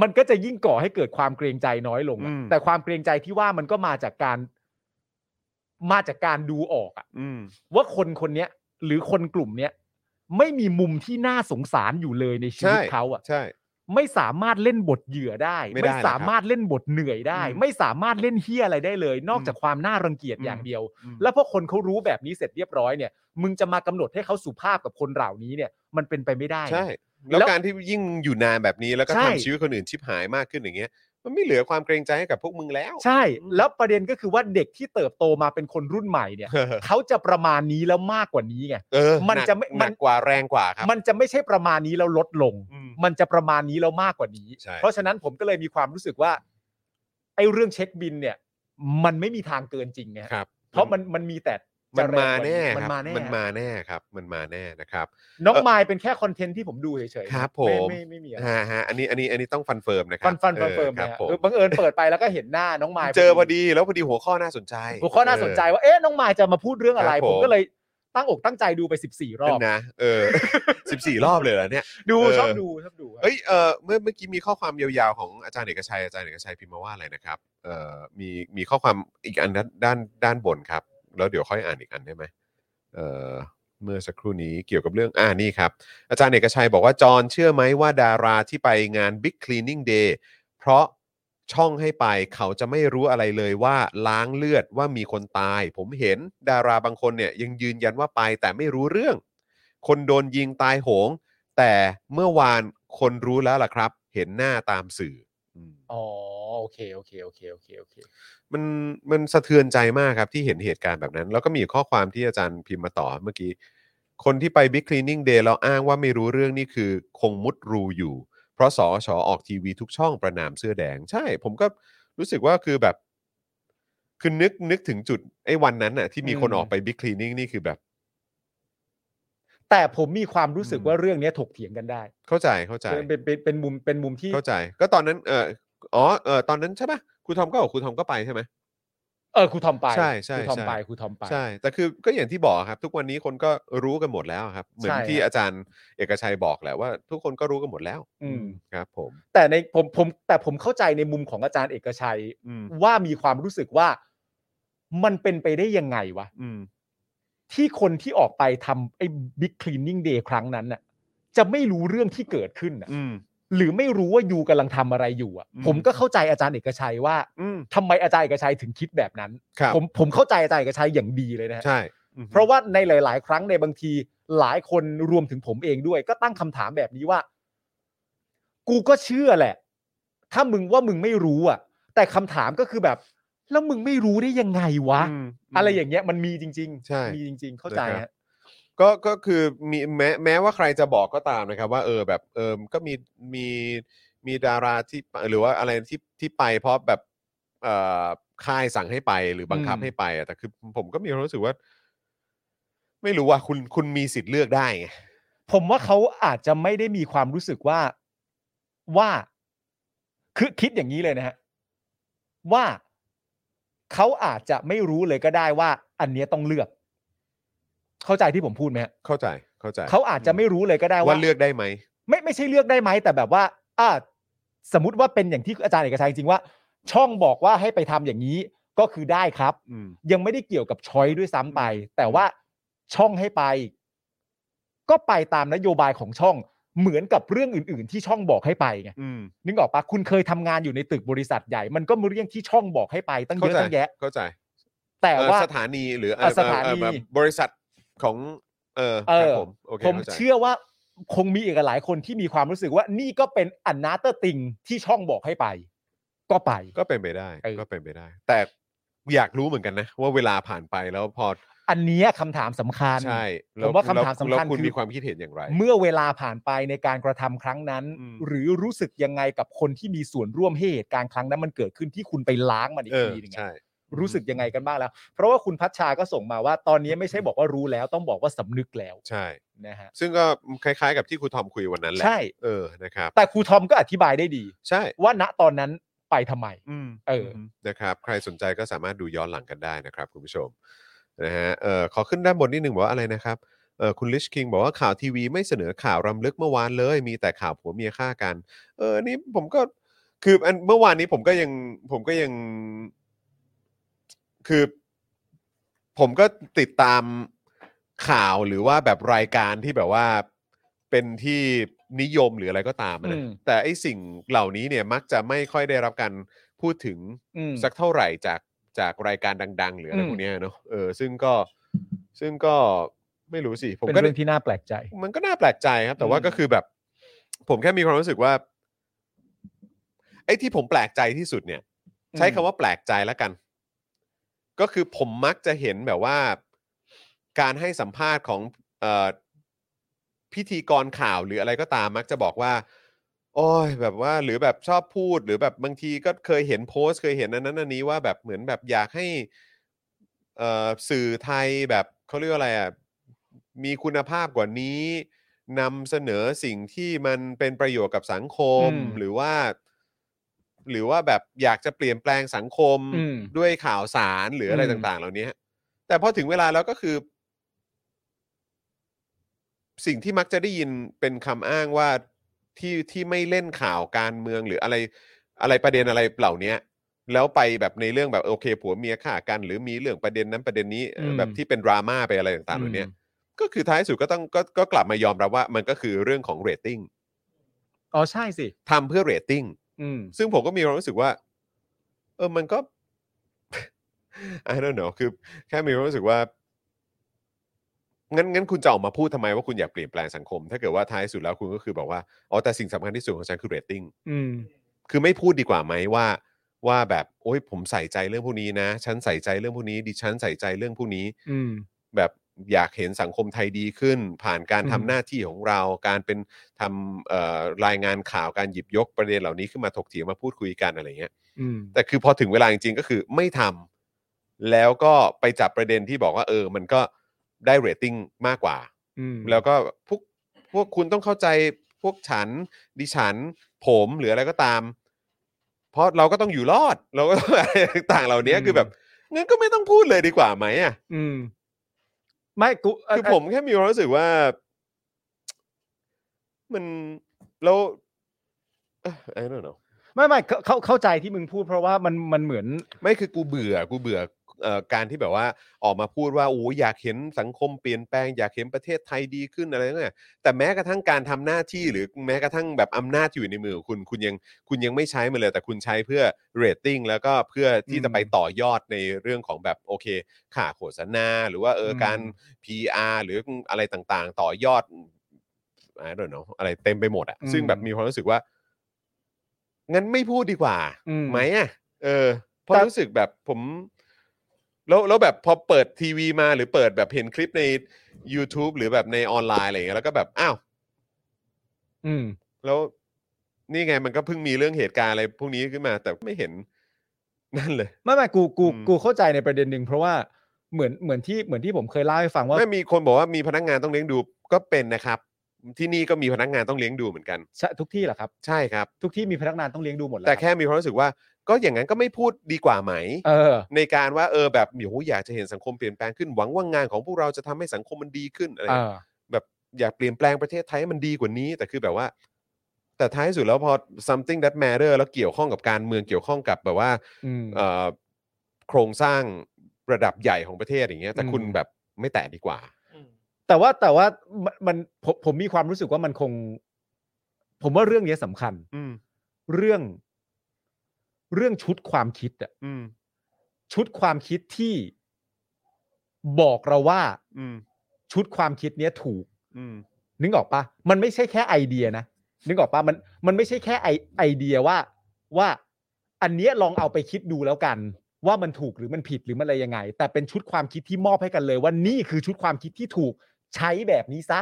มันก็จะยิ่งก่อให้เกิดความเกรงใจน้อยลงอะ อืม แต่ความเกรงใจที่ว่ามันก็มาจากการ มาจากการดูออกอะ อืม ว่าคนคนเนี้ย หรือคนกลุ่มเนี้ยไม่มีมุมที่น่าสงสารอยู่เลยในชีวิต ใช่ เขาอ่ะ ใช่ ไม่สามารถเล่นบทเหยื่อได้ ไม่ได้ สามารถเล่นบทเหนื่อยได้ อืม ไม่สามารถเล่นเฮี้ยอะไรได้เลย นอกจากความน่ารังเกียจ อืม อย่างเดียว อืม แล้วพอคนเขารู้แบบนี้เสร็จเรียบร้อยเนี่ย มึงจะมากำหนดให้เขาสุภาพกับคนเหล่านี้เนี่ย มันเป็นไปไม่ได้นะ ใช่ แล้ว แล้ว การที่ยิ่งอยู่นานแบบนี้แล้วก็ ใช่ ทำชีวิตคนอื่นชิบหายมากขึ้นอย่างเงี้ย มันไม่เหลือความเกรงใจให้กับพวกมึงแล้ว ใช่ แล้วประเด็นก็คือว่าเด็กที่เติบโตมาเป็นคนรุ่นใหม่เนี่ย เออ เขาจะประมาณนี้แล้วมากกว่านี้ไง เออ มัน หก จะไม่ ห มั นั น กกว่าแรงกว่าครับ มันจะไม่ใช่ประมาณนี้แล้วลดลง อืม มันจะประมาณนี้แล้วมากกว่านี้ ใช่ เพราะฉะนั้นผมก็เลยมีความรู้สึกว่าไอ้เรื่องเช็คบินเนี่ย มันไม่มีทางเกินจริงไงฮะ ครับ เพราะมันมันมีแต่ มัน จะแรง มาก ว่ แน่ มั คน รับ มาแน่ มันมาแน่ครับ มันมาแน่นะครับ น้อง เอ่อ มายเป็นแค่คอนเทนต์ที่ผมดูเฉยๆ ครับผม ไม่ไม่ไม่มีอะไร ฮะฮะอันนี้อันนี้อันนี้ต้องฟันเฟิร์มนะครั ฟั บ นฟันฟันเฟิร์ม ออครับ นะฮะ ผม เออบังเอิญเปิดไปแล้วก็เห็นหน้าน้องมาย เจอพอดีแล้วพอดีหัวข้อน่าสนใจ หัวข้อน่าสนใจว่าเอ๊ะน้องมายจะมาพูดเรื่องอะไร ครับผม ผมก็เลยตั้งอกตั้งใจดูไป 14 ร เอ อ อบ นะเอ (laughs) อสิบสี่รอบเลยเหรอเนี่ย ดู เออ ชอบดูชอบดู เอ้ยเออเมื่อเมื่อกี้มีข้อความยาวๆของอาจารย์เอกชัยอาจารย์เอกชัยพิมพ์มาว่าอะไรนะครับเอ่อมีมีข้อความอีกอันด้านด้านด้านบนครับ แล้วเดี๋ยวค่อยอ่านอีกอันได้ไหมเอ่อเมื่อสักครู่นี้เกี่ยวกับเรื่องอ่านี่ครับ อาจารย์เอกชัยบอกว่าจอนเชื่อไหมว่าดาราที่ไปงาน Big Cleaning Day เพราะช่องให้ไปเขาจะไม่รู้อะไรเลยว่าล้างเลือดว่ามีคนตาย ผมเห็นดาราบางคนเนี่ยยังยืนยันว่าไปแต่ไม่รู้เรื่อง คนโดนยิงตายโหง แต่เมื่อวานคนรู้แล้วล่ะครับ เห็นหน้าตามสื่ออืม อ๋อโอเคโอเคโอเคโอเคโอเค มันมันสะเทือนใจมากครับที่เห็นเหตุการณ์แบบนั้น แล้วก็มีข้อความที่อาจารย์พิมพ์มาต่อเมื่อกี้ คนที่ไป Big Cleaning Day แล้วอ้างว่าไม่รู้เรื่องนี่คือคงมุดรูอยู่ เพราะสอชอออกทีวีทุกช่องประนามเสื้อแดง ใช่ ผมก็รู้สึกว่าคือแบบ คือนึกนึกถึงจุดไอ้วันนั้นน่ะ ที่มีคน อืม ออกไป Big Cleaning นี่คือแบบ แต่ผมมีความรู้สึก อืม ว่าเรื่องเนี้ยถกเถียงกันได้ เข้าใจเข้าใจ เป็นเป็นเป็นมุมเป็นมุมที่ เข้าใจ ก็ตอนนั้น เอออ๋อเออตอนนั้นใช่ปะครูทอมก็บอกครูทอมก็ไปใช่ไหม เออครูทอมไป ใช่ใช่ ครูทอม ใช่ ไปครูทอมไป ใช่ แต่คือก็อย่างที่บอกครับ ทุกวันนี้คนก็รู้กันหมดแล้วครับ เหมือน ใช่ครับ ที่อาจารย์เอกชัยบอกแหละว่า ทุกคนก็รู้กันหมดแล้ว อืม ครับ ผม แต่ในผมผมแต่ผมเข้าใจในมุมของอาจารย์เอกชัย อืม ว่ามีความรู้สึกว่ามันเป็นไปได้ยังไงวะ อืม ที่คนที่ออกไปทำไอ้บิ๊กคลีนนิ่งเดย์ครั้งนั้นน่ะ จะไม่รู้เรื่องที่เกิดขึ้นน่ะ อืม หรือไม่รู้ว่ายูกำลังทำอะไรอยู่อ่ะ อืม ผมก็เข้าใจอาจารย์เอกชัยว่า อืม ทำไมอาจารย์เอกชัยถึงคิดแบบนั้น ครับ ผมผมเข้าใจอาจารย์เอกชัยอย่างดีเลยนะฮะ ใช่อืม เพราะว่าในหลาย ๆ ครั้งในบางทีหลายคนรวมถึงผมเองด้วย ก็ตั้งคำถามแบบนี้ว่า กูก็เชื่อแหละ ถ้ามึงว่ามึงไม่รู้อ่ะ แต่คำถามก็คือแบบ แล้วมึงไม่รู้ได้ยังไงวะ อืม อะไรอย่างเงี้ยมันมีจริง ใช่ มีจริง ๆ เข้าใจฮะ ก็ก็คือมีแม้แม้ว่าใครจะบอกก็ตามนะครับ ว่าเออแบบเออก็มีมีมีดาราที่หรือว่าอะไรที่ที่ไปเพราะแบบเอ่อค่ายสั่งให้ไปหรือบังคับ อืม ให้ไปอะแต่คือผมก็มีความรู้สึกว่า ไม่รู้ว่าคุณคุณมีสิทธิ์เลือกได้ไง ผมว่าเขาอาจจะไม่ได้มีความรู้สึกว่าว่าคือคิดอย่างนี้เลยนะฮะว่าเขาอาจจะไม่รู้เลยก็ได้ว่า อันเนี้ยต้องเลือก เข้าใจที่ผมพูดไหมฮะ เข้าใจเข้าใจ เขาอาจจะไม่รู้เลยก็ได้ ว่า ว่า เลือกได้ไหม ไม่ไม่ใช่เลือกได้ไหมแต่แบบว่าอ่าสมมติว่าเป็นอย่างที่อาจารย์เอกชัยจริงๆว่า ช่องบอกว่าให้ไปทำอย่างนี้ก็คือได้ครับ อืม ยังไม่ได้เกี่ยวกับช้อยด้วยซ้ำไป แต่ว่าช่องให้ไป ก็ไปตามนโยบายของช่องเหมือนกับเรื่องอื่น ๆ ที่ช่องบอกให้ไปไง อืม นึกออกปะคุณเคยทำงานอยู่ในตึกบริษัทใหญ่ มันก็มีเรื่องที่ช่องบอกให้ไปตั้งเย เข้า อะ ใจ ตั้งแยะ เข้าใจ แต่ เอ่อ ว่า สถานีหรือ เอ่อสถานี เอ่อแบบบริษัทของ เออ เออ ครับผมโอเค ผม ข้าใจ เชื่อว่าคงมีอีกหลายคนที่มีความรู้สึกว่านี่ก็เป็นอันนาเตอร์ติงที่ช่องบอกให้ไป ก็ไป ก็เป็นไปได้ เออ ก็เป็นไปได้ แต่ อยากรู้เหมือนกันนะ ว่าเวลาผ่านไปแล้วพอ อันเนี้ยคำถามสำคัญ ใช่ ผมว่าคำถามสำคัญ แล้วคุณ คือ มีความคิดเห็นอย่างไร เมื่อเวลาผ่านไปในการกระทำครั้งนั้น อืม หรือรู้สึกยังไงกับคนที่มีส่วนร่วมให้เหตุการณ์ครั้งนั้นมันเกิดขึ้นที่คุณไปล้างมันอีก เออ ทีหนึงอะ ใช่ รู้สึกยังไงกันบ้างแล้ว เพราะว่าคุณพัชชาก็ส่งมาว่า ตอนนี้ไม่ใช่บอกว่ารู้แล้วต้องบอกว่าสำนึกแล้ว ใช่ นะฮะ ซึ่งก็คล้าย ๆ กับที่ครูทอมคุยวันนั้นแหละ ใช่ เออนะครับ แต่ครูทอมก็อธิบายได้ดี ใช่ ว่าณตอนนั้นไปทำไม อืม เออ นะครับใครสนใจก็สามารถดูย้อนหลังกันได้นะครับคุณผู้ชมนะฮะเอ่อขอขึ้นด้านบนนิดหนึ่งบอกว่าอะไรนะครับเอ่อคุณลิชคิงบอกว่าข่าวทีวีไม่เสนอข่าวรำลึกเมื่อวานเลย มีแต่ข่าวผัวเมียฆ่ากัน เออนี่ผมก็คืออันเมื่อวานนี้ผมก็ยังผมก็ยัง คือ ผมก็ติดตามข่าวหรือว่าแบบรายการที่แบบว่าเป็นที่นิยมหรืออะไรก็ตามอะนะ อืม แต่ไอสิ่งเหล่านี้เนี่ยมักจะไม่ค่อยได้รับการพูดถึง อืม สักเท่าไหร่จากจากรายการดัง ๆ หรืออะไร อืม พวกเนี้ยเนอะเออซึ่งก็ซึ่งก็ไม่รู้สิ ผม เป็น ก็ เรื่องที่น่าแปลกใจ มันก็น่าแปลกใจครับ แต่ว่า อืม ก็คือแบบ ผมแค่มีความรู้สึกว่า ไอ้ที่ผมแปลกใจที่สุดเนี่ย ใช้คำว่าแปลกใจแล้วกัน ก็คือผมมักจะเห็นแบบว่า การให้สัมภาษณ์ของเออพิธีกรข่าวหรืออะไรก็ตาม มักจะบอกว่า โอ้ยแบบว่า หรือแบบชอบพูด หรือแบบบางทีก็เคยเห็นโพสต์เคยเห็นอันนั้นอันนี้ว่าแบบเหมือนแบบอยากให้เอ่อสื่อไทยแบบเขาเรียกว่าอะไรอ่ะมีคุณภาพกว่านี้นำเสนอสิ่งที่มันเป็นประโยชน์กับสังคม อืม หรือว่า หรือว่าแบบอยากจะเปลี่ยนแปลงสังคม อืม ด้วยข่าวสารหรืออะไร อืม ต่าง ๆ เหล่านี้ แต่พอถึงเวลาแล้วก็คือ สิ่งที่มักจะได้ยินเป็นคำอ้างว่าที่ที่ไม่เล่นข่าวการเมืองหรืออะไร อะไรประเด็นอะไรเหล่านี้แล้วไปแบบในเรื่องแบบโอเค ผัวเมียฆ่ากัน หรือมีเรื่องประเด็นนั้นประเด็นนี้เอ่ออ ม แบบที่เป็นดราม่าไปอะไรต่างๆเหล่านี้ อืม ก็คือท้ายสุดก็ต้องก็ก็กลับมายอมรับว่า มันก็คือเรื่องของเรตติ้ง อ๋อใช่สิ ทำเพื่อเรตติ้ง อืม ซึ่งผมก็มีความรู้สึกว่า เออมันก็ (laughs) I don't know คือ แค่มีความรู้สึกว่า งั้นงั้นคุณจะออกมาพูดทำไมว่าคุณอยากเปลี่ยนแปลงสังคม ถ้าเกิดว่าท้ายสุดแล้วคุณก็คือบอกว่า อ๋อ แต่สิ่งสำคัญที่สุดของฉันคือเรตติ้ง อืม คือไม่พูดดีกว่าไหมว่า ว่าแบบ โอ้ยผมใส่ใจเรื่องพวกนี้นะ ฉันใส่ใจเรื่องพวกนี้ ดิฉันใส่ใจเรื่องพวกนี้ อืม แบบอยากเห็นสังคมไทยดีขึ้น ผ่านการทำ อืม หน้าที่ของเรา การเป็นทำเอ่อรายงานข่าวการหยิบยกประเด็นเหล่านี้ขึ้นมาถกเถียงมาพูดคุยกันอะไรอย่างเงี้ย อืม แต่คือพอถึงเวลาจริงๆก็คือไม่ทำแล้วก็ไปจับประเด็นที่บอกว่า เออ มันก็ได้เรตติ้งมากกว่า อืม แล้วก็พวกพวกคุณต้องเข้าใจพวกฉัน ดิฉัน ผมหรืออะไรก็ตาม เพราะเราก็ต้องอยู่รอด เราก็ต้อง (laughs) อะไรต่างๆเหล่านี้ อืม คือแบบงั้นก็ไม่ต้องพูดเลยดีกว่าไหมอ่ะ อืม ไม่กูเ คือผมแค่มีความรู้สึกว่า มันแล้วเอ่อ I don't know ไม่ไม่เขาเขาเข้าใจที่มึงพูดเพราะว่ามันมันเหมือน ไม่คือกูเบื่อกูเบื่อเอ่อการที่แบบว่าออกมาพูดว่าโอ้อยากเห็นสังคมเปลี่ยนแปลงอยากเห็นประเทศไทยดีขึ้นอะไรเนี่ยแต่แม้กระทั่งการทำหน้าที่หรือแม้กระทั่งแบบอำนาจที่อยู่ในมือของคุณคุณยังคุณยังไม่ใช้มันเลย แต่คุณใช้เพื่อเรตติ้งแล้วก็เพื่อที่จะไปต่อยอดในเรื่องของแบบโอเคข่าโฆษณาหรือว่าเอออ ม การ PR หรืออะไรต่างๆ ต่อยอด I don't know อะไรเต็มไปหมดอะ อืม ซึ่งแบบมีความรู้สึกว่า งั้นไม่พูดดีกว่า อืม ไหมอ่ะ เออเพราะ แต่ รู้สึกแบบผม แล้วแล้วแบบพอเปิดทีวีมาหรือเปิดแบบเห็นคลิปใน YouTube หรือแบบในออนไลน์อะไรอย่างเงี้ยแล้วก็แบบ อ้าว อืม แล้วนี่ไงมันก็เพิ่งมีเรื่องเหตุการณ์อะไรพวกนี้ขึ้นมา แต่ไม่เห็น นั่นเลย ไม่ไม่กูกู อืม กูเข้าใจในประเด็นหนึ่งเพราะว่าเหมือนเหมือนที่เหมือนที่ผมเคยเล่าให้ฟังว่า ไม่มีคนบอกว่ามีพนักงานต้องเลี้ยงดูก็เป็นนะครับ ที่นี่ก็มีพนักงานต้องเลี้ยงดูเหมือนกัน ใช่ทุกที่แหละครับ ใช่ครับ ทุกที่มีพนักงานต้องเลี้ยงดูหมดล้ว แต่แค่มีความรู้สึกว่า ก็อย่างนั้นก็ไม่พูดดีกว่าไหม เออ ในการว่าเออแบบโอ้โหอยากจะเห็นสังคมเปลี่ยนแปลงขึ้นหวังว่างานของพวกเราจะทำให้สังคมมันดีขึ้นอะไรอ เอย่าง เงี้ย อ แบบอยากเปลี่ยนแปลงประเทศไทยให้มันดีกว่านี้ แต่คือแบบว่า แต่ท้ายสุดแล้วพอ something that matter แล้วเกี่ยวข้องกับการเมืองเกี่ยวข้องกับแบบว่า อืม เอ่อโครงสร้างระดับใหญ่ของประเทศอย่างเงี้ย แต่ อืม คุณแบบไม่แตะดีกว่า อืม แต่ว่าแต่ว่ามันมันผมผมมีความรู้สึกว่ามันคง ผมว่าเรื่องเนี้ยสำคัญ อืม เรื่อง เรื่องชุดความคิดอะ อืม ชุดความคิดที่บอกเราว่า อืม ชุดความคิดเนี้ยถูก อืม นึกออกปะมันไม่ใช่แค่ไอเดียนะนึกออกปะมันมันไม่ใช่แค่ไอไอเดียว่าว่า อันเนี้ยลองเอาไปคิดดูแล้วกัน ว่ามันถูกหรือมันผิดหรือมันอะไรยังไง แต่เป็นชุดความคิดที่มอบให้กันเลย ว่านี่คือชุดความคิดที่ถูกใช้แบบนี้ซะ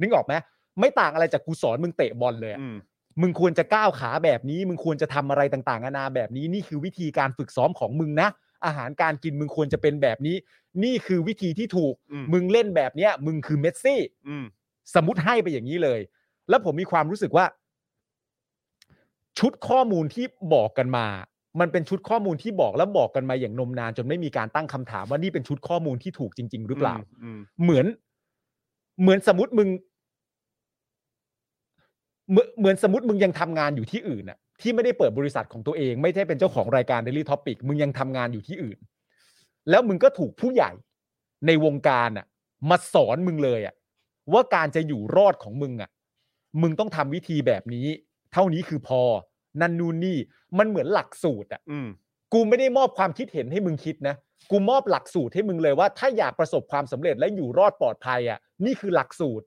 นึกออกไหมไม่ต่างอะไรจากกูสอนมึงเตะบอลเลยอะ อืม มึงควรจะก้าวขาแบบนี้ มึงควรจะทำอะไรต่างๆนานาแบบนี้ นี่คือวิธีการฝึกซ้อมของมึงนะ อาหารการกินมึงควรจะเป็นแบบนี้ นี่คือวิธีที่ถูก อืม มึงเล่นแบบเนี้ย มึงคือเมสซี่ อืม สมมติให้ไปอย่างนี้เลย แล้วผมมีความรู้สึกว่า ชุดข้อมูลที่บอกกันมา มันเป็นชุดข้อมูลที่บอกแล้วบอกกันมาอย่างนมนาน จนไม่มีการตั้งคำถามว่านี่เป็นชุดข้อมูลที่ถูกจริง ๆ หรือเปล่า อืม เหมือน เหมือนสมมติมึง เหมือนเหมือนสมมติมึงยังทำงานอยู่ที่อื่นอะที่ไม่ได้เปิดบริษัทของตัวเอง ไม่ได้เป็นเจ้าของรายการ Daily Topic มึงยังทำงานอยู่ที่อื่น แล้วมึงก็ถูกผู้ใหญ่ในวงการอะมาสอนมึงเลยอะว่าการจะอยู่รอดของมึงอะมึงต้องทำวิธีแบบนี้ เท่านี้คือพอ นั่นนู่นนี่มันเหมือนหลักสูตรอะ อืม กูไม่ได้มอบความคิดเห็นให้มึงคิดนะ กูมอบหลักสูตรให้มึงเลยว่า ถ้าอยากประสบความสำเร็จและอยู่รอดปลอดภัยอ่ะ นี่คือหลักสูตร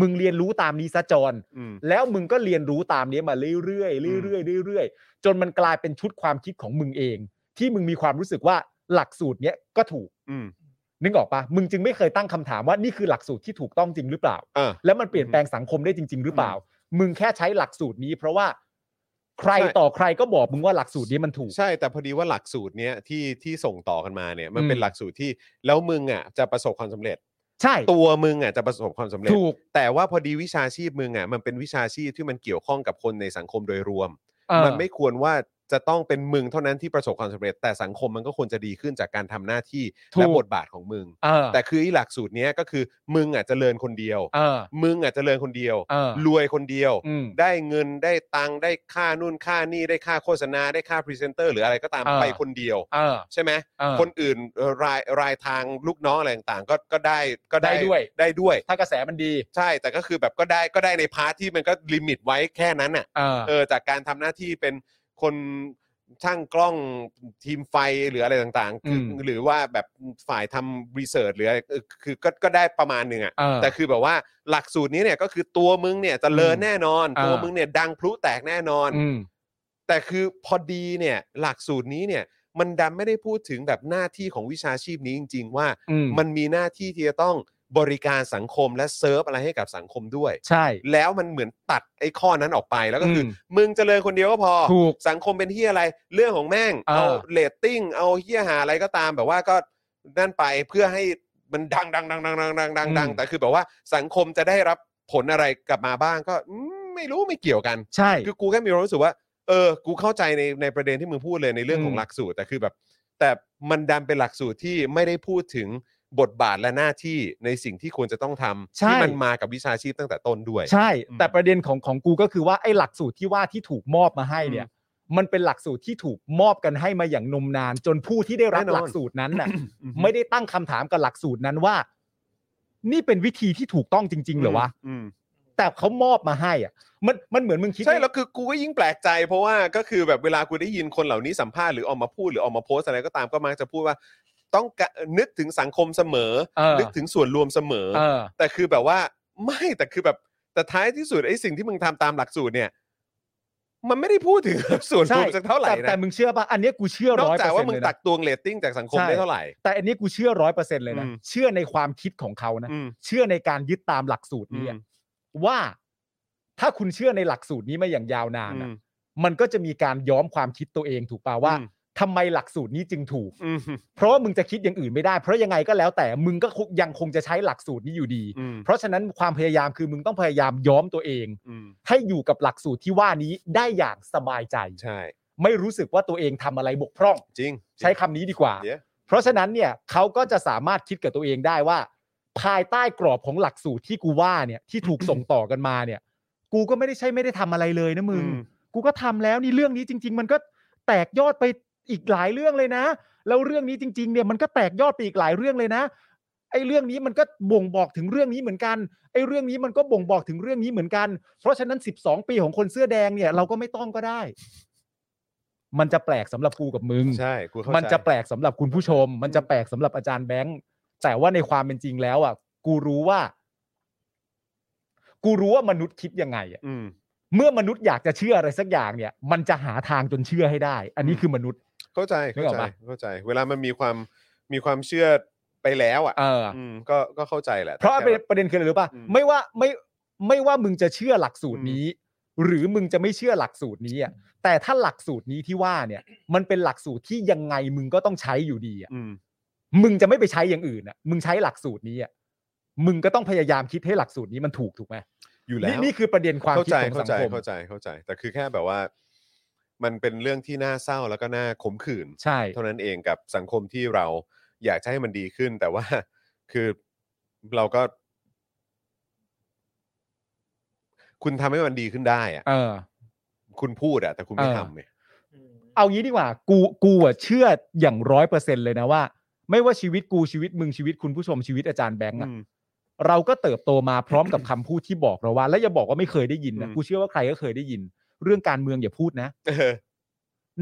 มึงเรียนรู้ตามนี้ซะจร อืม แล้วมึงก็เรียนรู้ตามนี้มาเรื่อยๆเรื่อยๆเรื่อยๆจนมันกลายเป็นชุดความคิดของมึงเอง ที่มึงมีความรู้สึกว่าหลักสูตรเนี้ยก็ถูก อืม นึกออกปะมึงจึงไม่เคยตั้งคำถามว่านี่คือหลักสูตรที่ถูกต้องจริงหรือเปล่า อ่า แล้วมันเปลี่ยนแปลงสังคมได้จริง ๆ หรือเปล่า มึงแค่ใช้หลักสูตรนี้ เพราะว่าใคร ใช่ ต่อใครก็บอกมึงว่าหลักสูตรนี้มันถูก ใช่แต่พอดีว่าหลักสูตรเนี้ยที่ที่ส่งต่อกันมาเนี่ยมัน อืม เป็นหลักสูตรที่แล้วมึงอ่ะจะประสบความสำเร็จ ใช่ ตัวมึงอ่ะจะประสบความสำเร็จ ถูก แต่ว่าพอดีวิชาชีพมึงอ่ะมันเป็นวิชาชีพที่มันเกี่ยวข้องกับคนในสังคมโดยรวม เออ มันไม่ควรว่าจะต้องเป็นมึงเท่านั้นที่ประสบความสำเร็จ แต่สังคมมันก็ควรจะดีขึ้นจากการทำหน้าที่และ ถูก บทบาทของมึง เออ แต่คือไอ้หลักสูตรเนี้ยก็คือมึงอ่ะเจริญคนเดียว เออ มึงอ่ะเจริญคนเดียว เออ รวยคนเดียว อืม ได้เงินได้ตังค์ได้ค่านู่นค่านี่ได้ค่าโฆษณาได้ค่าพรีเซนเตอร์หรืออะไรก็ตาม อ่า ไปคนเดียว เออ ใช่ไหม เออ คนอื่นเอ่อรายรายทางลูกน้องอะไรต่างๆก็ก็ได้ก็ ได้ด้วย ได้ด้วย ถ้ากระแสมันดี ใช่แต่ก็คือแบบก็ได้ก็ได้ในพาร์ทที่มันก็ลิมิตไว้แค่นั้นน่ะ เออ เออจากการทำหน้าที่เป็นคนช่างกล้องทีมไฟหรืออะไรต่างๆคือ ม หรือว่าแบบฝ่ายทำรีเสิร์ชหรืออะไรเออคือก็ก็ได้ประมาณหนึ่งอ่ะ เออ แต่คือแบบว่าหลักสูตรนี้เนี่ยก็คือตัวมึงเนี่ยเจะเลินแน่นอน เออ ตัวมึงเนี่ยดังพลุแตกแน่นอน อืม แต่คือพอดีเนี่ยหลักสูตรนี้เนี่ยมันดันไม่ได้พูดถึงแบบหน้าที่ของวิชาชีพนี้จริง ๆ ว่า อืม มันมีหน้าที่ที่จะต้องบริการสังคมและเซิร์ฟอะไรให้กับสังคมด้วย ใช่ แล้วมันเหมือนตัดไอ้ข้อนั้นออกไปแล้วก็คืออ ม มึงเจริญคนเดียวก็พอ ถูก สังคมเป็นที่อะไรเรื่องของแม่ง เออ เอาเลตติ้งเอาเฮียหาอะไรก็ตามแบบว่าก็นั่นไปเพื่อให้มันดังดังดังดังดังดังดังดังแต่คือแบบว่าสังคมจะได้รับผลอะไรกลับมาบ้างก็อืมไม่รู้ไม่เกี่ยวกัน ใช่ คือกูแค่มีความรู้สึกว่า เออ กูเข้าใจในในประเด็นที่มึงพูดเลยในเรื่อง อืม ของหลักสูตร แต่คือแบบ แต่มันดันเป็นหลักสูตรที่ไม่ได้พูดถึงบทบาทและหน้าที่ในสิ่งที่ควรจะต้องทำ ใช่ ที่มันมากับวิชาชีพตั้งแต่ต้นด้วย ใช่ อืม แต่ประเด็นของของกูก็คือว่าไอ้หลักสูตรที่ว่าที่ถูกมอบมาให้เนี่ย มันเป็นหลักสูตรที่ถูกมอบกันให้มาอย่างนมนาน จนผู้ที่ได้รับ แน่นอน หลักสูตรนั้นน่ะ อืม ไม่ได้ตั้งคำถามกับหลักสูตรนั้นว่า นี่เป็นวิธีที่ถูกต้องจริง ๆ เหรอวะ อืม แต่เขามอบมาให้อ่ะ มันมันเหมือนมึงคิด ใช่แล้วคือกูก็ยิ่งแปลกใจ เพราะว่าก็คือแบบเวลากูได้ยินคนเหล่านี้สัมภาษณ์หรือออกมาพูดหรือออกมาโพสต์อะไรก็ตามก็มักจะพูดว่า ต้องกะนึกถึงสังคมเสมอ เออ นึกถึงส่วนรวมเสมอ เออ แต่คือแบบว่าไม่แต่คือแบบแต่ท้ายที่สุดไอ้สิ่งที่มึงทำตามหลักสูตรเนี่ย มันไม่ได้พูดถึง ส่วนรวมสักเท่าไหร่ แต่ นะ แต่มึงเชื่อป่ะ อันเนี้ยกูเชื่อน อก ร้อยเป จา อก ร์เซ็ ว่าน ต์ มึ เล ง ย ตั นะ กตวงเรตติ้งจากสังคม ใช่ ได้เท่าไหร่ แต่อันนี้กูเชื่อร้อยเปอร์เซ็นต์เลยนะ อืม เชื่อในความคิดของเขานะ อืม เชื่อในการยึดตามหลักสูตรนี้อะว่าถ้าคุณเชื่อในหลักสูตรนี้มาอย่างยาวนานอะ อืม มันก็จะมีการย้อมความคิดตัวเองถูกป่าว่า อืม ทำไมหลักสูตรนี้จึงถูก อืม เพราะว่ามึงจะคิดอย่างอื่นไม่ได้ เพราะยังไงก็แล้วแต่มึงก็คงยังคงจะใช้หลักสูตรนี้อยู่ดี อืม เพราะฉะนั้นความพยายามคือมึงต้องพยายามย้อมตัวเอง อืม ให้อยู่กับหลักสูตรที่ว่านี้ได้อย่างสบายใจ ใช่ ไม่รู้สึกว่าตัวเองทำอะไรบกพร่อง จริง ใช้คำนี้ดีกว่า เดี๋ยว เพราะฉะนั้นเนี่ยเขาก็จะสามารถคิดกับตัวเองได้ว่า ภายใต้กรอบของหลักสูตรที่กูว่าเนี่ยที่ถูก ส่งต่อกันมาเนี่ย กูก็ไม่ได้ใช่ไม่ได้ทำอะไรเลยนะมึง อื กูก็ทำแล้วนี่เรื่องนี้จริง ๆ มันก็แตกยอดไปอีกหลายเรื่องเลยนะ แล้วเรื่องนี้จริง ๆ เนี่ยมันก็แตกยอดไปอีกหลายเรื่องเลยนะ ไอ้เรื่องนี้มันก็บ่งบอกถึงเรื่องนี้เหมือนกัน ไอ้เรื่องนี้มันก็บ่งบอกถึงเรื่องนี้เหมือนกัน เพราะฉะนั้น 12 ปีของคนเสื้อแดงเนี่ย เราก็ไม่ต้องก็ได้ มันจะแปลกสำหรับกูกับมึง ใช่กูเข้าใจ มันจะแปลกสำหรับคุณผู้ชม มันจะแปลกสำหรับอาจารย์แบงค์ แต่ว่าในความเป็นจริงแล้วอ่ะ กูรู้ว่า กูรู้ว่ามนุษย์คิดยังไงอ่ะ อืม เมื่อมนุษย์อยากจะเชื่ออะไรสักอย่างเนี่ย มันจะหาทางจนเชื่อให้ได้ อันนี้คือมนุษย์ เข้าใจ นึ เข้าก ออก ใจ ปะ เข้าใจ เวลามันมีความมีความเชื่อไปแล้วอ่ะ เออ มก็ก็เข้าใจแหละ เพราะ แต่ ประ แค่ เด็น แบบ ประเด็นคืออะไรรู้ป่ะ อืม ไม่ว่าไม่ไม่ว่ามึงจะเชื่อหลักสูตร อืม นี้ หรือมึงจะไม่เชื่อหลักสูตรนี้อ่ะแต่ถ้าหลักสูตรนี้ที่ว่าเนี่ย มันเป็นหลักสูตรที่ยังไงมึงก็ต้องใช้อยู่ดีอ่ะ อืม มึงจะไม่ไปใช้อย่างอื่นอ่ะมึงใช้หลักสูตรนี้อ่ะมึงก็ต้องพยายามคิดให้หลักสูตรนี้มันถูกถูกไหม อยู่แล้ นี่ ว นี่คือประเด็นความ เข้า คิด ใจ ของ เข้า สัง ใจ คม เข้าใจเข้าใจ แต่คือแค่แบบว่า มันเป็นเรื่องที่น่าเศร้าแล้วก็น่าขมขื่น ใช่ เท่านั้นเองกับสังคมที่เราอยากจะให้มันดีขึ้น แต่ว่า คือเราก็ คุณทำให้มันดีขึ้นได้อะ เออ คุณพูดอะแต่คุณไม่ เออ ทำเนี่ย อืม เอางี้ดีกว่า กูกูอะเชื่ออย่างร้อยเปอร์เซ็นต์เลยนะว่า ไม่ว่าชีวิตกูชีวิตมึงชีวิตคุณผู้ชมชีวิตอาจารย์แบงค์อะ อืม เราก็เติบโตมาพร้อมกับคำพูดที่บอกเราว่า และอย่าบอกว่าไม่เคยได้ยินนะ อืม กูเชื่อว่าใครก็เคยได้ยิน เรื่องการเมืองอย่าพูดนะ เออ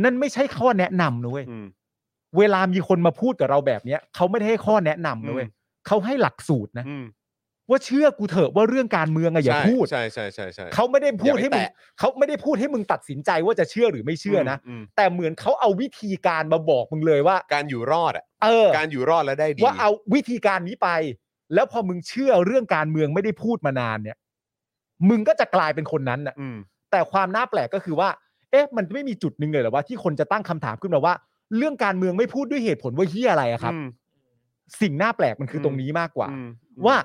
นั่นไม่ใช่ข้อแนะนำนะเว้ย (laughs) อืม เวลามีคนมาพูดกับเราแบบเนี้ยเขาไม่ได้ให้ข้อแนะนำนะเว้ย อื เขาให้หลักสูตรนะ อืม ว่าเชื่อกูเถอะว่าเรื่องการเมืองอะอย่า ใช่ พูด ใช่ใช่ใช่ใช่ เขาไม่ได้พูดให้มึ อง ย่าไปแตะ เขาไม่ได้พูดให้มึงตัดสินใจว่าจะเชื่อหรือไม่เชื่อนะ มม แต่เหมือนเขาเอาวิธีการมาบอกมึงเลยว่า การอยู่รอดอะ เออ การอยู่รอดแล้วได้ดี ว่าเอาวิธีการนี้ไป แล้วพอมึงเชื่อเรื่องการเมืองไม่ได้พูดมานานเนี่ย มึงก็จะกลายเป็นคนนั้นน่ะ อืม แต่ความน่าแปลกก็คือว่า เอ๊ะ มันไม่มีจุดหนึ่งเลยเหรอว่าที่คนจะตั้งคำถามขึ้นมาว่า เรื่องการเมืองไม่พูดด้วยเหตุผลว่าเฮียอะไรอะครับ อืม สิ่งน่าแปลกมันคืออ ม ตรงนี้มากกว่า อืม ว่า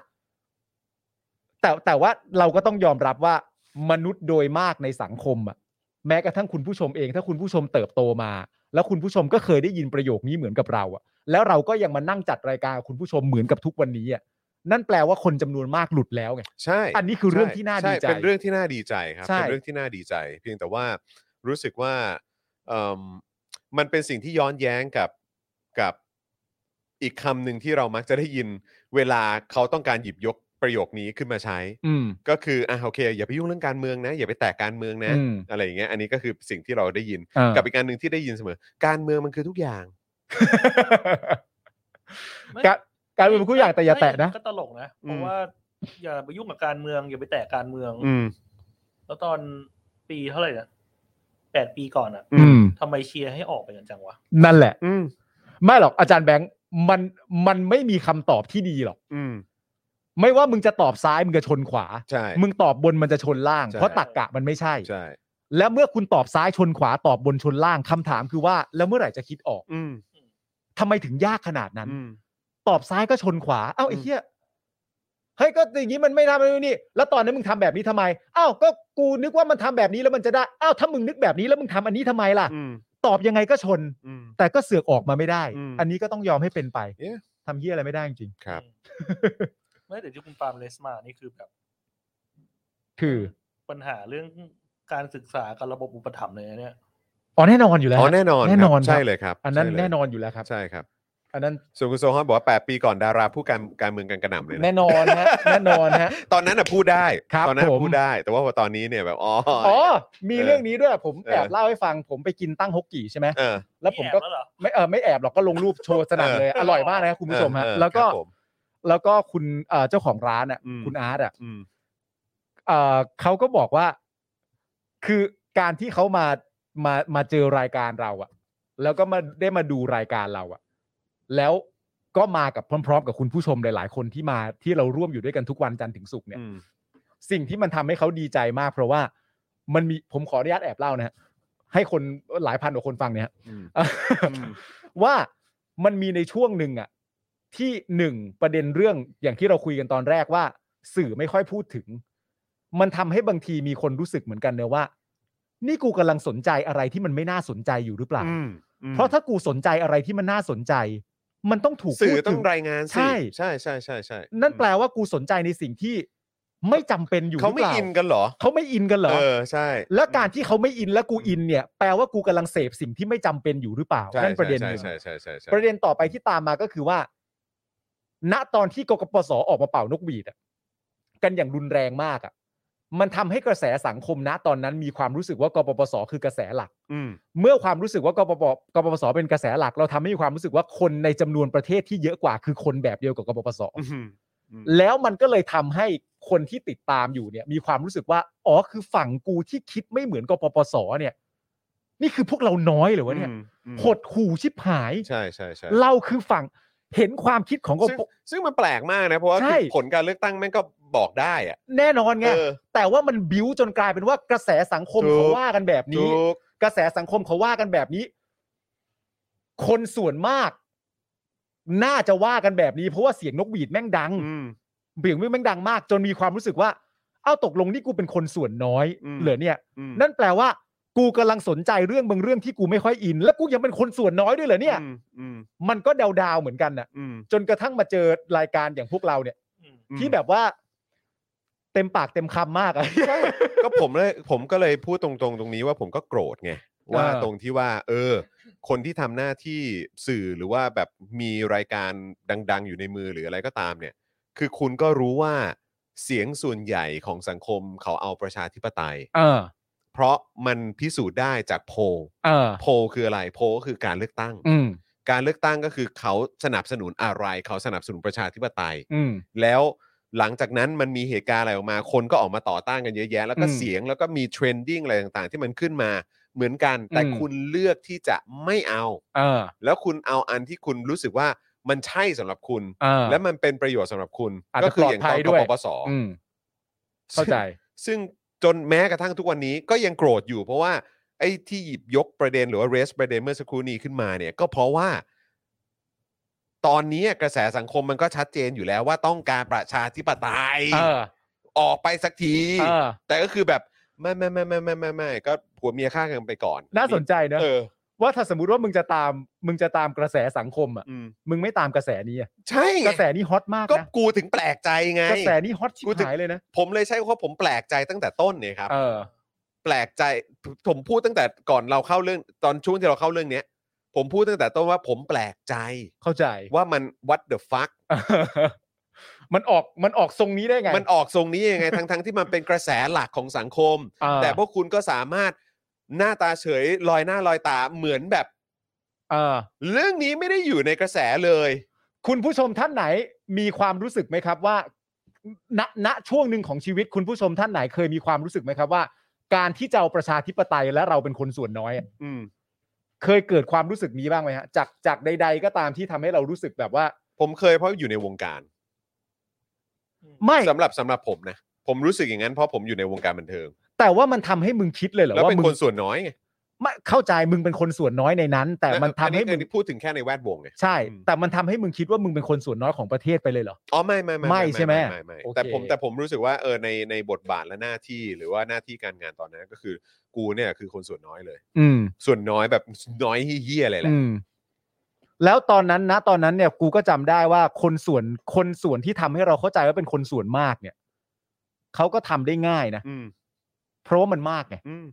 แต่แต่ว่าเราก็ต้องยอมรับว่ามนุษย์โดยมากในสังคมอะแม้กระทั่งคุณผู้ชมเอง ถ้าคุณผู้ชมเติบโตมา แล้วคุณผู้ชมก็เคยได้ยินประโยคนี้เหมือนกับเราอะแล้วเราก็ยังมานั่งจัดรายการกับคุณผู้ชมเหมือนกับทุกวันนี้อะนั่นแปลว่าคนจำนวนมากหลุดแล้วไง ใช่ อันนี้คือเรื่องที่น่าดีใจ ช่เป็นเรื่องที่น่าดีใจครับ ใช่ เป็นเรื่องที่น่าดีใจ เพียงแต่ว่ารู้สึกว่าเอิ่มมันเป็นสิ่งที่ย้อนแย้งกับกับอีกคำหนึ่งที่เรามักจะได้ยิน เวลาเขาต้องการหยิบยกประโยคนี้ขึ้นมาใช้ อืม ก็คืออ่ะโอเค อย่าไปยุ่งเรื่องการเมืองนะ อย่าไปแตะการเมืองนะ อืม อะไรอย่างเงี้ยอันนี้ก็คือสิ่งที่เราได้ยิน เออ กับอีกการหนึ่งที่ได้ยินเสมอ การเมืองมันคือทุกอย่าง ไม่ (laughs) การการเป็นผู้ใหญ่แต่อย่าแตะนะ ไม่ก็ตลกนะเพ อื ราะ ม ว่า อย่าไปยุ่งกับการเมือง อย่าไปแตะการเมือง อืม แล้วตอนปีเท่าไหร่นะแปดปีก่อนอะ อื อืม ทำไมเชียร์ให้ออกไปกันจังวะ นั่นแหละ อืม ไม่หรอกอาจารย์แบงค์มันมันไม่มีคำตอบที่ดีหรอก อืม ไม่ว่ามึงจะตอบซ้ายมึงจะชนขวา ใช่ มึงตอบบนมันจะชนล่าง ใช่ เพราะตักกะมันไม่ใช่ ใช่ แล้วเมื่อคุณตอบซ้ายชนขวาตอบบนชนล่างคำถามคือว่า แล้วเมื่อไหร่จะคิดออก อืม ทำไมถึงยากขนาดนั้น อืม ตอบซ้ายก็ชนขวา เอ้าไอ้ อืม เหี้ยเฮ้ยก็อย่างนี้มันไม่ทำอะไรนี่ แล้วตอนนั้นมึงทำแบบนี้ทำไมเอ้าก็กูนึกว่ามันทำแบบนี้แล้วมันจะได้เอ้าถ้ามึงนึกแบบนี้แล้วมึงทำอันนี้ทำไมล่ะ อืม ตอบยังไงก็ชน อืม แต่ก็เสือกออกมาไม่ได้ อืม อันนี้ก็ต้องยอมให้เป็นไป เอ๊ะ ทำเฮียอะไรไม่ได้จริง ครับ ไม่แต่ที่คุณปาล์มเลสมานี่คือแบบ ๆคือ ปัญหาเรื่องการศึกษากับระบบอุปถัมภ์เลยนะเนี่ย อ๋อแน่นอนอยู่แล้ว อ๋อแน่นอน แน่นอน ครับ ครับ ใช่เลยครับ อันนั้น ใช่เลย แน่นอนอยู่แล้วครับ ใช่ครับ อันนั้น ส่วนคุณโซฮอนบอกว่า 8 ปีก่อนดาราผู้การการเมืองกันกระหน่ำเลย แน่ นะ นอน (laughs) ฮะ แน่นอนฮะ ตอนนั้นน่ะพูดได้ ครับ ตอนนั้น ผ น่ะ ม พูดได้ แต่ว่าพอตอนนี้เนี่ยแบบอ๋ออ อ๋อ มี เออ เรื่องนี้ด้วยผม เออ แอบเล่าให้ฟัง ผมไปกินตั้งฮกกี่ใช่ไหม เออ แล้วผมก็ แอบแล้วเหรอ ไม่เออไม่แอบหรอกก็ลงรูปโชว์สนั่นเลย เออ อร่อยมากนะครับคุณผู้ชมฮะ เออเออ แล้วคก็รับผม แล้วก็คุณเอ่อเจ้าของร้านอ่ะ อืม คุณอาร์ตอ่ะ อืม เอ่อเขาก็บอกว่า คือการที่เขามามามาเจอรายการเราอ่ะ แล้วก็มาได้มาดูรายการเราอ่ะ แล้วก็มากับพร้อม ๆ กับคุณผู้ชมหลาย ๆ คนที่มาที่เราร่วมอยู่ด้วยกันทุกวันจันทร์ถึงศุกร์เนี่ย อืม สิ่งที่มันทำให้เขาดีใจมาก เพราะว่ามันมีผมขออนุญาตแอบเล่านะฮะให้คนหลายพันกว่าคนฟังเนี่ยฮะ อืม ม (laughs) ว่ามันมีในช่วงหนึ่งอะที่หนึ่งประเด็นเรื่องอย่างที่เราคุยกันตอนแรกว่า สื่อไม่ค่อยพูดถึง มันทำให้บางทีมีคนรู้สึกเหมือนกันเนอะว่า นี่กูกำลังสนใจอะไรที่มันไม่น่าสนใจอยู่หรือเปล่า อืมอืม เพราะถ้ากูสนใจอะไรที่มันน่าสนใจ มันต้องถูก สื่อพูด ต้ ถึ อง ง รายงานสิ ใช่ ใช่ใช่ใช่ใช่ นั่นแปลว่ากูสนใจในสิ่งที่ไม่จำเป็นอยู่ห เขา รือ ไม่ เปล่า อินกันเหรอ เขาไม่อินกันเหร เออใช่ แล้วการที่เขาไม่อินและกูอินเนี่ยแปลว่ากูกำลังเสพสิ่งที่ไม่จำเป็นอยู่หรือเปล่า ใช่ นั่นประเด็น ใช่ หนึ่ง ใช่ใช่ใช่ใช่ ประเด็นต่อไปที่ตามมาก็คือว่า ณตอนที่กกปสออกมาเป่านกหวีดอะกันอย่างรุนแรงมากอะมันทำให้กระแสสังคมณตอนนั้นมีความรู้สึกว่ากปปสคือกระแสหลัก อืม เมื่อความรู้สึกว่ากปปกปปสเป็นกระแสหลัก เราทำให้มีความรู้สึกว่าคนในจำนวนประเทศที่เยอะกว่า คือคนแบบเดียวกับกปปส อืมอืม แล้วมันก็เลยทำให้คนที่ติดตามอยู่เนี่ย มีความรู้สึกว่า อ๋อคือฝั่งกูที่คิดไม่เหมือนกปปสเนี่ย นี่คือพวกเราน้อยเหรอวะเนี่ย อืมอืม หดหู่ชิบหาย ใช่ใช่ใช่ เราคือฝั่งเห็นความคิดของก ซึ่ง ป ซึ่งมันแปลกมากนะ เพราะว่า ใช่ คือผลการเลือกตั้งแม่งก็บอกได้อะ แน่นอนไง เออ แต่ว่ามันบิ้วจนกลายเป็นว่ากระแสสังคม ถูก เขาว่ากันแบบ ถู นี้ ก กระแสสังคมเขาว่ากันแบบนี้ คนส่วนมาก น่าจะว่ากันแบบนี้ เพราะว่าเสียงนกหวีดแม่งดัง อืม เสียงแม่งดังมาก จนมีความรู้สึกว่า เอ้าตกลงนี่กูเป็นคนส่วนน้อย อืม เหรอเนี่ย อืม นั่นแปลว่า กูกำลังสนใจเรื่องบางเรื่องที่กูไม่ค่อยอิน และกูยังเป็นคนส่วนน้อยด้วยเหรอเนี่ย อืมอืม มันก็ดาวดาวๆเหมือนกันน่ะ อืม จนกระทั่งมาเจอรายการอย่างพวกเราเนี่ย อืม ที่แบบว่า เต็มปากเต็มคำมากอะ ใช่ก็ผมเลยผมก็เลยพูดตรงๆ ตรงนี้ว่าผมก็โกรธไงว่าตรงที่ว่า เออ คนที่ทำหน้าที่สื่อหรือว่าแบบมีรายการดัง ๆ อยู่ในมือหรืออะไรก็ตามเนี่ย คือคุณก็รู้ว่าเสียงส่วนใหญ่ของสังคมเขาเอาประชาธิปไตย เออ เพราะมันพิสูจน์ได้จากโพล เออ โพลคืออะไรโพลก็คือการเลือกตั้ง อืม การเลือกตั้งก็คือเขาสนับสนุนอะไร เขาสนับสนุนประชาธิปไตย อืม แล้วหลังจากนั้นมันมีเหตุการณ์อะไรออกมา คนก็ออกมาต่อต้านกันเยอะแยะ แล้วก็ อืม เสียงแล้วก็มีเทรนดิ้งอะไรต่างๆ ที่มันขึ้นมาเหมือนกัน แต่ อืม คุณเลือกที่จะไม่เอา เออ แล้วคุณเอาอันที่คุณรู้สึกว่ามันใช่สำหรับคุณ เออ และมันเป็นประโยชน์สำหรับคุณ อาจ ก็ จะ คืออย่างตอนกปลอดภัยด้วย ปปส อืม เข้าใจ ซึ่งจนแม้กระทั่งทุกวันนี้ก็ยังโกรธอยู่ เพราะว่าไอ้ที่หยิบยกประเด็นหรือว่าเรสประเด็นเมื่อสักครู่นี้ขึ้นมาเนี่ย ก็เพราะว่า ตอนนี้กระแสสังคมมันก็ชัดเจนอยู่แล้วว่าต้องการประชาธิปไตย เออ ออกไปสักที เออ แต่ก็คือแบบไม่ไม่ไม่ไม่ไม่ไม่ไม่ก็ผัวเมียฆ่ากันไปก่อน น่าสนใจเนอะ เออ ว่าถ้าสมมติว่ามึงจะตาม มึงจะตามกระแสสังคมอ่ะ อืม มึงไม่ตามกระแสนี้อะ ใช่ไง กระแสนี้ฮอตมาก ก็ นะ กูถึงแปลกใจไง กระแสนี้ฮอตชิบ กูถึง หายเลยนะ ผมเลยใช้คำว่าผมแปลกใจตั้งแต่ต้นเนี่ยครับ เออ แปลกใจผมพูดตั้งแต่ก่อนเราเข้าเรื่องตอนช่วงที่เราเข้าเรื่องเนี้ย ผมพูดตั้งแต่ต้นว่าผมแปลกใจ เข้าใจ ว่ามัน what the fuck มันออก มันออกทรงนี้ได้ไง มันออกทรงนี้ (laughs) ยังไง ทั้งทั้งๆที่มันเป็นกระแสหลักของสังคม เออ แต่พวกคุณก็สามารถหน้าตาเฉยลอยหน้าลอยตาเหมือนแบบ เออ เรื่องนี้ไม่ได้อยู่ในกระแสเลย คุณผู้ชมท่านไหนมีความรู้สึกไหมครับว่าณณช่วงหนึ่งของชีวิตคุณผู้ชมท่านไหนเคยมีความรู้สึกไหมครับว่า การที่จะเอาประชาธิปไตยและเราเป็นคนส่วนน้อยอะ อืม เคยเกิดความรู้สึกนี้บ้างไหมฮะจากจากใด ๆ ก็ตามที่ทำให้เรารู้สึกแบบว่า ผมเคยเพราะอยู่ในวงการ อืม (laughs) ไม่ สำหรับสำหรับผมนะ ผมรู้สึกอย่างนั้นเพราะผมอยู่ในวงการบันเทิง แต่ว่ามันทำให้มึงคิดเลยเหรอ แล้ว ว่า เป็น มึง คนส่วนน้อยไง ไม่เข้าใจมึงเป็นคนส่วนน้อยในนั้น แต่มันทำ อั ให้มึ อั ง พูดถึงแค่ในแวดวงไง ใช่ อืม แต่มันทำให้มึงคิดว่ามึงเป็นคนส่วนน้อยของประเทศไปเลยเหรอ อ๋อไม่ไม่ไม่ ไม่ใช่ไหม ไม่ไม่ โอเค แต่ผมแต่ผมรู้สึกว่าเออในในบทบาทและหน้าที่หรือว่าหน้าที่การงานตอนนั้นก็คือกูเนี่ยคือคนส่วนน้อยเลย อืม ส่วนน้อยแบบน้อยเฮี้ยๆเลยแหละ อืมแล้วตอนนั้นนะ ตอนนั้นเนี่ยกูก็จำได้ว่าคนส่วนคนส่วนที่ทำให้เราเข้าใจว่าเป็นคนส่วนมากเนี่ยเขาก็ทำได้ง่ายนะ อืม เพราะว่ามันมากไง อืม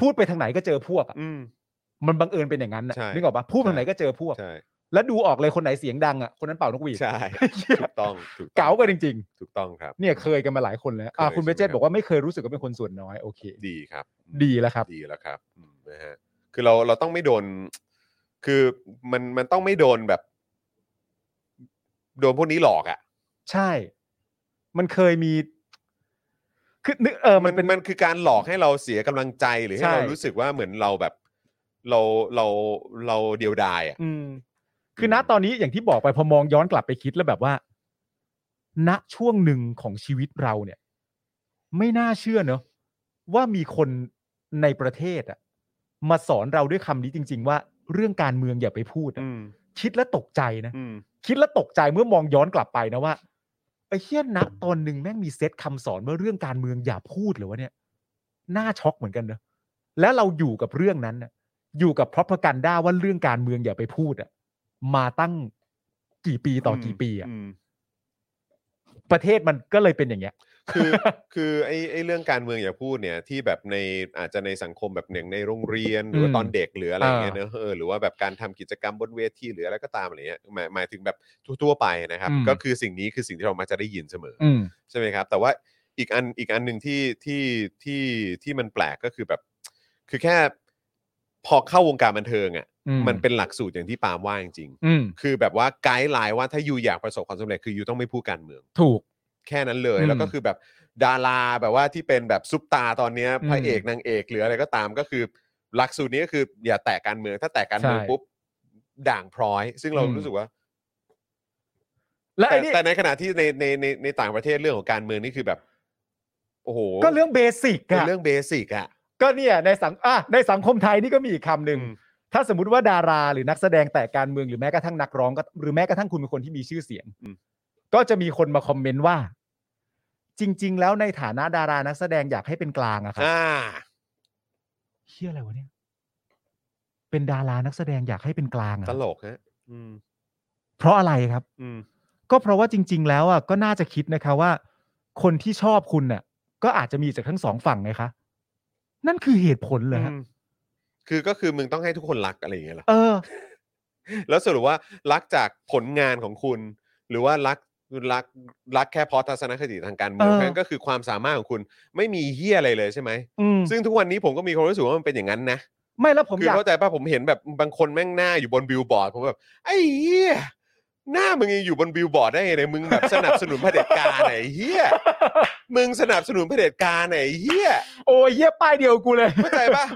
พูดไปทางไหนก็เจอพวกอะ อืม มันบังเอิญเป็นอย่างนั้นนะ ใช่ นึกออกปะพูดทางไหนก็เจอพวก ใช่ แล้วดูออกเลยคนไหนเสียงดังอ่ะคนนั้นเป่านกหวีด (laughs) ใช่ถูกต้องถูต้อง เก๋ากันจริง ถูกต้องครับ ๆ เนี่ยเคยกันมาหลายคนแล้วอ่ะ เคย คุณเบเจ ใช่ ต ไหม บอกว่าไม่เคยรู้สึกว่าเป็นคนส่วนน้อยโอเค ดีครับ ดีแล้วครับ ดีแล้วครับอืมนะฮะคือเราเราต้องไม่โดน คือมันมันต้องไม่โดนแบบ โดนพวกนี้หลอกอะ่ะ ใช่ มันเคยมีคือนึกเออ มั มัน นเป็น มันคือการหลอกให้เราเสียกำลังใจหรือให้ ใช่ เรารู้สึกว่าเหมือนเราแบบ เราเราเราเดียวดายอะ่ะ อืมคือ ม ณตอนนี้อย่างที่บอกไปพอมองย้อนกลับไปคิดแล้วแบบว่า ณช่วงหนึ่งของชีวิตเราเนี่ย ไม่น่าเชื่อเนอะว่ามีคนในประเทศอะมาสอนเราด้วยคำนี้จริง ๆ ว่าเรื่องการเมืองอย่าไปพูดอะ อืม คิดแล้วตกใจนะ อืม คิดแล้วตกใจเมื่อมองย้อนกลับไปนะว่าไอ้เฮี้ยณตอนหนึ่งแม่งมีเซตคำสอนว่าเรื่องการเมืองอย่าพูดเหรือวะเนี่ยน่าช็อกเหมือนกันเนอะแล้วเราอยู่กับเรื่องนั้นน่ะ อยู่กับพร o พกันด้าว่าเรื่องการเมืองอย่าไปพูดอะมาตั้งกี่ปีต่อกี่ปีอะ ม ประเทศมันก็เลยเป็นอย่างเงี้ย คือคือไอ้ไอ้เรื่องการเมืองอย่าพูดเนี่ย ที่แบบในอาจจะในสังคมแบบหนึ่งในโรงเรียน หรือว่า อืม ตอนเด็กหรืออะไรอย่างเงี้ย อ่า เนอะเออหรือว่าแบบการทำกิจกรรมบนเวทีหรืออะไรก็ตามอะไรเงี้ยหมายหมายถึงแบบทั่วๆไปนะครับ อืม ก็คือสิ่งนี้คือสิ่งที่เรามักจะได้ยินเสมออ อืม ใช่ไหมครับ แต่ว่าอีกอันอีกอันหนึ่งที่ที่ที่ที่มันแปลกก็คือแบบ คือแค่พอเข้าวงการบันเทิงอะ่ะ อืม มันเป็นหลักสูตรอย่างที่ปาล์มว่าจริง อืม ๆคือแบบว่าไกด์ไลน์ว่าถ้าอยู่อยากประสบความสำเร็จคืออยู่ต้องไม่พูดการเมือง ถูก แค่นั้นเลย อืม แล้วก็คือแบบดาราแบบว่าที่เป็นแบบซุปตาตอนเนี้ย อืม พระเอกนางเอกหรืออะไรก็ตามก็คือ หลักสูตรนี้ก็คืออย่าแตะการเมือง ถ้าแตะการเมือง ใช่ ปุ๊บด่างพร้อย ซึ่งเรา อืม รู้สึกว่า และ แต่ ไอ้นี่ แต่ในขณะที่ในในในในต่างประเทศเรื่องของการเมืองนี่คือแบบ โอ้โห ก็เรื่องเบสิก เป็น อะ เรื่องเบสิกอะ ก็เนี่ยในสังอ่ะในสังคมไทยนี่ก็มีอีกคำหนึ่ง อืม ถ้าสมมติว่าดาราหรือนักแสดงแต่การเมืองหรือแม้กระทั่งนักร้องก็หรือแม้กระทั่งคุณเป็นคนที่มีชื่อเสียงก็จะมีคนมาคอมเมนต์ว่า จริง ๆ แล้วในฐานะดารานักแสดงอยากให้เป็นกลางอะครับ อ่า เชี่ยอะไรวะเนี่ย เป็นดารานักแสดงอยากให้เป็นกลางอะ ตลกฮะอืม เพราะอะไรครับ อืม ก็เพราะว่าจริง ๆ แล้วอ่ะก็น่าจะคิดนะคะว่า คนที่ชอบคุณน่ะ ก็อาจจะมีจากทั้งสองฝั่งไงคะ นั่นคือเหตุผลเหรอฮะ อืมคือก็คือมึงต้องให้ทุกคนรักอะไรอย่างเงี้ยเหรอ เออ แล้วสรุปว่ารักจากผลงานของคุณ หรือว่ารักรักรักแค่เพราะทัศนคติทางการเมือง เออ แค่นั้นก็คือความสามารถของคุณไม่มีเฮี้ยอะไรเลยใช่ไหม อืม ซึ่งทุกวันนี้ผมก็มีความรู้สึกว่ามันเป็นอย่างนั้นนะ ไม่แล้วผคือ อยมาก เข้าใจป่ะผมเห็นแบบบางคนแม่งหน้าอยู่บนบิลบอร์ดผมแบบไอ้เฮี้ยหน้ามึงยังอยู่บนบิลบอร์ดได้ไงเนี่ยมึงแบบสนับสนุนเผด็จการไหนเฮี้ยมึงสนับสนุนเผด็จการไหนเฮี้ย โอ้ยเยี่ยป้ายเดียวกูเลย เข้าใจป่ะ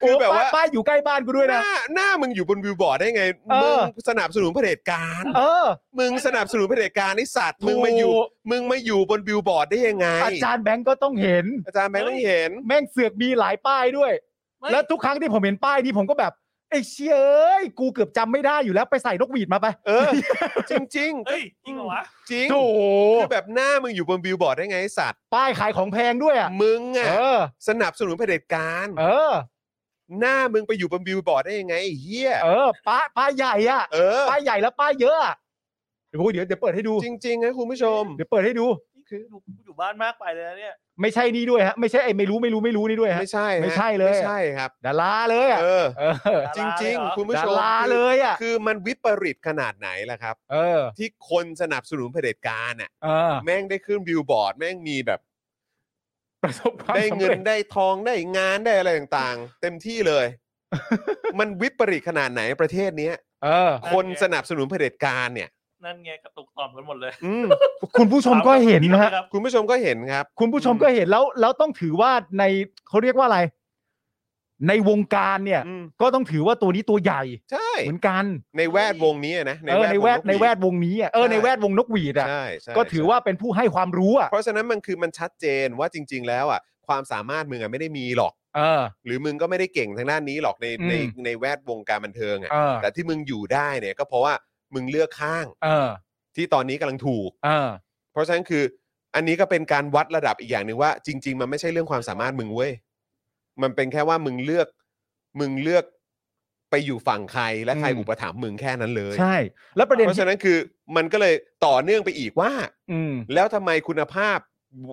โอ้ คือแบบว่า ป้ายป้ายอยู่ใกล้บ้านกูด้วย ห นะ น้าหน้ามึงอยู่บนวิวบอร์ดได้ไง เอ มึง อ สนับสนุนเผด็จการ เออ มึงสนับสนุนเผด็จการไอสัตว์มึงมาอยู่ ถูก มึงมาอยู่บนวิวบอร์ดได้ยังไง อาจารย์แบงก์ก็ต้องเห็น อาจารย์แบงค์ต้องเห็น แม่งเสือกมีหลายป้ายด้วย ไม่ แล้วทุกครั้งที่ผมเห็นป้ายนี้ผมก็แบบไอ้เชี่ยเอ้ยกูเกือบจำไม่ได้อยู่แล้วไปใส่นกหวีดมาไป เอ (laughs) อ จริงจริง เฮ้ยจริงเหรอวะ จริง โถ่ คือแบบหน้ามึงอยู่บนวิวบอร์ดได้ไงไอสัตว์ ป้ายขายของแพงด้วยอ่ะ มึงอะ เออ สนับสนุนเผด็จการ เออ หน้ามึงไปอยู่บนวิวบอร์ดได้ยังไงไอ้เฮีย เออป้ายป้ายใหญ่อ่ะ เออ ป้ายใหญ่แล้วป้ายเยอะอะเดี๋ยวกูเดี๋ยวเดี๋ยวเปิดให้ดู จริงๆนะคุณผู้ชม เดี๋ยวเปิดให้ดู นี่คืออยู่อยู่บ้านมากไปเลยนะเนี่ย ไม่ใช่นี่ด้วยฮะไม่ใช่ไอ้ไม่รู้ไม่รู้ไม่รู้นี่ด้วยฮะ ไม่ใช่ฮะ ไม่ใช่เลย ไม่ใช่ครับ ดาราเลยอ่ะ เออ เออ ดา จ ราเลยเหรอ ริง ๆ คุณผู้ ดา ชม รา คือ เลย (laughs) อ่ะ คือมันวิปริตขนาดไหนล่ะครับ เออ ที่คนสนับสนุนเผด็จการน่ะ เออ แม่งได้ขึ้นบิลบอร์ด แม่งมีแบบ ประสบความ ได้ สำ เงิ เร็ น จ ได้ทองได้งานได้อะไรต่างๆ เต็มที่ (laughs) เลย มันวิปริตขนาดไหนประเทศเนี้ย เออ คนสนับสนุนเผด็จการเนี่ย นั่นไงกระตุกต่อมกันหมดเลย อืม คุณผู้ชมก็เห็นนะฮะ ครับ คุณผู้ชมก็เห็นครับ คุณผู้ชมก็เห็นแล้วแล้วต้องถือว่าในเขาเรียกว่าอะไร ในวงการเนี่ย อืม ก็ต้องถือว่าตัวนี้ตัวใหญ่ ใช่ เหมือนกัน ในแวดวงนี้นะ เออในแวด ก ในแวด ด วงนี้อะเออ ใช่ ในแวดวงนกหวีดอ่ะ ใช่ใช่ ก็ถือว่าเป็นผู้ให้ความรู้อ่ะ เพราะฉะนั้นมันคือมันชัดเจนว่าจริง ๆ แล้วอ่ะความสามารถมึงอะไม่ได้มีหรอก เออ หรือมึงก็ไม่ได้เก่งทางด้านนี้หรอกใน อืม ในในแวดวงการบันเทิงอ่ะ เออ แต่ที่มึงอยู่ได้เนี่ยก็เพราะว่ามึงเลือกข้าง เออ ที่ตอนนี้กำลังถูก เออ เพราะฉะนั้นคือ อันนี้ก็เป็นการวัดระดับอีกอย่างหนึ่งว่า จริง ๆ มันไม่ใช่เรื่องความสามารถมึงเว้ย มันเป็นแค่ว่ามึงเลือก มึงเลือกไปอยู่ฝั่งใครและใคร อืม อุปถัมภ์มึงแค่นั้นเลย ใช่ แล้วประเด็น เพราะ ที่ ฉะนั้นคือมันก็เลยต่อเนื่องไปอีกว่า อืม แล้วทำไมคุณภาพ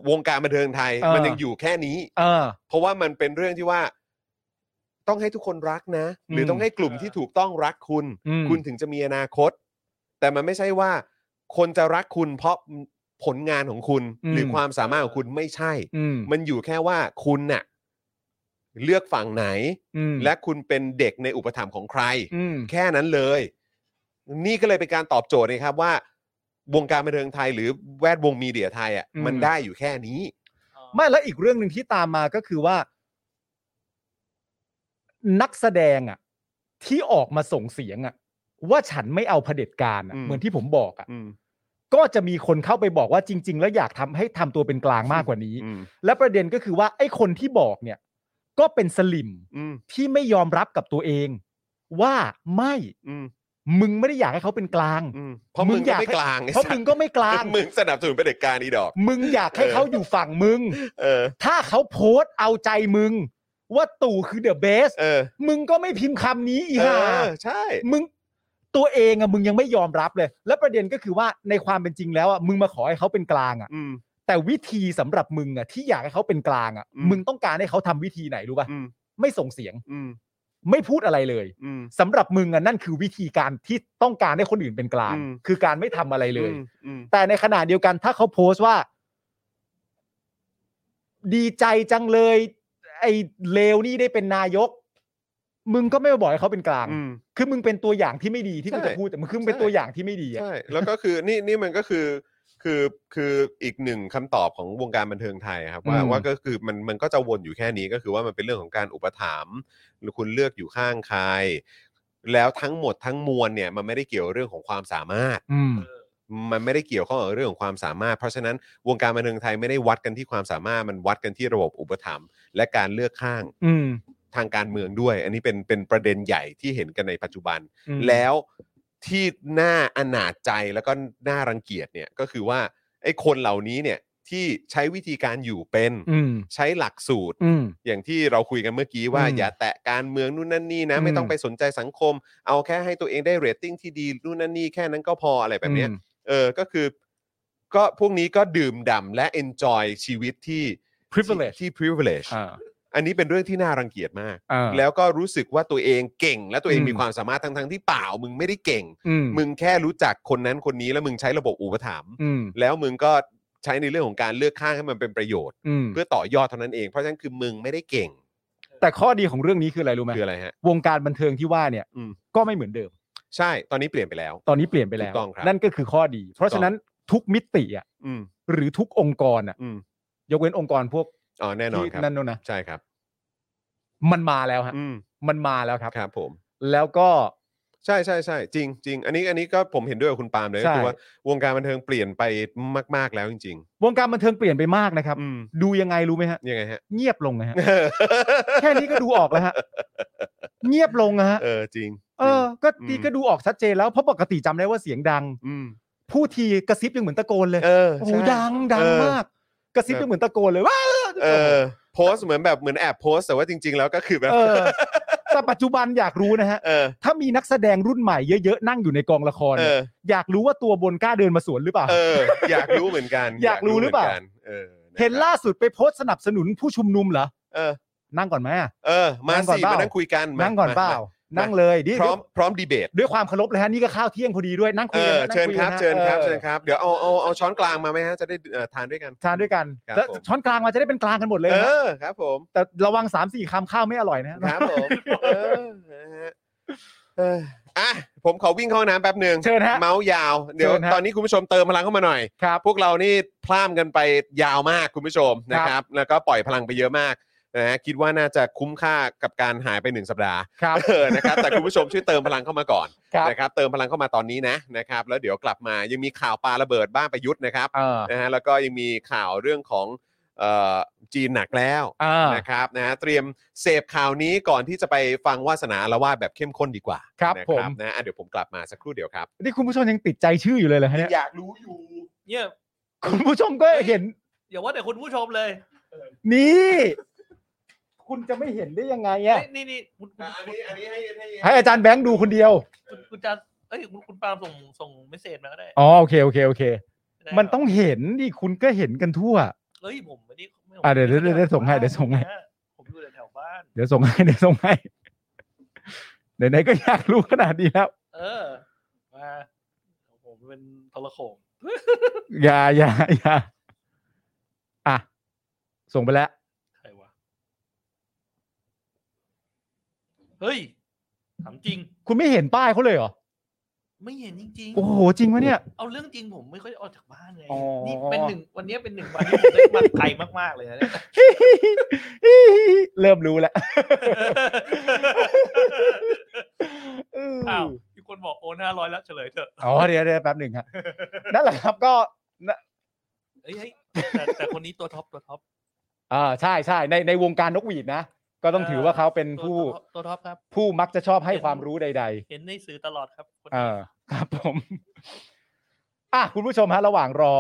วงการบันเทิงไทย เออ มันยังอยู่แค่นี้ เออ เพราะว่ามันเป็นเรื่องที่ว่า ต้องให้ทุกคนรักนะ หรืออ ม ต้องให้กลุ่มที่ถูกต้องรักคุณ อืม คุณถึงจะมีอนาคต แต่มันไม่ใช่ว่า คนจะรักคุณเพราะผลงานของคุณ หรือความสามารถของคุณไม่ใช่ อืม มันอยู่แค่ว่าคุณน่ะ เลือกฝั่งไหน อืม และคุณเป็นเด็กในอุปถัมภ์ของใคร อืม แค่นั้นเลย นี่ก็เลยเป็นการตอบโจทย์นะครับว่า วงการบันเทิงไทยหรือแวดวงมีเดียไทยอ่ะ อืม มันได้อยู่แค่นี้ เออ ไม่แล้วอีกเรื่องหนึ่งที่ตามมาก็คือว่า นักแสดงอ่ะ ที่ออกมาส่งเสียงอ่ะ ว่าฉันไม่เอาเผด็จการอะ อืม เหมือนที่ผมบอกอ่ะ อืม ก็จะมีคนเข้าไปบอกว่าจริง ๆ แล้วอยากทำให้ทำตัวเป็นกลางมากกว่านี้ อืม และประเด็นก็คือว่าไอ้คนที่บอกเนี่ย ก็เป็นสลิม อืม ที่ไม่ยอมรับกับตัวเอง ว่าไม่ อืม มึงไม่ได้อยากให้เขาเป็นกลาง อืมเพราะ มึ มึ ง ง อ ก็ ยาก ไม่กลางไอ้ เพราะ สัต มึง ว์ ก็ไม่กลาง (laughs) มึงสนับสนุนเผด็จการนี่ดอก มึงอยากให้เขาอยู่ฝั่งมึง เออ ถ้าเขาโพสต์เอาใจมึง ว่าตู่คือเดอะเบส เออ มึงก็ไม่พิมพ์คำนี้อี เอ ห่า อใช่ มึงตัวเองอะมึงยังไม่ยอมรับเลย และประเด็นก็คือว่าในความเป็นจริงแล้วอะมึงมาขอให้เขาเป็นกลางอะ อืม แต่วิธีสำหรับมึงอะที่อยากให้เขาเป็นกลางอะ อืม มึงต้องการให้เขาทำวิธีไหนรู้ป่ะ อืม ไม่ส่งเสียง อืม ไม่พูดอะไรเลย อืม สำหรับมึงอะนั่นคือวิธีการที่ต้องการให้คนอื่นเป็นกลาง อืม คือการไม่ทำอะไรเลย อืมอืม แต่ในขณะเดียวกันถ้าเขาโพสต์ว่า ดีใจจังเลย ไอ้เลวนี่ได้เป็นนายก มึงก็ไม่มาบอกให้เขาเป็นกลาง อืม คือมึงเป็นตัวอย่างที่ไม่ดีที่กู ใช่ จะพูดแต่มึงคือมึงเป็น ใช่ ตัวอย่างที่ไม่ดีอะ ใช่ แล้วก็คือนี่นี่มันก็คือ คือคืออีกหนึ่งคำตอบของวงการบันเทิงไทยครับว่า อืม ว่าก็คือมันมันก็จะวนอยู่แค่นี้ก็คือว่ามันเป็นเรื่องของการอุปถัมภ์หรือคุณเลือกอยู่ข้างใครแล้วทั้งหมดทั้งมวลเนี่ยมันไม่ได้เกี่ยวเรื่องของความสามารถ อืม มันไม่ได้เกี่ยวข้องกับเรื่องของความสามารถ เพราะฉะนั้นวงการบันเทิงไทยไม่ได้วัดกันที่ความสามารถมันวัดกันที่ระบบอุปถัมภ์และการเลือกข้าง อืม ทางการเมืองด้วย อันนี้เป็นเป็นประเด็นใหญ่ที่เห็นกันในปัจจุบัน อืม แล้วที่น่าอนาจใจแล้วก็น่ารังเกียจเนี่ยก็คือว่าไอ้คนเหล่านี้เนี่ยที่ใช้วิธีการอยู่เป็น อืม ใช้หลักสูตร อืม อย่างที่เราคุยกันเมื่อกี้ว่า อืม อย่าแตะการเมืองนู่นนั่นนี่นะ อืม ไม่ต้องไปสนใจสังคม เอาแค่ให้ตัวเองได้เรตติ้งที่ดีนู่นนั่นนี่แค่นั้นก็พออะไรแบบเนี้ย เออ ก็คือ ก็พวกนี้ก็ดื่มด่ำและ enjoy ชีวิตที่ privilege ที่ privilege อ่า อันนี้เป็นเรื่องที่น่ารังเกียจมาก อ่า แล้วก็รู้สึกว่าตัวเองเก่ง และตัวเอง อืม มีความสามารถทั้งทั้งๆที่เปล่า มึงไม่ได้เก่ง อืม มึงแค่รู้จักคนนั้นคนนี้แล้วมึงใช้ระบบอุปถัมภ์ อืม แล้วมึงก็ใช้ในเรื่องของการเลือกข้างให้มันเป็นประโยชน์ อืม เพื่อต่อยอดเท่านั้นเอง เพราะฉะนั้นคือมึงไม่ได้เก่ง แต่ข้อดีของเรื่องนี้คืออะไรรู้ไหม คืออะไรฮะ วงการบันเทิงที่ว่าเนี่ย อืม ก็ไม่เหมือนเดิม ใช่ ตอนนี้เปลี่ยนไปแล้ว ตอนนี้เปลี่ยนไปแล้ว ถูกต้องครับ นั่นก็คือข้อดี เพราะฉะนั้นทุกมิติอ่ะ อืม หรือทุกองค์กรอ่ะ อืม ยกเว้นองค์กรพวก อ๋อแน่นอน ที่ ครับ นั่นนู่นนะ ใช่ครับ มันมาแล้วฮะ อืม มันมาแล้วครับ ครับผม แล้วก็ ใช่ใช่ใช่จริงจริงอันนี้อันนี้ก็ผมเห็นด้วยกับคุณปาล์มเลย ใช่ ก็คือว่าวงการบันเทิงเปลี่ยนไปมาก ๆ แล้วจริง วงการบันเทิงเปลี่ยนไปมากนะครับ ๆ อืม ดูยังไงรู้ไหมฮะ ยังไงฮะ เงียบลงนะฮะ แค่นี้ก็ดูออกแล้ว (laughs) ฮะ เงียบลงนะฮะ เออจริง เออ ก็ อืม ดีก็ดูออกชัดเจนแล้วเพราะปกติจำได้ว่าเสียงดัง อืม พูดทีกระซิบยังเหมือนตะโกนเลย เออ โอ้โห ใช่ ดังดั เองอ มาก กระซิบยังเหมือนตะโกนเลยว้า เออโพสต์เหมือนแบบเหมือนแอบโพสต์แต่ว่าจริง ๆ แล้วก็คือแบบ เออ แต่ปัจจุบันอยากรู้นะฮะ เออ ถ้ามีนักแสดงรุ่นใหม่เยอะๆนั่งอยู่ในกองละคร เอ เนี่ย อ อยากรู้ว่าตัวบนกล้าเดินมาสวนหรือเปล่า เออ อยากรู้เหมือนกัน อยากรู้หรือเปล่า ยกมืนกันเออ เห็นล่าสุดไปโพสต์สนับสนุนผู้ชุมนุมเหรอ เออ นั่งก่อนไหมอะ เออ มา ก่อ สิมานั่งคุยกันม นั่งก่อน ม เปล่า า นั่งเลยดิ พร้อมพร้อมดีเบต ด้วยความเคารพเลยฮะนี่ก็ข้าวเที่ยงพอดีด้วยนั่งคุ เอย กั อ นั่ง เชิญ ย ค กั รับ ฮะ เชิญครับ ออ เชิญครับเดี๋ยวเอาเอาเอาช้อนกลางมาไหมฮะจะได้เอ่อทานด้วยกัน ทานด้วยกัน ครับ แล้ว ผม ช้อนกลางมาจะได้เป็นกลางกันหมดเลย เอ นะฮะ อครับผม แต่ระวัง3ามสี่คำข้าวไม่อร่อยนะฮะ ครับผมเออนะฮะเอออ่ะผมขอวิ่งเข้าห้องน้ำแป๊บหนึ่ง เชิญฮะ เมาส์ยาว เดี๋ยว เชิญฮะ ตอนนี้คุณผู้ชมเติมพลังเข้ามาหน่อย ครับ พวกเรานี่พลามกันไปยาวมากคุณผู้ชมนะครับ แล้วก็ปล่อยพลังไปเยอะมากนะฮะคิดว่าน่าจะคุ้มค่ากับการหายไปหนึ่งสัปดาห์ ครับ เออนะครับแต่คุณผู้ชมช่วยเติมพลังเข้ามาก่อน ครับ นะครับ เติมพลังเข้ามาตอนนี้นะนะครับ แล้วเดี๋ยวกลับมายังมีข่าวปลาระเบิดบ้านประยุทธ์นะครับ เออ นะฮะแล้วก็ยังมีข่าวเรื่องของเอ่อจีนหนักแล้ว อ่า นะครับนะฮะเตรียมเสพข่าวนี้ก่อนที่จะไปฟังวาสนาละว่าดแบบเข้มข้นดีกว่า ครับ นะ ผม นะอ่ะเดี๋ยวผมกลับมาสักครู่เดียวครับ นี่คุณผู้ชมยังติดใจชื่ออยู่เลยเหรอฮะเนี่ย อยากรู้อยู่ เนี่ย คุณผู้ชมก็เห็น อย่าว่าแต่คุณผู้ชมเลย นี่ คุณจะไม่เห็นได้ยังไงอะ นี่นี่คุณคุณ อันนี้อันนี้ให้ให้ ให้อาจารย์แบงค์ดูคนเดียว คุณคุณจะเอ้ยคุณคุณปาล์มส่งส่งเมสเซจมาก็ได้ อ๋อโอเคโอเคโอเค ได้ มันต้องเห็นดิคุณก็เห็นกันทั่ว เฮ้ยผมไม่ได้ไม่ อ่ะเดี๋ยวเดี๋ยวเดี๋ยวส่งให้เดี๋ยวส่งให้ ผมอยู่แถวบ้าน เดี๋ยวส่งให้เดี๋ (laughs) ยวส่งให้ไหนๆก็อยากรู้ขนาดนี้แล้ว เออมาผมเป็นโทรโขง อย่าอย่าอย่าอ่ะส่งไปแล้ว ใครวะเฮ้ยถามจริง คุณไม่เห็นป้ายเขาเลยเหรอ ไม่เห็นจริง โอ้โหจริงวะเนี่ย (laughs) ๆ เอาเรื่องจริงผมไม่ค่อยได้ออกจากบ้านเลย อ๋อ นี่เป็นหนึ่งวันนี้เป็นหนึ่งวันที่ผมได้มาไกลมากๆเลยนะเนี่ย เริ่มรู้แล้ว อ้าวมีคนบอกโอนห้าร้อยแล้วเฉลยเถอะ อ๋อเดี๋ยวเดี๋ยวแป๊บหนึ่งครับนั่นแหละครับก็ เอ้ยเฮ้ยแต่แต่คนนี้ตัวท็อปตัวท็อป อ่าใช่ใช่ในในวงการนกหวีดนะ ก็ต้องถือว่าเขาเป็น ตัว ผู้ ตัวตัวท็อปครับ ผู้มักจะชอบให้ความรู้ใด เห็นในสื่อตลอดครับคน ๆ เอ นี้ อครับผม (laughs) อ่ะคุณผู้ชมฮะระหว่างรอ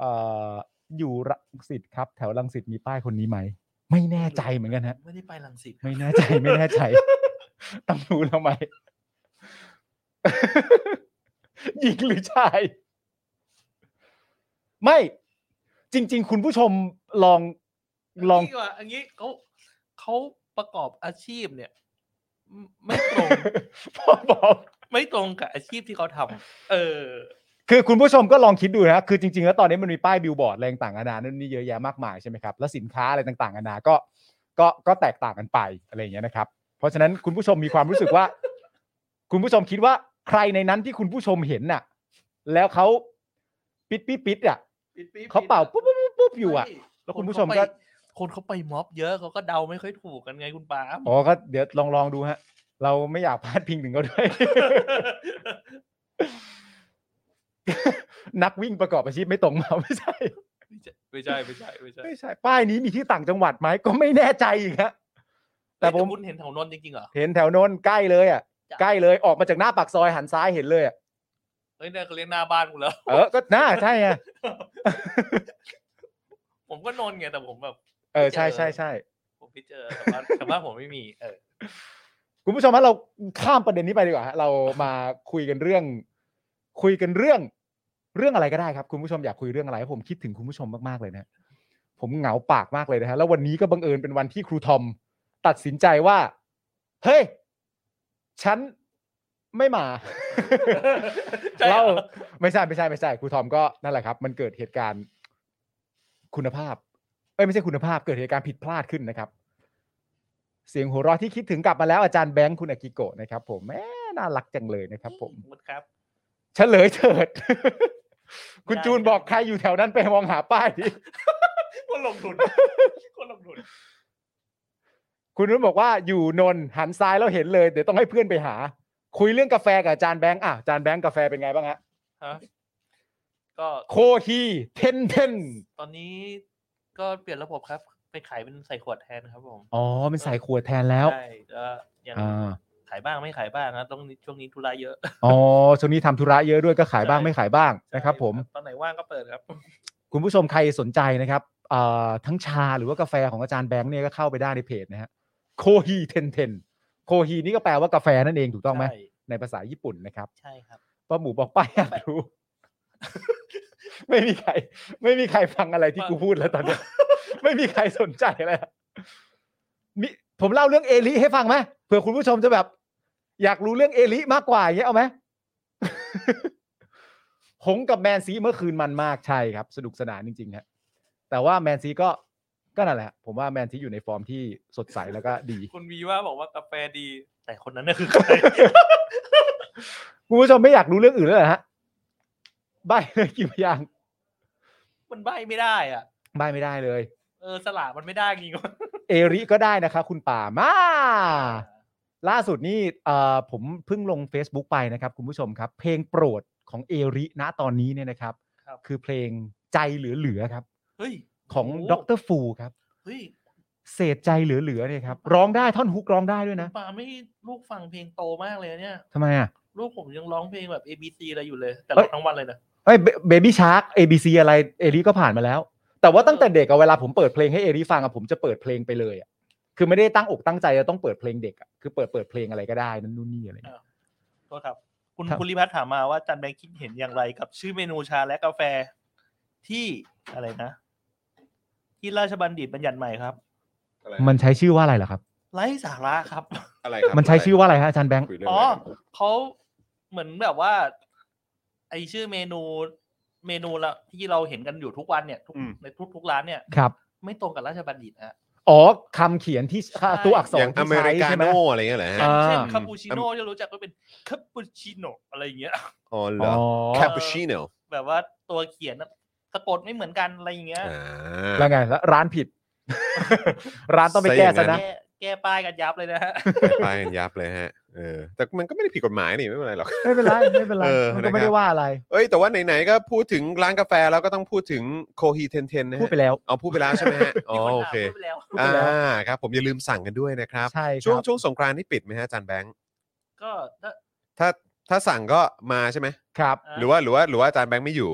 เอ่ออยู่รังสิตครับ แถวรังสิตมีป้ายคนนี้ไหม ไม่แน่ใจเหมือนกันฮะ ไม่ได้ไปลังสิต ไม่แน่ใจไม่แน่ใจ (laughs) ต้องรู้แล้วไหม (laughs) หญิงหรือชาย ไม่ จริง ๆ คุณผู้ชมลองลอง (laughs) นนี้ดีกว่าอันนี้เขาเขาประกอบอาชีพเนี่ย ไม่ตรง พ่อบอก ไม่ตรงกับอาชีพที่เขาทำเออ คือคุณผู้ชมก็ลองคิดดูนะคือจริงๆ แล้วตอนนี้มันมีป้ายบิลบอร์ดอะไรต่างๆนานานู่นนี่เยอะแยะมากมายใช่ไหมครับ แล้วสินค้าอะไรต่างๆนานาก็ก็ก็แตกต่างกันไปอะไรอย่างเงี้ยนะครับ เพราะฉะนั้นคุณผู้ชมมีความรู้สึกว่า คุณผู้ชมคิดว่าใครในนั้นที่คุณผู้ชมเห็นน่ะ แล้วเขา ปิดปิดปิดอ่ะ ปิ๊ดปิ๊ด เขาเป่าปุ๊บปุ๊บปุ๊บปุ๊บอยู่อ่ะ ใช่ แล้วคุณผู้ชมก็ นเขาไปคนเขาไปม็อบเยอะเขาก็เดาไม่ค่อยถูกกันไงคุณปาล์ม อ๋อก็เดี๋ยวลองลองดูฮะ เราไม่อยากพลาดพิงถึงเขาด้วย (laughs) นักวิ่งประกอบอาชีพไม่ตรงมาไม่ใช่ ไม่ใช่ (laughs) ไม่ใช่ไม่ใช่ไม่ใช่ ไม่ใช่ ป้ายนี้มีที่ต่างจังหวัดไหมก็ไม่แน่ใจอีกฮะแต่ แต่ ผม คุณเห็นแถวนนท์จริงๆเหรอ เห็นแถวโน้นใกล้เลยอ่ะ จ้ะ ใกล้เลยออกมาจากหน้าปากซอยหันซ้ายเห็นเลยอะ เฮ้ยเนี่ยเขาเรียกหน้าบ้านกู (laughs) แล้ว เออก็น่าใช่ฮะ ผมก็นนท์ไงแต่ผมแบบ เออใช่ใช่ใช่ ผมไปเจอแต่ว่าแต่ว่าผมไม่มี เออ คุณผู้ชมฮะเราข้ามประเด็นนี้ไปดีกว่าฮะเรามาคุยกันเรื่อง คุยกันเรื่อง เรื่องอะไรก็ได้ครับ คุณผู้ชมอยากคุยเรื่องอะไร ผมคิดถึงคุณผู้ชมมากๆเลยนะ ผมเหงาปากมากเลยนะฮะแล้ววันนี้ก็บังเอิญเป็นวันที่ครูทอม ตัดสินใจว่า เฮ้ยฉันไม่มา ใช่ห เรา อ ไม่ใช่ไม่ใช่ไม่ใช่ครูทอมก็นั่นแหละครับ มันเกิดเหตุการณ์คุณภาพ เอ้ยไม่ใช่คุณภาพเกิดเหตุการณ์ผิดพลาดขึ้นนะครับ เสียงหัวเราะที่คิดถึงกลับมาแล้วอาจารย์แบงค์คุณอากิโกะนะครับ ผมแหม่น่ารักจังเลยนะครับผม มดครับ เฉลยเถิด (laughs) คุณ ได้ จูน ได้ บอกใครอยู่แถวนั้นไปมองหาป้ายดิ คนลงทุนคนลงทุน คุณนุ่นบอกว่าอยู่นนท์หันซ้ายแล้วเห็นเลยเดี๋ยวต้องให้เพื่อนไปหา คุยเรื่องกาแฟกับอาจารย์แบงค์อ่ะอาจารย์แบงค์กาแฟเป็นไงบ้างฮะ ฮะก็ โคฮีเทนเทน ตอนนี้ก็เปลี่ยนระบบครับ ไปขายเป็นใส่ขวดแทนครับผม อ๋อเป็นสายขวดแทนแล้ว ใช่ก็ยัง อ่า ขายบ้างไม่ขายบ้างนะต้องช่วงนี้ธุระเยอะ อ๋อช่วงนี้ทำธุระเยอะด้วยก็ขายบ้าง ใช่ ไม่ขายบ้าง (laughs) นะครับ ผม ตอนไหนว่างก็เปิดครับ คุณผู้ชมใครสนใจนะครับเอ่อทั้งชาหรือว่ากาแฟของอาจารย์แบงค์เนี่ยก็เข้าไปได้ในเพจนะฮะโคฮีเทนเทนโคฮีนี่ก็แปลว่ากาแฟนั่นเองถูกต้องไหม ใช่ ในภาษาญี่ปุ่นนะครับ ใช่ครับ ป้าหมูบอกป้าอยาก (laughs) รู้ ไม่มีใคร ไม่มีใครฟังอะไรที่กูพูดแล้วตอนเนี้ย (laughs) ไม่มีใครสนใจแล้วมีผมเล่าเรื่องเอลิให้ฟังไหมเผื่อคุณผู้ชมจะแบบ อยากรู้เรื่องเอลิมากกว่าอย่างเงี้ยเอาไหม (laughs) หงส์กับแมนซีเมื่อคืนมันมากใช่ครับ สนุกสนานจริงๆฮะแต่ว่าแมนซีก็ก็นั่นแหละ ผมว่าแมนซีอยู่ในฟอร์มที่สดใสแล้วก็ดี คุณวีว่าบอกว่ากาแฟดี แต่คนนั้นน่ะคือใคร คุณผู้ชมไม่อยากรู้เรื่องอื่นแล้วเหรอฮะใบเลย (laughs) กี่พยางค์ (laughs) มันใบไม่ได้อ่ะ ใบไม่ได้เลย เออสลากมันไม่ได้จริงวะ เอริก็ได้นะคะคุณป่ามา ล่าสุดนี่เอ่อผมเพิ่งลง Facebook ไปนะครับคุณผู้ชมครับ เพลงโปรดของเอริณตอนนี้เนี่ยนะครับ ครับ คือเพลงใจเหลือๆครับ (laughs) เฮ้ย ของ โโห ดรฟูครับ เฮ้ย เศษใจเหลือๆเนี่ยครับ ร้องได้ท่อนฮุกร้องได้ด้วยนะ ปาไม่ลูกฟังเพลงโตมากเลยเนี่ย ทำไมอ่ะ ลูกผมยังร้องเพลงแบบ A B C อะไรอยู่เลย แต่ เอ้ ร้อย งทั้งวันเลยนะ เอ้ยเบบี้ชาร์ก ABC อะไรเอริก็ผ่านมาแล้ว แต่ว่าตั้งแต่เด็กอะเวลาผมเปิดเพลงให้เอริฟังอะผมจะเปิดเพลงไปเลยอะคือไม่ได้ตั้งอกตั้งใจจะต้องเปิดเพลงเด็กอะคือเปิดเปิดเพลงอะไรก็ได้นั่นนู่นนี่อะไรอย่างเงี้ย โทษครับ คุณ ครับ คุณริพัฒน์ถามมาว่าจันแบงค์คิดเห็นอย่างไรกับชื่อเมนูชาและกาแฟที่อะไรนะ ที่ราชบัณฑิตบัญญัติใหม่ครับ อะไร มันใช้ชื่อว่าอะไรเหรอครับ ไร้สาระครับ อะไรครับ มันใช้ชื่อว่าอะไรฮะอาจารย์แบงค์ คุยเรื่อง อ๋อ อะไรครับ เขาเหมือนแบบว่า ไอชื่อเมนูเมนูละที่เราเห็นกันอยู่ทุกวันเนี่ยทุกในทุกทุกร้านเนี่ย ครับ ไม่ตรงกับราชบัณฑิตฮะ อ๋อคำเขียนที่อ่า ใช่ ตัวอักษ อ ร ย่างอ ที่ เม ใช้ ริกา ใช่ไหม โน่อะไรอย่างเงี้ยเหรอฮะ อ่า เช่นคาปูชิโน่จะรู้จักก็เป็นคาปูชิโน่อะไรอย่างเงี้ย อ๋อเหร อ๋ อ อ คาปูชิโน่ แบบว่าตัวเขียนน่ะสะกดไม่เหมือนกันอะไรอย่างเงี้ย อ่า แล้วไงแล้วร้านผิด (laughs) ร้านต้องไป ซะอ แก้ ย่างนั้นซะนะ แก้แก้ป้ายกันยับเลยนะฮะ ไปกันยับเลยฮะเออแต่มันก็ไม่ได้ผิดกฎหมายนี่ไม่เป็นไรหรอก ไม่เป็นไรไม่เป็นไร เออ มันก็ นะครับ ไม่ได้ว่าอะไร เอ้ยแต่ว่าไหนๆก็พูดถึงร้านกาแฟแล้วก็ต้องพูดถึงโคฮีเทนเทนนะ พูด ฮะ ไปแล้ว เอาพูดไปแล้วใช่ไหมฮะอ๋อ มีนถาม โอเค พูดไปแล้ว พูด อ่ ไปแล้ว าครับ ผมอย่าลืมสั่งกันด้วยนะครับ ใช่ ช่วง ครับ ช่วงสงกรานต์ที่ปิดไหมฮะอาจารย์แบงค์ ก็ถ้า ถ้าถ้าสั่งก็มาใช่ไหม ครับ อ่ะ หรือว่าหรือว่าหรือว่าอาจารย์แบงค์ไม่อยู่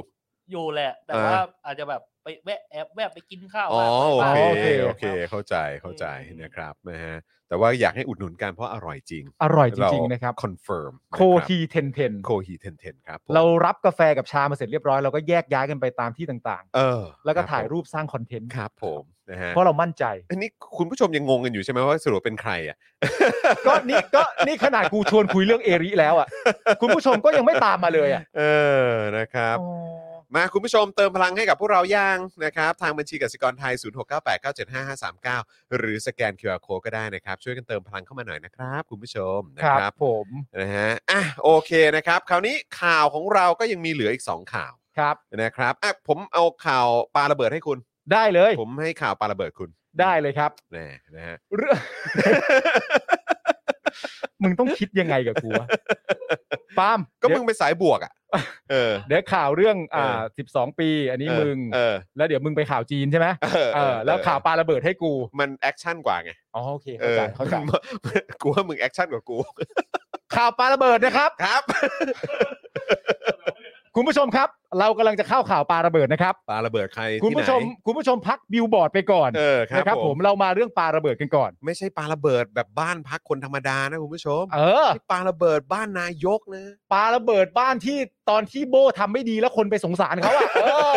อยู่แหละ แต่ อ่า ว่าอาจจะแบบไปแวะแอบแวะไปกินข้าว อ๋อโอ บ้าง เคโอเคไปบ้าง โอเค เข้าใจเข้าใจ อืม นะครับนะฮะแต่ว่าอยากให้อุดหนุนกันเพราะอร่อยจริง อร่อยจริง ๆ นะครับ คอนเฟิร์ม โคฮีเทนเทน โคฮีเทนเทนครับผม เรารับกาแฟกับชามาเสร็จเรียบร้อยเราก็แยกย้ายกันไปตามที่ต่าง เออ ๆ แล้วก็ คบ ถ่าย ผม รูปสร้างคอนเทนต์ ครับผมนะฮะ เพราะเรามั่นใจ อันนี้คุณผู้ชมยังงงกันอยู่ใช่ไหมว่าสรุปเป็นใครอ่ะ ก็นี่ก็นี่ขนาดกูชวนคุยเรื่องเอริแล้วอ่ะคุณผู้ชมก็ยังไม่ตามมาเลยอ่ะ เออนะครับ อ๋อ มาคุณผู้ชมเติมพลังให้กับพวกเราย่างนะครับ ทางบัญชีกสิกรไทย 0698975539 หรือสแกน QR Code ก็ได้นะครับ ช่วยกันเติมพลังเข้ามาหน่อยนะครับ คุณผู้ชมนะ ค ครั รั บบ ผม นะฮะอ่ะโอเคนะครับ คราวนี้ข่าวของเราก็ยังมีเหลืออีก 2 ข่าว ครับ นะครับอ่ะผมเอาข่าวปาระเบิดให้คุณ ได้เลย ผมให้ข่าวปาระเบิดคุณ ได้เลยครับ แน่นะฮะ เรื่อง (laughs) มึงต้องคิดยังไงกับกูวะปาล์ม ก็ เดี๋ มึ ยว งไปนสายบวกอ่ะ เออ เดี๋ยวข่าวเรื่องอ่า เออ สิบสองปี (laughs) อันนี้ เออ มึง เออ แล้วเดี๋ยวมึงไปข่าวจีนใช่ไหม เออ เออ แล้วข่าวปาระเบิดให้กู มันแอคชั่นกว่าไง อ๋อโอเค เออเข้าใจเข้าใจ มึงกูว่า (laughs) มึงแอคชั่นกว่ากู ข่าวปาระเบิดนะครับ ครับ คุณผู้ชมครับ เรากำลังจะเข้าข่าวปาระเบิดนะครับ ปาระเบิดใคร คุณผู้ชม ที่ไห คุณผู้ชมพักบิลบอร์ดไปก่อน นเออค นะรัครั บบ ผ ผม มเรามาเรื่องปาระเบิดกันก่อน ไม่ใช่ปาระเบิดแบบบ้านพักคนธรรมดานะคุณผู้ชม เออ นี่ปาระเบิดบ้านนายกนะ ปาระเบิดบ้านที่ตอนที่โบทำไม่ดีแล้วคนไปสงสารเขาอ่ะเออ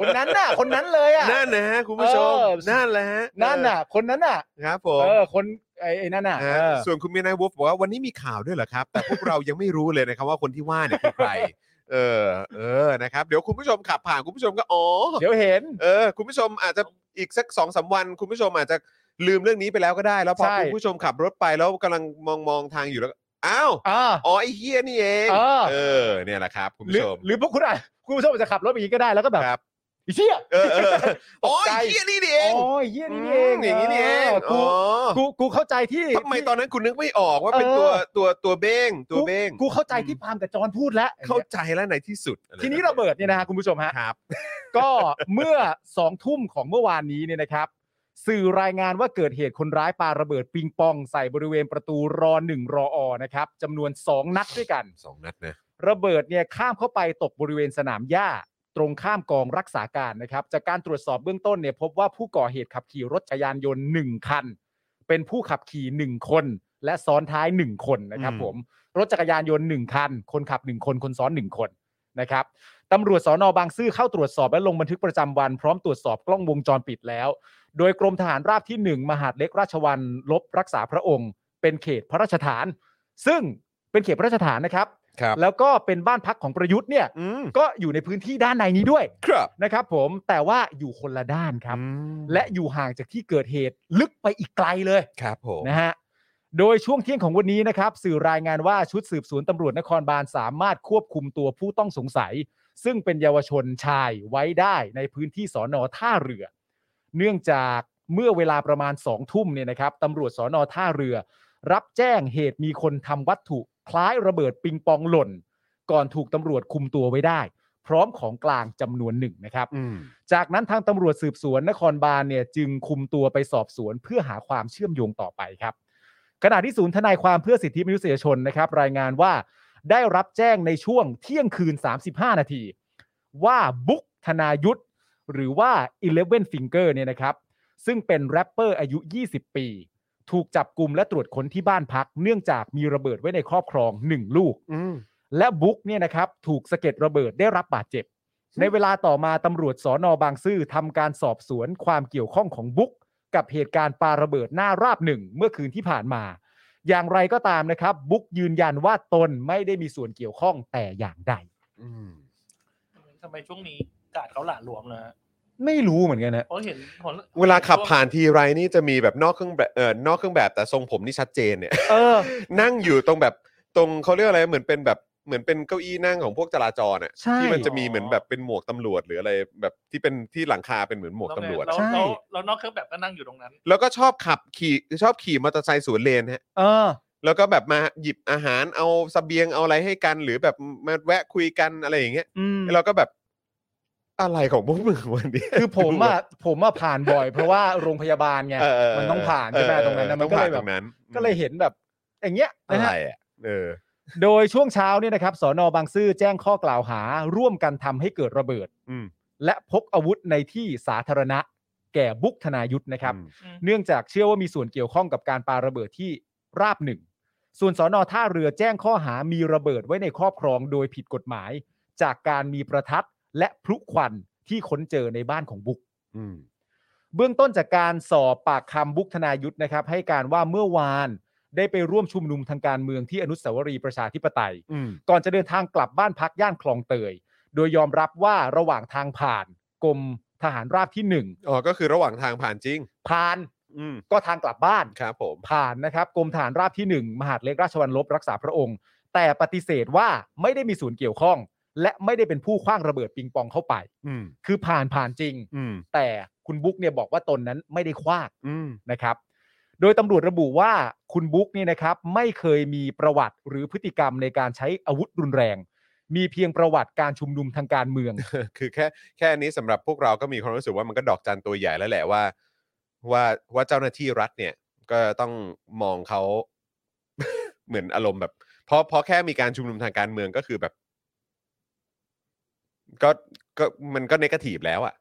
คนนั้นน่ะ คนนั้นเลยอ่ะ นั่นนะฮะคุณผู้ชม เออ นั่นแหละฮะ นั่นน่ะ คนนั้นน่ะ ครับผม เออ คนไอ้ไอ้นั่นน่ะ ฮะ เออ ส่วนคุณเมียนายวุฟบอกว่าวันนี้มีข่าวด้วยเหรอครับ แต่พวกเรายังไม่รู้เลยนะครับว่าคนที่ว่าเนี่ยคือใคร เออ เออนะครับ เดี๋ยวคุณผู้ชมขับผ่านคุณผู้ชมก็อ๋อ เดี๋ยวเห็น เออคุณผู้ชมอาจจะอีกสักสองสามวัน คุณผู้ชมอาจจะลืมเรื่องนี้ไปแล้วก็ได้ แล้วพอ ใช่ คุณผู้ชมขับรถไปแล้วกำลังมองมองทางอยู่แล้วก็อ้าว อ่า อ๋อไอ้เฮียนี่เอง เออ เออเนี่ยแหละครับคุณ หรื ผู้ อ ชม หรือพวกคุณอ่ะคุณผู้ชมอาจจะขับรถไปอย่างนี้ก็ได้แล้วก็แบบ ครับ ไอ้เชี่ย (laughs) เออเออ ต อ๋อก ใจ ไอ้เฮียนี่นี่เอ โอ้ ง ยเฮียนี่นี่เอง อย่างนี้นี่เอง กู อ๋อ กูกูเข้าใจที่ ทำไมตอนนั้นคุณนึกไม่ออกว่าเป็น เอตัอวตัวตัวเบ้งตัว กู เบ้ง กูเข้าใจที่พามกับจอนพูดแล้ว เข้าใจแล้วในที่สุดอไ ทีนี้ระเบิดเนี่ยนะฮะคุณผู้ชมฮะ ครับ ก็เมื่อสองทุ่มของเมื่อวานนี้เนี่ยนะครับ สื่อรายงานว่าเกิดเหตุคนร้ายปาระเบิดปิงปองใส่บริเวณประตูรอหนึ่งรออนะครับจำนวน 2 นัดด้วยกัน สองนัดนะ ระเบิดเนี่ยข้ามเข้าไปตกบริเวณสนามหญ้า ตรงข้ามกองรักษาการนะครับ จากการตรวจสอบเบื้องต้นเนี่ยพบว่าผู้ก่อเหตุขับขี่รถจักรยานยนต์ 1 คัน เป็นผู้ขับขี่ 1 คน และซ้อนท้าย 1 คนนะครับผมรถจักรยานยนต์ 1 คัน คนขับ 1 คนคนซ้อน 1 คนนะครับตำรวจสอนอบางซื่อเข้าตรวจสอบและลงบันทึกประจำวัน พร้อมตรวจสอบกล้องวงจรปิดแล้ว โดยกรมทหารราบที่ 1 มหาดเล็กราชวัลลบรักษาพระองค์ เป็นเขตพระราชฐาน ซึ่งเป็นเขตพระราชฐานนะครับ ครับ แล้วก็เป็นบ้านพักของประยุทธ์เนี่ย อืม ก็อยู่ในพื้นที่ด้านในนี้ด้วย ครับ นะครับ ผมแต่ว่าอยู่คนละด้านครับ อืม และอยู่ห่างจากที่เกิดเหตุลึกไปอีกไกลเลย ครับผม นะฮะโดยช่วงเที่ยงของวันนี้นะครับ สื่อรายงานว่าชุดสืบสวนตำรวจนครบาลสามารถควบคุมตัวผู้ต้องสงสัย ซึ่งเป็นเยาวชนชายไว้ได้ในพื้นที่สอนอท่าเรือ เนื่องจากเมื่อเวลาประมาณสองทุ่มเนี่ยนะครับตำรวจสอนอท่าเรือ รับแจ้งเหตุมีคนทำวัตถุคล้ายระเบิดปิงปองหล่น ก่อนถูกตำรวจคุมตัวไว้ได้ พร้อมของกลางจำนวนหนึ่งนะครับ อืม จากนั้นทางตำรวจสืบสวนนครบาลเนี่ยจึงคุมตัวไปสอบสวนเพื่อหาความเชื่อมโยงต่อไปครับ ขณะที่ศูนย์ทนายความเพื่อสิทธิมนุษยชนนะครับ รายงานว่าได้รับแจ้งในช่วงเที่ยงคืน 35 นาที ว่าบุ๊กธนายุทธหรือว่า 11 Finger เนี่ยนะครับ ซึ่งเป็นแรปเปอร์อายุ 20 ปี ถูกจับกลุ่มและตรวจค้นที่บ้านพัก เนื่องจากมีระเบิดไว้ในครอบครอง 1 ลูก อืม และบุ๊กเนี่ยนะครับถูกสะเก็ดระเบิดได้รับบาดเจ็บ ในเวลาต่อมาตำรวจสอนอบางซื่อทำการสอบสวนความเกี่ยวข้องของบุ๊กกับเหตุการณ์ปาระเบิดหน้าราบหนึ่งเมื่อคืนที่ผ่านมา อย่างไรก็ตามนะครับ บุ๊กยืนยันว่าตนไม่ได้มีส่วนเกี่ยวข้องแต่อย่างใด อืม ทำไมช่วงนี้กาดเขาหละหลวมนะฮะ ไม่รู้เหมือนกันนะ เพราะเห็นผล เวลาขับผ่านทีไรนี่จะมีแบบนอกเครื่องแบบเออนอกเครื่องแบบแต่ทรงผมนี่ชัดเจนเนี่ย เออ (laughs) นั่งอยู่ตรงแบบตรงเขาเรียกอะไรเหมือนเป็นแบบเหมือนเป็นเก้าอี้นั่งของพวกจราจรอ่ะ ใช่ ที่มันจะมีเหมือนแบบเป็นหมวกตำรวจหรืออะไรแบบที่เป็นที่หลังคาเป็นเหมือนหมวกตำรวจ แล้ อะ ว ใช่ แล้วแล้วนอกเครื่องแบบก็นั่งอยู่ตรงนั้น แล้วก็ชอบขับขี่ชอบขี่มอเตอร์ไซค์สวนเลนฮะ เออ แล้วก็แบบมาหยิบอาหารเอาเสบียงเอาอะไรให้กัน หรือแบบมาแวะคุยกันอะไรอย่างเงี้ย อืม เราก็แบบอะไรของพวกมึงวันนี้ คือผมอ่ะ (laughs) ผมอ่ะผ่านบ่อย เพราะว่าโรงพยาบาลไง เอเ มันต้องผ่านใช่ไหม เออ ตรงนั้นนะมัน อ ก็ ผ่า เลยแบบ ตรงนั้น ก็เลยเห็นแบบอย่างเงี้ย อะ นะ ไร ฮะ อ่ะเออ โดยช่วงเช้าเนี่ยนะครับสอนอบางซื่อแจ้งข้อกล่าวหาร่วมกันทำให้เกิดระเบิด อืม และพกอาวุธในที่สาธารณะ แก่บุกธนายุทธนะครับ อืม เนื่องจากเชื่อว่ามีส่วนเกี่ยวข้องกับการปาระเบิดที่ราบหนึ่ง ส่วนสอนอท่าเรือแจ้งข้อหามีระเบิดไว้ในครอบครองโดยผิดกฎหมาย จากการมีประทัดและพลุควันที่ค้นเจอในบ้านของบุก อืม เบื้องต้นจากการสอบปากคำบุกธนายุทธนะครับ ให้การว่าเมื่อวานได้ไปร่วมชุมนุมทางการเมืองที่อนุสาวรีย์ประชาธิปไตย อืม ก่อนจะเดินทางกลับบ้านพักย่านคลองเตย โดยยอมรับว่าระหว่างทางผ่านกรมทหารราบที่หนึ่ง อ๋อ ก็คือระหว่างทางผ่านจริง ผ่าน อืม ก็ทางกลับบ้าน ครับผม ผ่านนะครับกรมทหารราบที่หนึ่งมหาดเล็กราชวัลลบรักษาพระองค์ แต่ปฏิเสธว่าไม่ได้มีส่วนเกี่ยวข้อง และไม่ได้เป็นผู้ขว้างระเบิดปิงปองเข้าไป อืม คือผ่านผ่านจริง อืม แต่คุณบุ๊กเนี่ยบอกว่าตนนั้นไม่ได้ขว้าง อืม นะครับ โดยตำรวจระบุว่าคุณบุ๊กเนี่ยนะครับไม่เคยมีประวัติหรือพฤติกรรมในการใช้อาวุธรุนแรง มีเพียงประวัติการชุมนุมทางการเมื (laughs) อง คือแค่แค่นี้สำหรับพวกเราก็มีความรู้สึกว่ามันก็ดอกจันตัวใหญ่แล้วแหละว่า ว่าว่าเจ้าหน้าที่รัฐเนี่ย ก็ต้องมองเขา (laughs) เหมือนอารมณ์แบบเพราะเพราะแค่มีการชุมนุมทางการเมืองก็คือแบบ ก็ก็มันก็เนกาทีฟแล้วอะ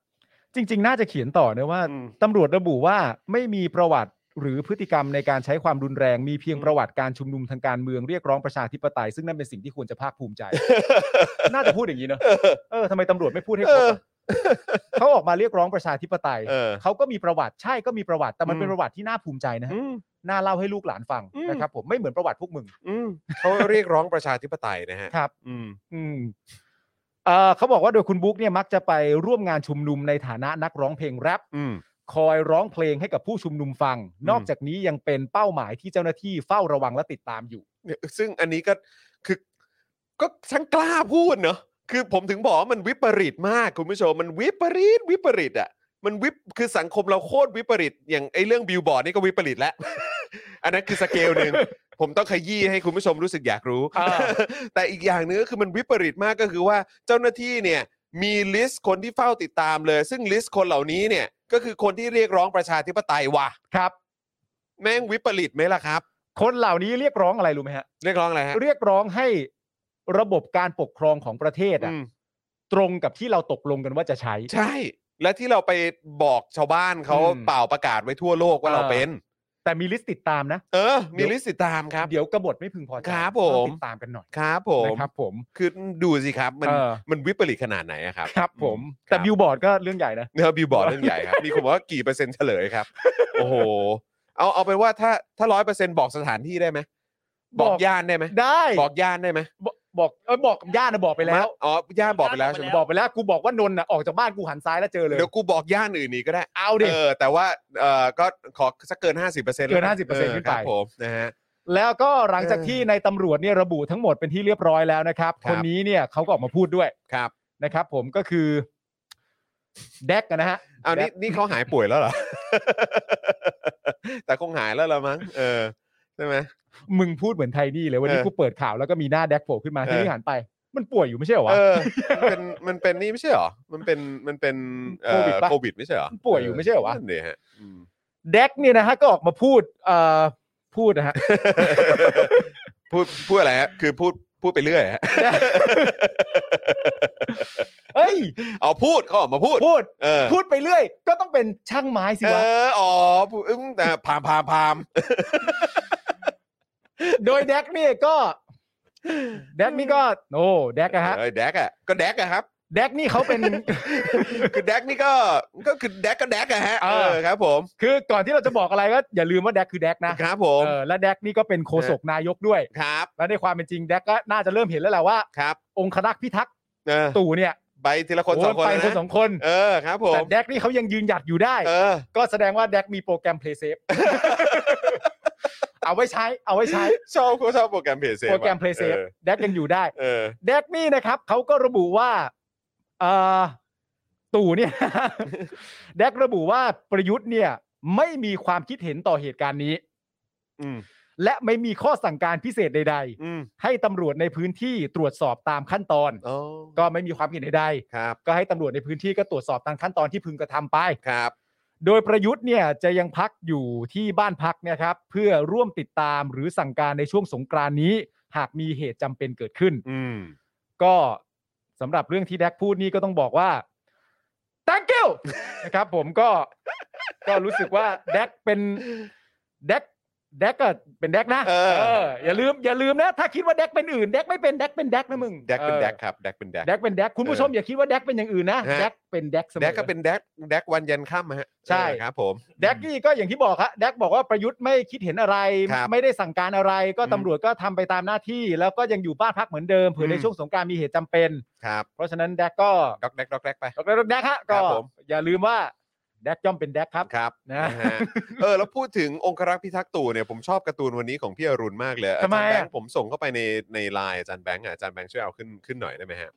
จริง ๆ น่าจะเขียนต่อนะว่า อืม ตำรวจระบุว่าไม่มีประวัติหรือพฤติกรรมในการใช้ความรุนแรง มีเพียงประวัติการชุมนุมทางการเมืองเรียกร้องประชาธิปไตยซึ่งนั่นเป็นสิ่งที่ควรจะภาคภู (laughs) มิใจ น่าจะพูดอย่างนี้เนอะเออทำไมตำรวจไม่พูดให้คร (laughs) บอะเขาออกมาเรียกร้องประชาธิปไตย (laughs) เออ เขาก็มีประวัติใช่ก็มีประวัติแต่มันเป็นประวัติที่น่าภูมิใจนะฮะ อืม น่าเล่าให้ลูกหลานฟัง อืม นะครับผมไม่เหมือนประวัติพวกมึง อืมเขาเรียกร้องประชาธิปไตยนะฮะ ครับ อืม อืมเอ่อเขาบอกว่าโดยคุณบุ๊กเนี่ยมักจะไปร่วมงานชุมนุมในฐานะนักร้องเพลงแรป อืม คอยร้องเพลงให้กับผู้ชุมนุมฟัง นอกจากนี้ยังเป็นเป้าหมายที่เจ้าหน้าที่เฝ้าระวังและติดตามอยู่ เนี่ยซึ่งอันนี้ก็คือก็ช่างกล้าพูดเนอะคือผมถึงบอกว่ามันวิปริตมากคุณผู้ชม มันวิปริตวิปริตอ่ะมันวิปคือสังคมเราโคตรวิปริต อย่างไอ้เรื่องบิลบอร์ดนี่ก็วิปริตแล้ว (laughs) อันนั้นคือสเกลหนึ่ง ผมต้องขยี้ให้คุณผู้ชมรู้สึกอยากรู้ (laughs) อ่า แต่อีกอย่างหนึงก็คือมันวิปริตมากก็คือว่าเจ้าหน้าที่เนี่ยมีลิสต์คนที่เฝ้าติดตามเลย ซึ่งลิสต์คนเหล่านี้เนี่ยก็คือคนที่เรียกร้องประชาธิปไตยว่ะ ครับ แม่งวิปริตไหมล่ะครับ คนเหล่านี้เรียกร้องอะไรรู้ไหมฮะ เรียกร้องอะไรฮะ เรียกร้องให้ระบบการปกครองของประเทศอะ อืม ตรงกับที่เราตกลงกันว่าจะใช้ ใช่ และที่เราไปบอกชาวบ้านเขา อืม เป่าประกาศไว้ทั่วโลกว่า เออ เราเป็น แต่มีลิสต์ติดตามนะ เออ มี เดี๋ยว ลิสต์ติดตามครับ เดี๋ยวกบฏไม่พึงพอใจ ครับผม ต้องติดตามกันหน่อย ครับผม นะครับ ผม คือดูสิครับ มัน เออ มันวิปริตขนาดไหนอะครับ ครับ ผม อื แต่ ครับ บิวบอร์ดก็เรื่องใหญ่นะ เนื้อบิวบอร์ดเรื่องใหญ่ครับ มีคนบอกว่ากี่เปอร์เซ็นต์เฉลยครับ โอ้โห เอาเอาเป็นว่าถ้าถ้าร้อยเปอร์เซ็นต์บอกสถานที่ได้ไหม บบ อ อก กย่านได้ไหม ได้ บอกย่านได้ไหม บอกบอกเออบอกกับย่านะบอกไปแล้ว อ๋อย่านบอกไปแล้วใช่ไหม บอกไปแล้วกูบอกว่านนท์น่ะออกจากบ้านกูหันซ้ายแล้วเจอเลย เดี๋ยวกูบอกย่านอื่นนี้ก็ได้ เอาดิ เออ แต่ว่าเออก็ขอสักเกิน 50%เ เกิ กิ น50%ขึ้นคไปรับผมนะฮะ แล้วก็หลังจาก เออ ที่ในตำรวจเนี่ยระบุทั้งหมดเป็นที่เรียบร้อยแล้วนะครับ คนนี้เนี่ยเขาก็ออกมาพูดด้วย ครับ นะครับ ผมก็คือแดกนะฮะ เอานี่ แดก นี่เขาหายป่วยแล้วเหรอ (laughs) แต่คงหายแล้วละมั้ง เออ ใช่ไหม มึงพูดเหมือนไทยนี่เลยวันนี้ เออ กูเปิดข่าวแล้วก็มีหน้าแดกโผล่ขึ้นมา เออ ที่นี่หันไป มันป่วยอยู่ไม่ใช่เหรอวะ เออ มันเป็นมันเป็นนี่ไม่ใช่เหรอ มันเป็นมันเป็นเอ่อ โควิดปะ โควิดไม่ใช่เหรอ ป่วยอยู่ไม่ใช่เหรอวะ นั่นเนี่ยฮะอืม แดกเนี่ยนะฮะก็ออกมาพูดเอ่อพูดนะฮะ พูดพูดอะไรฮะ คือพูดพูดไปเรื่อยฮะ เฮ้ย เอาพูดเขาออกมาพูด พูด เออ พูดไปเรื่อย ก็ต้องเป็นช่างไม้สิ เอ วะ ออ๋อพูดอืมแต่พามพามพาม โดยแดกเนี่ยก็ แดกนี่ก็โอ้แดกนะฮะ เออแดกอะก็แดกอะครับ แดกนี่เขาเป็น (laughs) คือแดกนี่ก็ก็คือแดกก็แดกอะฮะ เอ เอ อ อครับผม คือก่อนที่เราจะบอกอะไรก็อย่าลืมว่าแดกคือแดกนะครับ ผม เออและแดกนี่ก็เป็นโฆษกนายกด้วย ครับ และในความเป็นจริงแดกก็น่าจะเริ่มเห็นแล้วแหละว่า ครับ องครักษ์พิทักษ์ เออ ตู่เนี่ย ไปทีละคนสองคน โยไป แล้ว คน นะ สองคน เออครับผ แต่ ม แดกนี่เขายังยืนหยัดอยู่ได้ เออ ก็แสดงว่าแดกมีโปรแกรม Play Safe เอาไว้ใช้ เอาไว้ใช้ ชอบเขาชอบโปรแกรมเพจเซฟ โปรแกรม Play Safe แดกยังอยู่ได้ เออ แดกนี่นะครับเขาก็ระบุว่าเอ่อตู่เนี่ย (laughs) แดกระบุว่าประยุทธ์เนี่ยไม่มีความคิดเห็นต่อเหตุการณ์นี้ อืม และไม่มีข้อสั่งการพิเศษใด อืม ๆ ให้ตำรวจในพื้นที่ตรวจสอบตามขั้นตอน อ๋อ ก็ไม่มีความเห็นใด ครับ ๆก็ให้ตำรวจในพื้นที่ก็ตรวจสอบตามขั้นตอนที่พึงกระทำไป ครับ โดยประยุทธ์เนี่ยจะยังพักอยู่ที่บ้านพักเนะครับ เพื่อร่วมติดตามหรือสั่งการในช่วงสงกรานต์นี้ หากมีเหตุจำเป็นเกิดขึ้น อืม ก็สำหรับเรื่องที่แดกพูดนี่ก็ต้องบอกว่า thank you นะครับผมก็ (laughs) ก็รู้สึกว่าแดกเป็นแดกแดกก็เป็นแดกนะออย่าลืมอย่าลืมนะ ถ้าคิดว่าแดกเป็นอื่นแดกไม่เป็นแดกเป็นแดกนะมึง แดกเป็น ออ แดกครับแดกเป็นแดก แดกเป็นแดกคุณผู้ชมอย่าคิดว่าแดกเป็นอย่างอื่นนะ ฮะ แดกเป็นแดกเสมอ แดกก็เป็นแดกแดกวันยันค่ำฮะ ใช่ เออครับผม แดกนี่ก็อย่างที่บอกฮะแดกบอกว่าประยุทธ์ไม่คิดเห็นอะไร ครับ ไม่ได้สั่งการอะไร ก็ อืม ตำรวจก็ทำไปตามหน้าที่ แล้วก็ยังอยู่บ้านพักเหมือนเดิมเผื่อใน อืม ช่วงสงกรารมีเหตุจำเป็น ครับ เพราะฉะนั้นแดกก็ ดอกแดกดอกแดกไป ดรแดกฮะ ค ก็ รับผม อย่าลืมว่าแดกย่อมเป็นแดกครับ ครับ นะ ฮเออแล้วพูดถึงองครักษ์พิทักษ์ตู่เนี่ยผมชอบการ์ตูนวันนี้ของพี่อรุณมากเลย ทำไม อาจารย์แบง อะ ค์ผมส่งเข้าไปในในไลน์อาจารย์แบงค์อะอาจารย์แบงค์ช่วยเอาขึ้นขึ้นหน่อยได้ไหมฮะ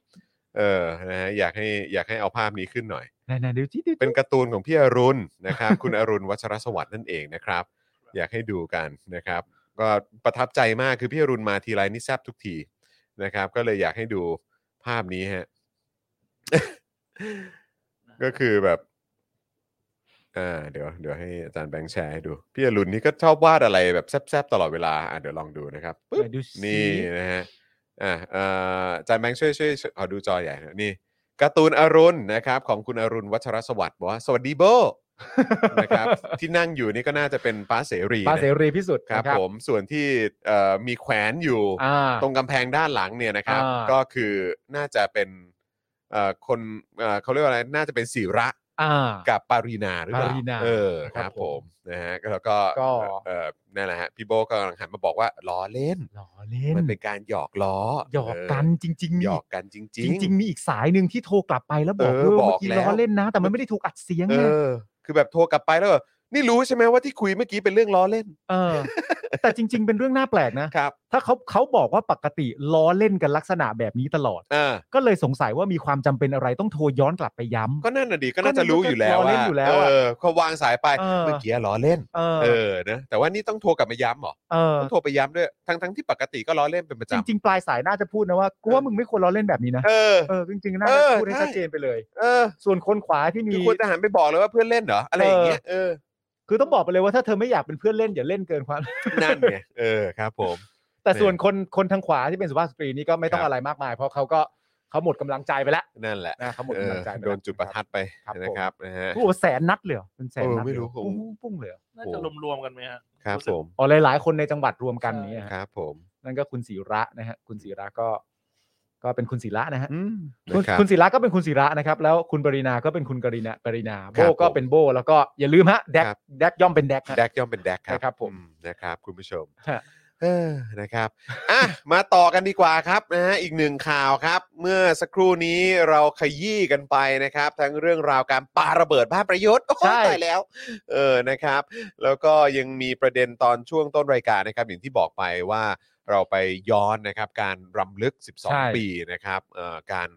เออนะฮะอยากให้อยากให้เอาภาพนี้ขึ้นหน่อย ไหนๆเดี๋ยวที่เดี๋ยว เป็นการ์ตูนของพี่อรุณนะครับ คุณอรุณวัชรสวัสดิ์นั่นเองนะครับ อยากให้ดูกันนะครับ ก็ประทับใจมากคือพี่อรุณมาทีไรนี่แซบทุกทีนะครับ ก็เลยอยากให้ดูภาพนี้ฮะ ก็คือแบบ อ่า เดี๋ยวเดี๋ยวให้อาจารย์แบงค์แชร์ให้ดู พี่อรุณนี่ก็ชอบวาดอะไรแบบแซบๆตลอดเวลาอ่ะเดี๋ยวลองดูนะครับปึ๊บ ไหนดูสิ นี่นะฮะ อ่าเอ่ออาจารย์แบงค์ช่วยช่วยขอดูจอใหญ่หนะนี่การ์ตูนอรุณนะครับ ของคุณอรุณวัชรสวัสดิ์บอกว่าสวัสดีโบ นะครับ (laughs) ที่นั่งอยู่นี่ก็น่าจะเป็นป้าเสรีนะ ป้าเสรีพิสุทธิ์ ครับ นะ ผมส่วนที่เอ่อมีแขวนอยู่ อ่า ตรงกำแพงด้านหลังเนี่ยนะครับ อ่า ก็คือน่าจะเป็นเอ่อคนเอ่อเขาเรียกว่าอะไรน่าจะเป็นศิระ อ่า กับปารีนาหรือเปล่า ปารีนา เออค ครั รับบ ผ ผม ม นะฮะแล้วก็ ก็ เอ่อนั่นแหละฮะพี่โบก็กำลังหันมาบอกว่าล้อเล่น หล่อเล่น มันเป็นการหยอกล้อ หยอกกันจริง เออ ๆ หยอกกันจริงๆ จริง ๆ มีอีกสายหนึ่งที่โทรกลับไปแล้วบอก เออ ด้วยบอว่าเมื่ก อกี้ แล้ว ล้อเล่นนะ แต่มันไม่ได้ถูกอัดเสียง เอ นะ อ คือแบบโทรกลับไปแล้วแบบนี่รู้ใช่ไหมว่าที่คุยเมื่อกี้เป็นเรื่องล้อเล่น เออ แต่จริง ๆ เป็นเรื่องน่าแปลกนะ ครับ ถ้าเขาเขาบอกว่าปกติล้อเล่นกันลักษณะแบบนี้ตลอด อ่า ก็เลยสงสัยว่ามีความจำเป็นอะไรต้องโทรย้อนกลับไปย้ำ ก็นั่นน่ะดีก็น่าจะรู้อยู่แล้ว ก็ ว่า น่าจะล้อเล่นอยู่แล้วอะ เออเขาวางสายไป เออ เมื่อกี้ล้อเล่น เออ เออนะแต่ว่านี่ต้องโทรกลับมาย้ำเหรอ เออ ต้องโทรไปย้ำด้วยทั้งทั้งๆที่ปกติก็ล้อเล่นเป็นประ จ จำ ริง ๆ ปลายสายน่าจะพูดนะว่ากูว่ามึงไม่ควรล้อเล่นแบบนี้นะ เออ เออจริงๆน่า เออ จะพูดให้ ใช่ ชัดเจนไปเลย เออ ส่วนคนขวาที่มี คือควรจะหันไปบอกเลยว่าเพื่อนเล่นเหรออะไรอย่างเงี้ยเออ คือต้องบอกไปเลยว่าถ้าเธอไม่อยากเป็นเพื่อนเล่นอย่าเล่นเกินความ (laughs) นั่นไงเออครับผม แต่ เนี่ย ส่วนคนคนทางขวาที่เป็นสุภาพสตรีนี่ก็ไม่ต้องอะไรมากมาย เพราะเขาก็เขาหมดกำลังใจไปแล้ว นั่นแหละ นะเขาหมเอกดำ อ ลังใจไปแล้ว โดนจุดประทัดไป ครับผม นะครับนะฮะ โอ้โหแสนนัดเลยเหรอเป็นแสนนัเอดอไม่รู้ เลยเหอ ผม ปุ้งปุ้งเลยเหรอ น่าจะรวมๆกันไหมฮะ ครับ สึ ผ ก ม อ๋อหลายๆคนในจังหวัดรวมกันอย่างเนี่ย ค ฮะ รับผม นั่นก็คุณศิระนะฮะคุณศิระก็ ก็เป็นคุณศิระนะฮะ อืม คุณ นะครับ คุณศิระก็เป็นคุณศิระนะครับ แล้วคุณปรินาก็เป็นคุณกรินาปรินา ครั โบบ ก็ ผม เป็นโบแล้วก็อย่าลืมฮะแดก ครับ แดกย่อมเป็นแดกฮะ แดกย่อมเป็นแดกครับ นะครับผม อืนะครับ คุณผู้ชม ฮะ เออนะครับอ่ะ มาต่อกันดีกว่าครับนะฮะอีกหนึ่งข่าวครับ เมื่อสักครู่นี้เราขยี้กันไปนะครับ ทั้งเรื่องราวการปาระเบิดบ้านประยุทธ์โอ้โห ใช่ ตายแล้ว เออนะครับ แล้วก็ยังมีประเด็นตอนช่วงต้นรายการนะครับ อย่างที่บอกไปว่าเราไปย้อนนะครับ การรำลึก ใช่ 12 ปีนะครับเอ่อการ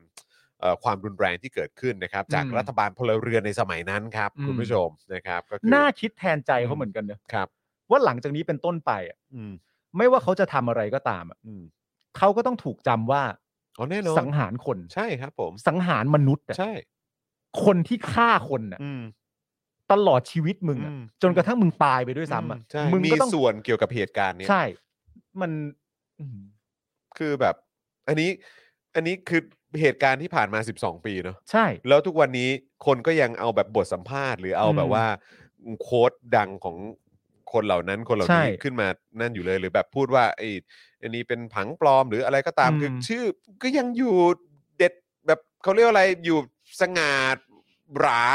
เอ่อความรุนแรงที่เกิดขึ้นนะครับ จาก อืม รัฐบาลพลเรือนในสมัยนั้นครับ อืม คุณผู้ชมนะครับ ก็คือ น่าคิดแทนใจเขาเหมือนกันเนอะ ครับ ว่าหลังจากนี้เป็นต้นไปอะ อืม ไม่ว่าเขาจะทำอะไรก็ตามอะ อืม เขาก็ต้องถูกจำว่า อ๋อแน่นอน สังหารคน ใช่ครับผม สังหารมนุษย์อะ ใช่ คนที่ฆ่าคนน่ะ อืม ตลอดชีวิตมึงอะ อืม จนกระทั่งมึงตายไปด้วยซ้ำอ่ะ ใช่ มึง มี ก็ต้อง ส่วนเกี่ยวกับเหตุการณ์เนี้ย ใช่ มันอืม คือแบบ อันนี้ อันนี้คือเหตุการณ์ที่ผ่านมา 12 ปีเนอะ ใช่ แล้วทุกวันนี้คนก็ยังเอาแบบบทสัมภาษณ์ หรือเอาแบบ อืม ว่าโค้ดดังของคนเหล่านั้นคนเหล่านี้ ใช่ ขึ้นมานั่นอยู่เลยหรือแบบพูดว่าไอ้อันนี้เป็นผังปลอมหรืออะไรก็ตาม อืม คือชื่อก็ยังอยู่เด็ดแบบเขาเรียกว่าอะไรอยู่สง่าหรา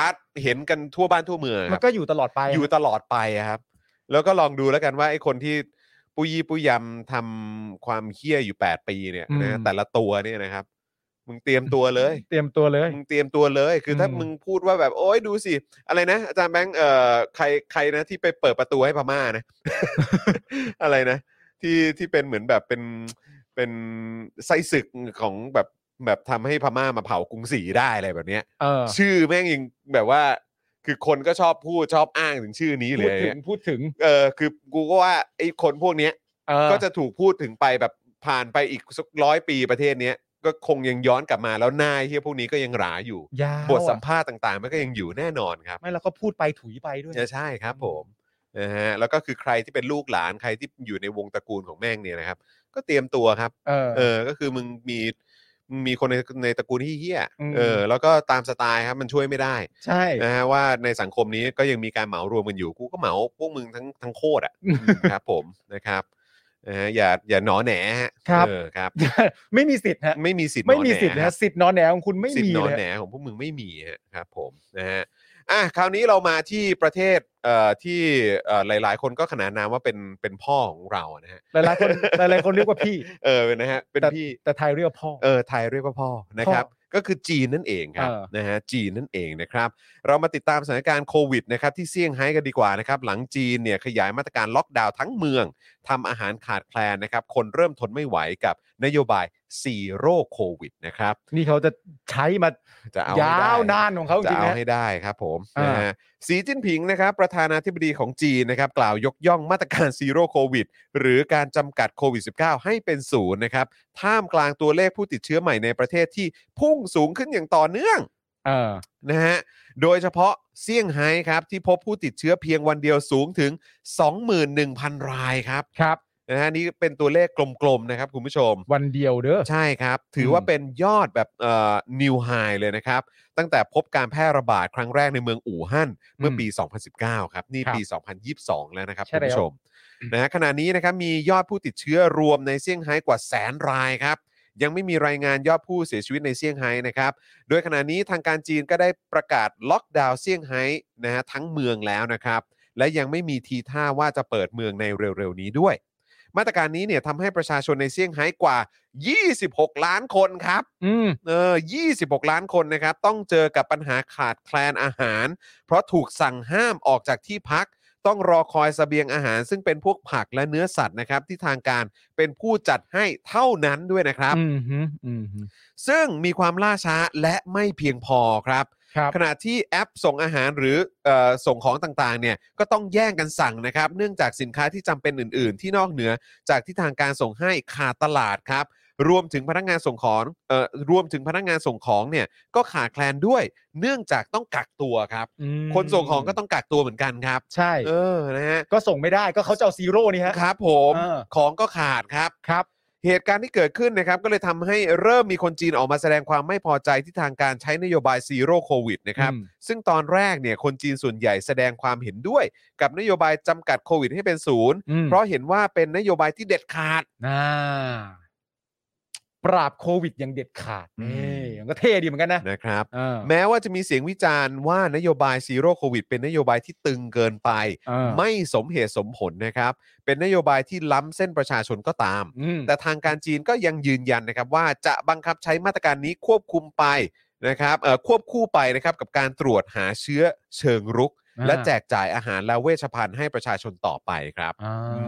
เห็นกันทั่วบ้านทั่วเมืองค มั รั น บ ก็อยู่ตลอดไป อยู่ตลอดไปอะครับ แล้วก็ลองดูแล้วกันว่าไอ้คนที่ปุยปุยยำทำความเฮี้ยอยู่ 8 ปีเนี่ยนะแต่ละตัวเนี่ยนะครับ มึงเตรียมตัวเลย เตรียมตัวเลย มึงเตรียมตัวเลย คือถ้า อืม มึงพูดว่าแบบโอ้ยดูสิ อะไรนะ อาจารย์แบงค์เอ่อใครใครนะที่ไปเปิดประตูให้พม่านะ (laughs) อะไรนะ ที่ที่เป็นเหมือนแบบเป็นเป็นไส้ศึกของแบบแบบทำให้พม่ามาเผากรุงศรีได้อะไรแบบเนี้ย เออ ชื่อแม่งยังแบบว่า คือคนก็ชอบพูดชอบอ้างถึงชื่อนี้เล พูด ย ถึงพูดถึง เออคือกูก็ว่าไอ้คนพวกเนี้ย เออ ก็จะถูกพูดถึงไปแบบผ่านไปอีกสักร้อยปีประเทศเนี้ยก็คงยังย้อนกลับมาแล้วหนายเฮียพวกนี้ก็ยังหราอยู่ ยาวอะ บทสัมภาษณ์ต่างๆ มันก็ยังอยู่แน่นอนครับ ไม่แล้วก็พูดไปถุยไปด้วย ใช่ครับผมนะฮะแล้วก็คือใครที่เป็นลูกหลานใครที่อยู่ในวงตระกูลของแม่งเนี่ยนะครับ ก็เตรียมตัวครับ เออ เออ ก็คือมึงมีมึงมีคนในในตระกูลที่เฮี้ย อืม เออ แล้วก็ตามสไตล์ครับมันช่วยไม่ได้ ใช่ นะฮะว่าในสังคมนี้ก็ยังมีการเหมารวมกันอยู่กูก็เหมาพวกมึงทั้งทั้งโคตรอ่ะ อืมครับผมนะครับนะฮะอย่าอย่าหนอแหนฮะ ครับ เออครับ ไม่มีสิทธิ์ฮะ ไม่มีสิทธิ์ ไม่มี หอแห สิทธิ์นะ ครั ฮะ บ สิทธิ์นอนแหนของคุณไม่ สิท มี ธิ์หนอ เลย แหนของพวกมึงไม่มีฮะครับผมนะฮะอ่ะคราวนี้เรามาที่ประเทศเอ่อที่เอ่อหลาย ๆ คนก็ขนานนามว่าเป็นเป็นพ่อของเรานะฮะ หลาย (laughs) ๆคนหลายๆคนเรียกว่าพี่ เออนะฮะเป็นพี่ แต่ไทยเรียกว่าพ่อ เออไทยเรียกว่าพ่อนะครับ ก็คือจีนนั่นเองครับ เออ นะฮะจีนนั่นเองนะครับ เรามาติดตามสถานการณ์โควิดนะครับที่เซี่ยงไฮ้กันดีกว่านะครับหลังจีนเนี่ยขยายมาตรการล็อกดาวน์ทั้งเมืองทำอาหารขาดแคลนนะครับ คนเริ่มทนไม่ไหวกับนโยบาย 4 โรคโควิดนะครับ นี่เขาจะใช้มา จะเอา ยา ให้ได้ วนานของเขาจ จะ ริงๆ เอา นะ ให้ได้ครับผม อ่าน นะฮะสีจิ้นผิงนะครับ ประธานาธิบดีของจีนนะครับ กล่าวยกย่องมาตรการซีโร่โควิดหรือการจำกัดโควิด -19 ให้เป็นศูนย์นะครับ ท่ามกลางตัวเลขผู้ติดเชื้อใหม่ในประเทศที่พุ่งสูงขึ้นอย่างต่อเนื่อง เออ นะฮะโดยเฉพาะเซี่ยงไฮ้ครับ ที่พบผู้ติดเชื้อเพียงวันเดียวสูงถึง 21,000 รายครับ ครับ นะฮะนี่เป็นตัวเลขกลมๆนะครับคุณผู้ชม วันเดียวเด้อ ใช่ครับ ถือ ม ว่าเป็นยอดแบบเอ่อนิวไฮเลยนะครับ ตั้งแต่พบการแพร่ระบาดครั้งแรกในเมืองอู่ฮั่น เมื่อปี 2019 ครับ นี่ ครับ ปี 2022 แล้วนะครับ ใช่ คุณ แล้ว ผู้ชมนะฮะขณะนี้นะครับมียอดผู้ติดเชื้อรวมในเซี่ยงไฮ้กว่าแสนรายครับ ยังไม่มีรายงานยอดผู้เสียชีวิตในเซี่ยงไฮ้นะครับ โดยขณะนี้ทางการจีนก็ได้ประกาศล็อกดาวน์เซี่ยงไฮ้นะฮะทั้งเมืองแล้วนะครับ และยังไม่มีทีท่าว่าจะเปิดเมืองในเร็วๆนี้ด้วย มาตรการนี้เนี่ยทำให้ประชาชนในเซี่ยงไฮ้กว่า 26 ล้านคนครับ อืม เออ 26 ล้านคนนะครับ ต้องเจอกับปัญหาขาดแคลนอาหาร เพราะถูกสั่งห้ามออกจากที่พัก ต้องรอคอยเสบียงอาหาร ซึ่งเป็นพวกผักและเนื้อสัตว์นะครับ ที่ทางการเป็นผู้จัดให้เท่านั้นด้วยนะครับ อืมฮึอืมฮึ ซึ่งมีความล่าช้าและไม่เพียงพอครับ ครับ ขณะที่แอปส่งอาหารหรือเออส่งของต่างๆเนี่ยก็ต้องแย่งกันสั่งนะครับ เนื่องจากสินค้าที่จำเป็นอื่น ๆ ที่นอกเหนือจากที่ทางการส่งให้ขาดตลาดครับ รวมถึงพนักงานส่งของเอ่อรวมถึงพนักงานส่งของเนี่ยก็ขาดแคลนด้วย เนื่องจากต้องกักตัวครับ อืม คนส่งของก็ต้องกักตัวเหมือนกันครับ ใช่ เออนะฮะ ก็ส่งไม่ได้ก็เขาจะเอาซีโร่นี่ฮะ ครับผม เออ ของก็ขาดครับ ครับ เหตุการณ์ที่เกิดขึ้นนะครับ ก็เลยทำให้เริ่มมีคนจีนออกมาแสดงความไม่พอใจที่ทางการใช้นโยบายซีโร่โควิดนะครับ อืม ซึ่งตอนแรกเนี่ยคนจีนส่วนใหญ่แสดงความเห็นด้วย กับนโยบายจำกัดโควิดให้เป็นศูนย์ อืม เพราะเห็นว่าเป็นนโยบายที่เด็ดขาด อ่าปราบโควิดอย่างเด็ดขาด อืม นี่มันก็เท่ดีเหมือนกันนะ นะครับ เออ แม้ว่าจะมีเสียงวิจารณ์ว่านโยบายซีโร่โควิดเป็นนโยบายที่ตึงเกินไป เออ ไม่สมเหตุสมผลนะครับ เป็นนโยบายที่ล้ำเส้นประชาชนก็ตาม อืม แต่ทางการจีนก็ยังยืนยันนะครับว่าจะบังคับใช้มาตรการนี้ควบคุมไปนะครับเอ่อควบคู่ไปนะครับกับการตรวจหาเชื้อเชิงรุก และแจกจ่ายอาหารและเวชภัณฑ์ให้ประชาชนต่อไปครับ อ่า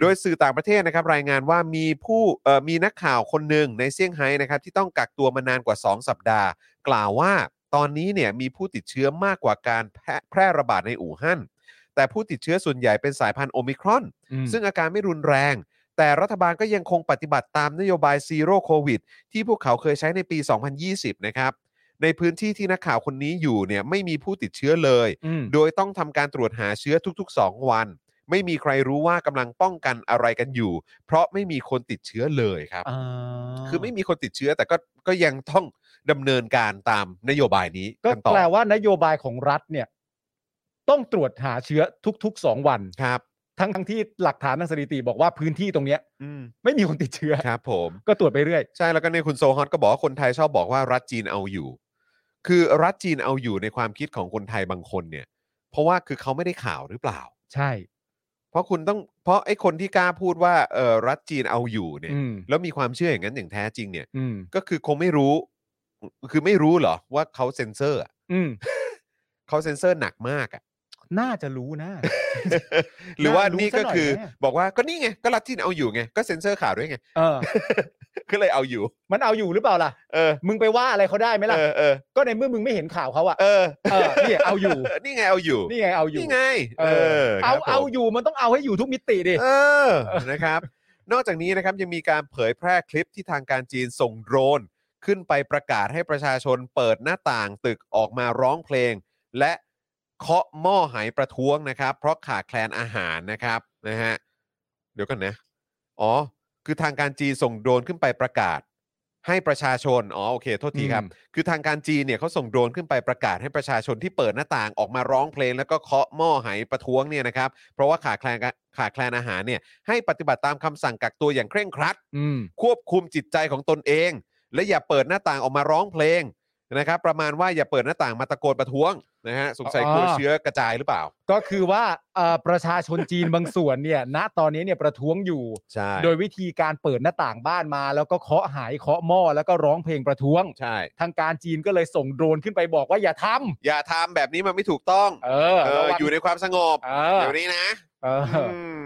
โดยสื่อต่างประเทศนะครับรายงานว่ามีผู้เอ่อมีนักข่าวคนหนึ่งในเซี่ยงไฮ้นะครับที่ต้องกักตัวมานานกว่า 2 สัปดาห์ กล่าวว่าตอนนี้เนี่ยมีผู้ติดเชื้อมากกว่าการแพร่แพร่ระบาดในอู่ฮั่นแต่ผู้ติดเชื้อส่วนใหญ่เป็นสายพันธุ์โอมิครอน อืม ซึ่งอาการไม่รุนแรง แต่รัฐบาลก็ยังคงปฏิบัติตามนโยบายซีโร่โควิดที่พวกเขาเคยใช้ในปี 2020 นะครับ ในพื้นที่ที่นักข่าวคนนี้อยู่เนี่ยไม่มีผู้ติดเชื้อเลย อืม โดยต้องทำการตรวจหาเชื้อทุกๆ 2 วัน ไม่มีใครรู้ว่ากำลังป้องกันอะไรกันอยู่ เพราะไม่มีคนติดเชื้อเลยครับ อ่า คือไม่มีคนติดเชื้อแต่ก็ก็ยังต้องดำเนินการตามนโยบายนี้ ก็ กันต่อ แปลว่านโยบายของรัฐเนี่ย ต้องตรวจหาเชื้อทุกๆสองวัน ครับ ทั้งทั้งที่หลักฐานทางสถิติบอกว่าพื้นที่ตรงเนี้ย อืม ไม่มีคนติดเชื้อ ครับผม ก็ตรวจไปเรื่อย ใช่แล้วก็เนี่ยคุณโซฮอตก็บอกว่าคนไทยชอบบอกว่ารัฐจีนเอาอยู่ คือรัฐจีนเอาอยู่ในความคิดของคนไทยบางคนเนี่ย เพราะว่าคือเขาไม่ได้ข่าวหรือเปล่า ใช่ เพราะคุณต้องเพราะไอ้คนที่กล้าพูดว่าเออรัฐจีนเอาอยู่เนี่ย อืม แล้วมีความเชื่ออย่างนั้นอย่างแท้จริงเนี่ย อืม ก็คือคงไม่รู้ คือไม่รู้เหรอว่าเขาเซ็นเซอร์อะ อืม เขาเซ็นเซอร์หนักมากอะ น่าจะรู้นะ หรือว่า น่ารู้ นี่ ซะ ก็ หน่อย คือ นะ บอกว่าก็นี่ไงก็รัฐจีนเอาอยู่ไงก็เซ็นเซอร์ข่าวด้วยไง เออ ก็เลยเอาอยู่ มันเอาอยู่หรือเปล่าล่ะ เออ มึงไปว่าอะไรเขาได้ไหมล่ะ เออเออ ก็ในเมื่อมึงไม่เห็นข่าวเขาอะ เออ เออนี่เอาอยู่ นี่ไงเอาอยู่ นี่ไงเอาอยู่ นี่ไง เออ เอา ครับผม เอาอยู่มันต้องเอาให้อยู่ทุกมิติดิ เออ นะครับ นอกจากนี้นะครับยังมีการเผยแพร่คลิปที่ทางการจีนส่งโดรน ขึ้นไปประกาศให้ประชาชนเปิดหน้าต่างตึกออกมาร้องเพลง และเคาะหม้อหายประท้วงนะครับ เพราะขาดแคลนอาหารนะครับนะฮะเดี๋ยวกันนะ อ๋อ คือทางการจีนส่งโดรนขึ้นไปประกาศ ให้ประชาชนอ๋อโอเคโทษทีครับ อืม คือทางการจีนเนี่ยเขาส่งโดรนขึ้นไปประกาศให้ประชาชนที่เปิดหน้าต่างออกมาร้องเพลง แล้วก็เคาะหม้อไหายประท้วงเนี่ยนะครับ เพราะว่าขาดแคลนกะขาดแคลนอาหารเนี่ยให้ปฏิบัติตามคำสั่งกักตัวอย่างเคร่งครัด อืม ควบคุมจิตใจของตนเอง และอย่าเปิดหน้าต่างออกมาร้องเพลงนะครับ ประมาณว่าอย่าเปิดหน้าต่างมาตะโกนประท้วงนะฮะสงสัย อ๋อ กลัวเชื้อกระจายหรือเปล่า ก็คือว่าเอ่อประชาชนจีนบางส่วนเนี่ย ณ ตอนนี้เนี่ยประท้วงอยู่ ใช่ โดยวิธีการเปิดหน้าต่างบ้านมา แล้วก็เคาะหายเคาะหม้อแล้วก็ร้องเพลงประท้วง ใช่ ทางการจีนก็เลยส่งโดรนขึ้นไปบอกว่าอย่าทำ อย่าทำแบบนี้มันไม่ถูกต้อง เออ เอ ระ อ วัง อยู่ในความสงบ เออ เดี๋ยวนี้นะ เออ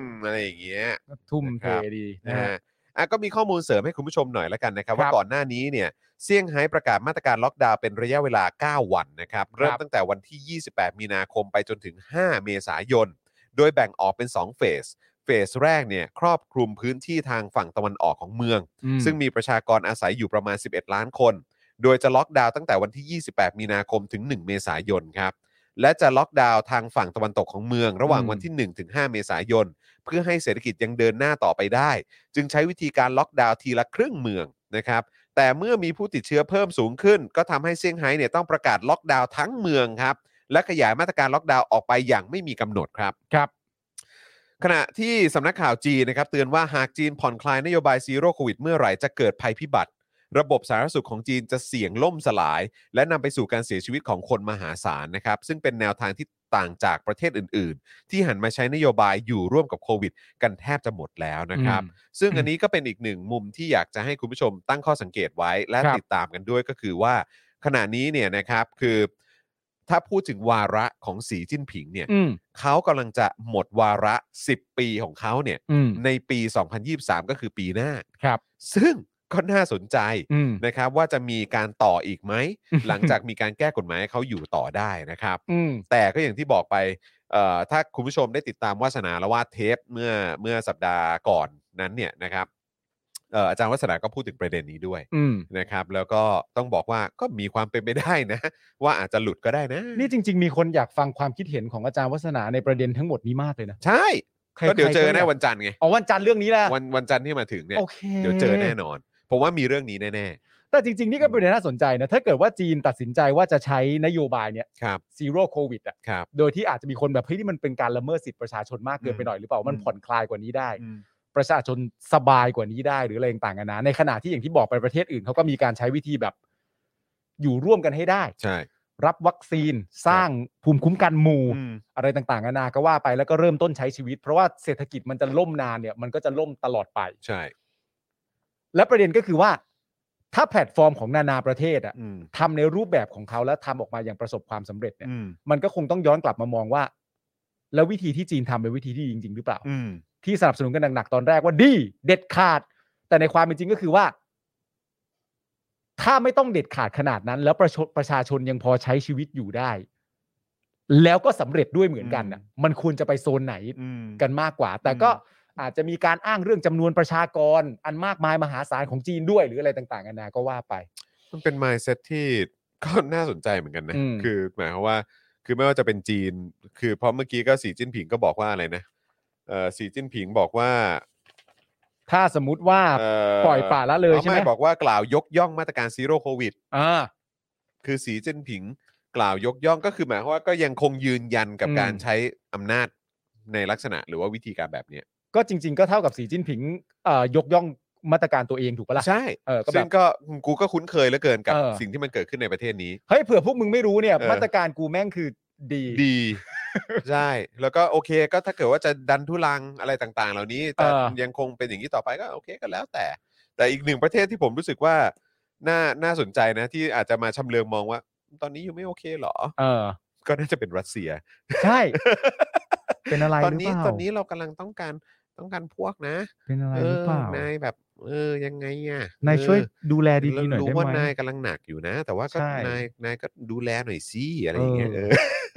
มอะไรอย่างเงี้ย ทุ่ม นะค เท รับ ดีนะ นะ ฮะ ฮะ อ่ะก็มีข้อมูลเสริมให้คุณผู้ชมหน่อยละกันนะครับ ว่า ครับ ก่อนหน้านี้เนี่ยเซี่ยงไฮ้ประกาศมาตรการล็อกดาวน์เป็นระยะเวลา 9 วันนะครับ เริ่มตั้งแต่วันที่ 28 มีนาคมไปจนถึง 5 เมษายน โดยแบ่งออกเป็น 2 เฟส เฟสแรกเนี่ยครอบคลุมพื้นที่ทางฝั่งตะวันออกของเมือง ซึ่งมีประชากรอาศัยอยู่ประมาณ 11 ล้านคน โดยจะล็อกดาวน์ตั้งแต่วันที่ 28 มีนาคมถึง 1 เมษายนครับ และจะล็อกดาวน์ทางฝั่งตะวันตกของเมือง ระหว่าง อืม วันที่ 1 ถึง 5 เมษายน เพื่อให้เศรษฐกิจยังเดินหน้าต่อไปได้ จึงใช้วิธีการล็อกดาวน์ทีละครึ่งเมืองนะครับ แต่เมื่อมีผู้ติดเชื้อเพิ่มสูงขึ้น ก็ทำให้เซี่ยงไฮ้เนี่ยต้องประกาศล็อกดาวน์ทั้งเมืองครับ และขยายมาตรการล็อกดาวน์ออกไปอย่างไม่มีกำหนดครับ ครับ ขณะที่สำนักข่าวจีนนะครับเตือนว่าหากจีนผ่อนคลายนโยบายซีโร่โควิดเมื่อไหร่จะเกิดภัยพิบัติ ระบบสาธารณสุขของจีนจะเสี่ยงล่มสลาย และนำไปสู่การเสียชีวิตของคนมหาศาลนะครับ ซึ่งเป็นแนวทางที่ต่างจากประเทศอื่น ๆ ที่หันมาใช้นโยบายอยู่ร่วมกับโควิด กันแทบจะหมดแล้วนะครับ ซึ่งอันนี้ก็เป็นอีกหนึ่งมุมที่อยากจะให้คุณผู้ชมตั้งข้อสังเกตไว้และ ครับ ติดตามกันด้วยก็คือว่า ขณะนี้เนี่ยนะครับคือถ้าพูดถึงวาระของสีจิ้นผิงเนี่ย อืม เขากำลังจะหมดวาระ 10 ปีของเขาเนี่ย อืม ในปี 2023 ก็คือปีหน้า ครับ ซึ่งก็น่าสนใจ อืม นะครับว่าจะมีการต่ออีกไหม อืม หลังจากมีการแก้กฎหมายให้เขาอยู่ต่อได้นะครับ อืม แต่ก็อย่างที่บอกไปเอ่อถ้าคุณผู้ชมได้ติดตามวาสนาละวาดเทปเมื่อเมื่อสัปดาห์ก่อนนั้นเนี่ยนะครับเอ่ออาจารย์วาสนาก็พูดถึงประเด็นนี้ด้วย อืม นะครับ แล้วก็ต้องบอกว่าก็มีความเป็นไปได้นะ ว่าอาจจะหลุดก็ได้นะ นี่จริง ๆ มีคนอยากฟังความคิดเห็นของอาจารย์วัฒนาในประเด็นทั้งหมดนี้มากเลยนะ ใช่ ใครๆ ก็เดี๋ยวเจอแน่ ยาก วันจันทร์ไง อ๋อวันจันทร์เรื่องนี้แหละ วันวันจันทร์ที่มาถึงเนี่ย โอเค เดี๋ยวเจอแน่นอน ผมว่ามีเรื่องนี้แน่ แต่จริง ๆ นี่ก็เป็นประเด็นน่าสนใจนะถ้าเกิดว่าจีนตัดสินใจว่าจะใช้นโยบายเนี่ย ๆ ครับ ซีโร่โควิดอ่ะ ครับ โดยที่อาจจะมีคนแบบเฮ้ยนี่มันเป็นการละเมิดสิทธิประชาชนมากเกินไปหน่อยหรือเปล่ามัน อืม ผ่อนคลายกว่านี้ได้ อืม ประชาชนสบายกว่านี้ได้หรืออะไรต่างๆกันานะในขณะที่อย่างที่บอกไปประเทศอื่นเขาก็มีการใช้วิธีแบบ อยู่ร่วมกันให้ได้ ใช่ รับวัคซีนสร้างภูมิคุ้มกันหมู่ อืม อะไรต่างๆนานาก็ว่าไปแล้วก็เริ่มต้นใช้ชีวิต เพราะว่าเศรษฐกิจมันจะล่มนานเนี่ยมันก็จะล่มตลอดไป ใช่ และประเด็นก็คือว่า ถ้าแพลตฟอร์มของนานาประเทศอะ อืม ทำในรูปแบบของเขาแล้วทำออกมาอย่างประสบความสำเร็จเนี่ย อืม มันก็คงต้องย้อนกลับมามองว่า แล้ววิธีที่จีนทำเป็นวิธีที่ดีจริง ๆ หรือเปล่า อืม ที่สนับสนุนกันหนักๆตอนแรกว่าดี เด็ดขาด แต่ในความเป็นจริงก็คือว่า ถ้าไม่ต้องเด็ดขาดขนาดนั้น แล้วประชาประชาชนยังพอใช้ชีวิตอยู่ได้ แล้วก็สำเร็จด้วยเหมือนกันน่ะ มันควรจะไปโซนไหน อืม กันมากกว่า แต่ก็อาจจะมีการอ้างเรื่องจำนวนประชากร อันมากมายมหาศาลของจีนด้วยหรืออะไรต่างๆนานาก็ว่าไป มันเป็น mindset ที่ก็น่าสนใจเหมือนกันนะ อืม คือหมายความว่า คือไม่ว่าจะเป็นจีน คือเพราะเมื่อกี้ก็สีจิ้นผิงก็บอกว่าอะไรนะเออสีจิ้นผิงบอกว่า ถ้าสมมติว่า เอ่อ ปล่อยป่าละเลย อา ใช่ไหม บอกว่ากล่าวยกย่องมาตรการซีโร่โควิด อ่า คือสีจิ้นผิงกล่าวยกย่องก็คือหมายความว่าก็ยังคงยืนยันกับ อืม การใช้อำนาจในลักษณะหรือว่าวิธีการแบบเนี้ย ก็จริง ๆ ก็เท่ากับสีจิ้นผิงเอ่อยกย่องมาตรการตัวเองถูกปะล่ะ ใช่ เออก็แบบ ซึ่งก็กูก็คุ้นเคยเหลือเกินกับ เออ สิ่งที่มันเกิดขึ้นในประเทศนี้ เฮ้ยเผื่อพวกมึงไม่รู้เนี่ย เออ มาตรการกูแม่งคือดี ดี ใช่ แล้วก็โอเคก็ถ้าเกิดว่าจะดันทุลังอะไรต่าง ๆ เหล่านี้แต่ยังคงเป็นอย่างนี้ต่อไปก็โอเคก็แล้วแต่ แต่อีกหนึ่งประเทศที่ผมรู้สึกว่า น่าน่าสนใจนะ ที่อาจจะมาชำเลืองมองว่า ตอนนี้อยู่ไม่โอเคเหรอ เออ ก็น่าจะเป็นรัสเซีย ใช่ (laughs) เป็นอะไร ตอน หรือ นี้ เปล่า ตอนนี้เรากำลังต้องการต้องการพวกนะ เป็นอะไร เอ หรือ อ เปล่าน ายแบบ เออยังไงอ่ะ นายช่วย เออ ดูแลดีๆหน่อย รู้ ได้ ว่า ไหม นายกำลังหนักอยู่นะ แต่ว่าก็ ใช่ นายนายก็ดูแลหน่อยสิอะไรอย่างเงี้ย เออ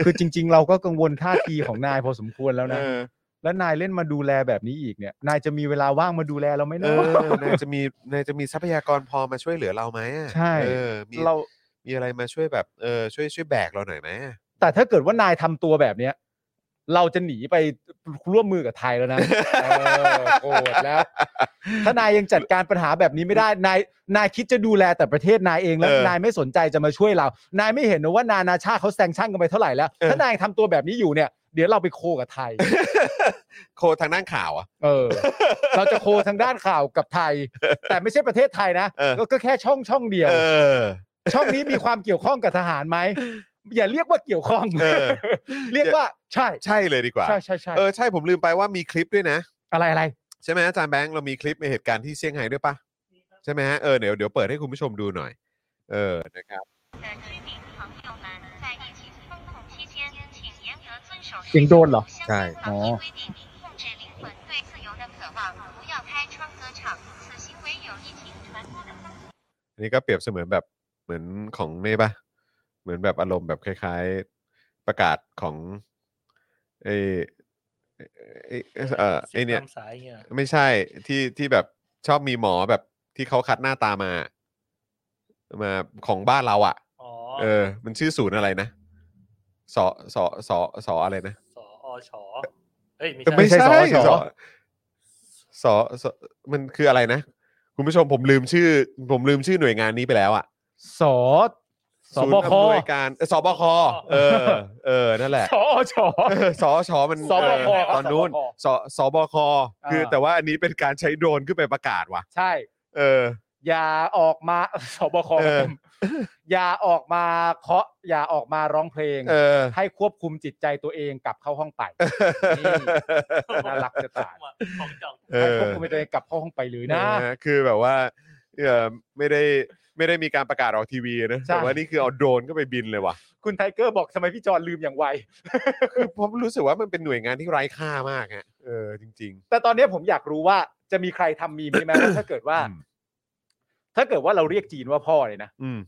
คือจริง ๆ เราก็กังวลท่าทีของนายพอสมควรแล้ว เอ นะ อ แล้วนายเล่นมาดูแลแบบนี้อีกเนี่ย นายจะมีเวลาว่างมาดูแลเราไหม เอ เนา (laughs) ะ อนายจะมีนายจะมีทรัพยากรพอมาช่วยเหลือเราไหมอะ ใช่ เออมี เรา มีอะไรมาช่วยแบบเออช่วยช่วยแบกเราหน่อยไหมอะ แต่ถ้าเกิดว่านายทำตัวแบบเนี้ย เราจะหนีไปร่วมมือกับไทย (laughs) แล้วนะ เออโกรธแล้ว ถ้านายยังจัดการปัญหาแบบนี้ไม่ได้ นาย นายคิดจะดูแลแต่ประเทศนายเองแล้ว เออน ายไม่สนใจจะมาช่วยเรา นายไม่เห็นนะว่านานาชาติเขาแซงชั่นกันไปเท่าไหร่แล้ว เออ ถ้านายยังทำตัวแบบนี้อยู่เนี่ย เดี๋ยวเราไปโคกับไทย โคทางด้านข่าวอ่ะ เอ (laughs) อ เราจะโคทางด้านข่าวกับไทย แต่ไม่ใช่ประเทศไทยนะ เออ ก็ก็แค่ช่องช่องเดียว เออ ช่องนี้มีความเกี่ยวข้องกับทหารไหม อย่าเรียกว่าเกี่ยวข้อง เออ เรียกว่าใช่ ใช่เลยดีกว่า ใช่ใช่ใช่ เออใช่ผมลืมไปว่ามีคลิปด้วยนะ อะไรอะไร ใช่ไหมอาจารย์แบงค์เรามีคลิปในเหตุการณ์ที่เซี่ยงไฮ้ด้วยปะใช่ไหมฮะเออเดี๋ยวเดี๋ยวเปิดให้คุณผู้ชมดูหน่อย เออนะครับ 的居民朋友们，在疫情封控期间，请严格遵守严重了相关防疫规定，控制灵魂对自由的渴望，不要开窗割场。此 อันนี้ก็เปรียบเสมือนแบบเหมือนของนี่ปะเหมือนแบบอารมณ์แบบคล้ายๆประกาศของไอไอ้ไอ้เออไอเนี่ย สียงตามสายเงี้ยเหรอ ไม่ใช่ที่ที่แบบชอบมีหมอแบบที่เขาคัดหน้าตามา มาของบ้านเราอะ่ะ อ๋อ เออ มันชื่อศูนย์อะไรนะสอสอสอสออะไรนะ สออชอเฮ้ย ไม่ ไม่ ใช่ ใช่สอ สอ สอสอสอมันคืออะไรนะ คุณผู้ชมผมลืมชื่อ ผมลืมชื่อหน่วยงานนี้ไปแล้วอะ่ะ สอส ศูน บ ย์ ค อำนวยการเอ่อสบคเออ เออนั่นแหละ สอช เออสอชอมัน สบค เออตอนนู้น สบค สสบคคือ อ่า แต่ว่าอันนี้เป็นการใช้โดรนขึ้นไปประกาศว่ะ ใช่ เออ อย่าออกมา (laughs) สบค เออ อย่าออกมาเคาะอย่าออกมาร้องเพลง เออ ให้ควบคุมจิตใจตัวเองกลับเข้าห้องไป นี่ น่ารักจะตาย ของจอง เอ ให้ อ ควบคุมจิตใจตัวเองกลับเข้าห้องไปเลยนะ นะฮะคือแบบว่าเอ่อไม่ได้ไม่ได้มีการประกาศออกทีวีนะ ใช่ แต่ว่านี่คือเอาโดรนก็ไปบินเลยว่ะ คุณไทเกอร์บอกทำไมพี่จอนลืมอย่างไว คือผมรู้สึกว่ามันเป็นหน่วยงานที่ไร้ค่ามากฮะเออจริง แต่ตอนนี้ผมอยากรู้ว่าจะมีใครทำมีมนี้ไหมว่าถ้าเกิดว่า อืม ถ้าเกิดว่าเราเรียกจีนว่าพ่อเลยนะ ๆ อืม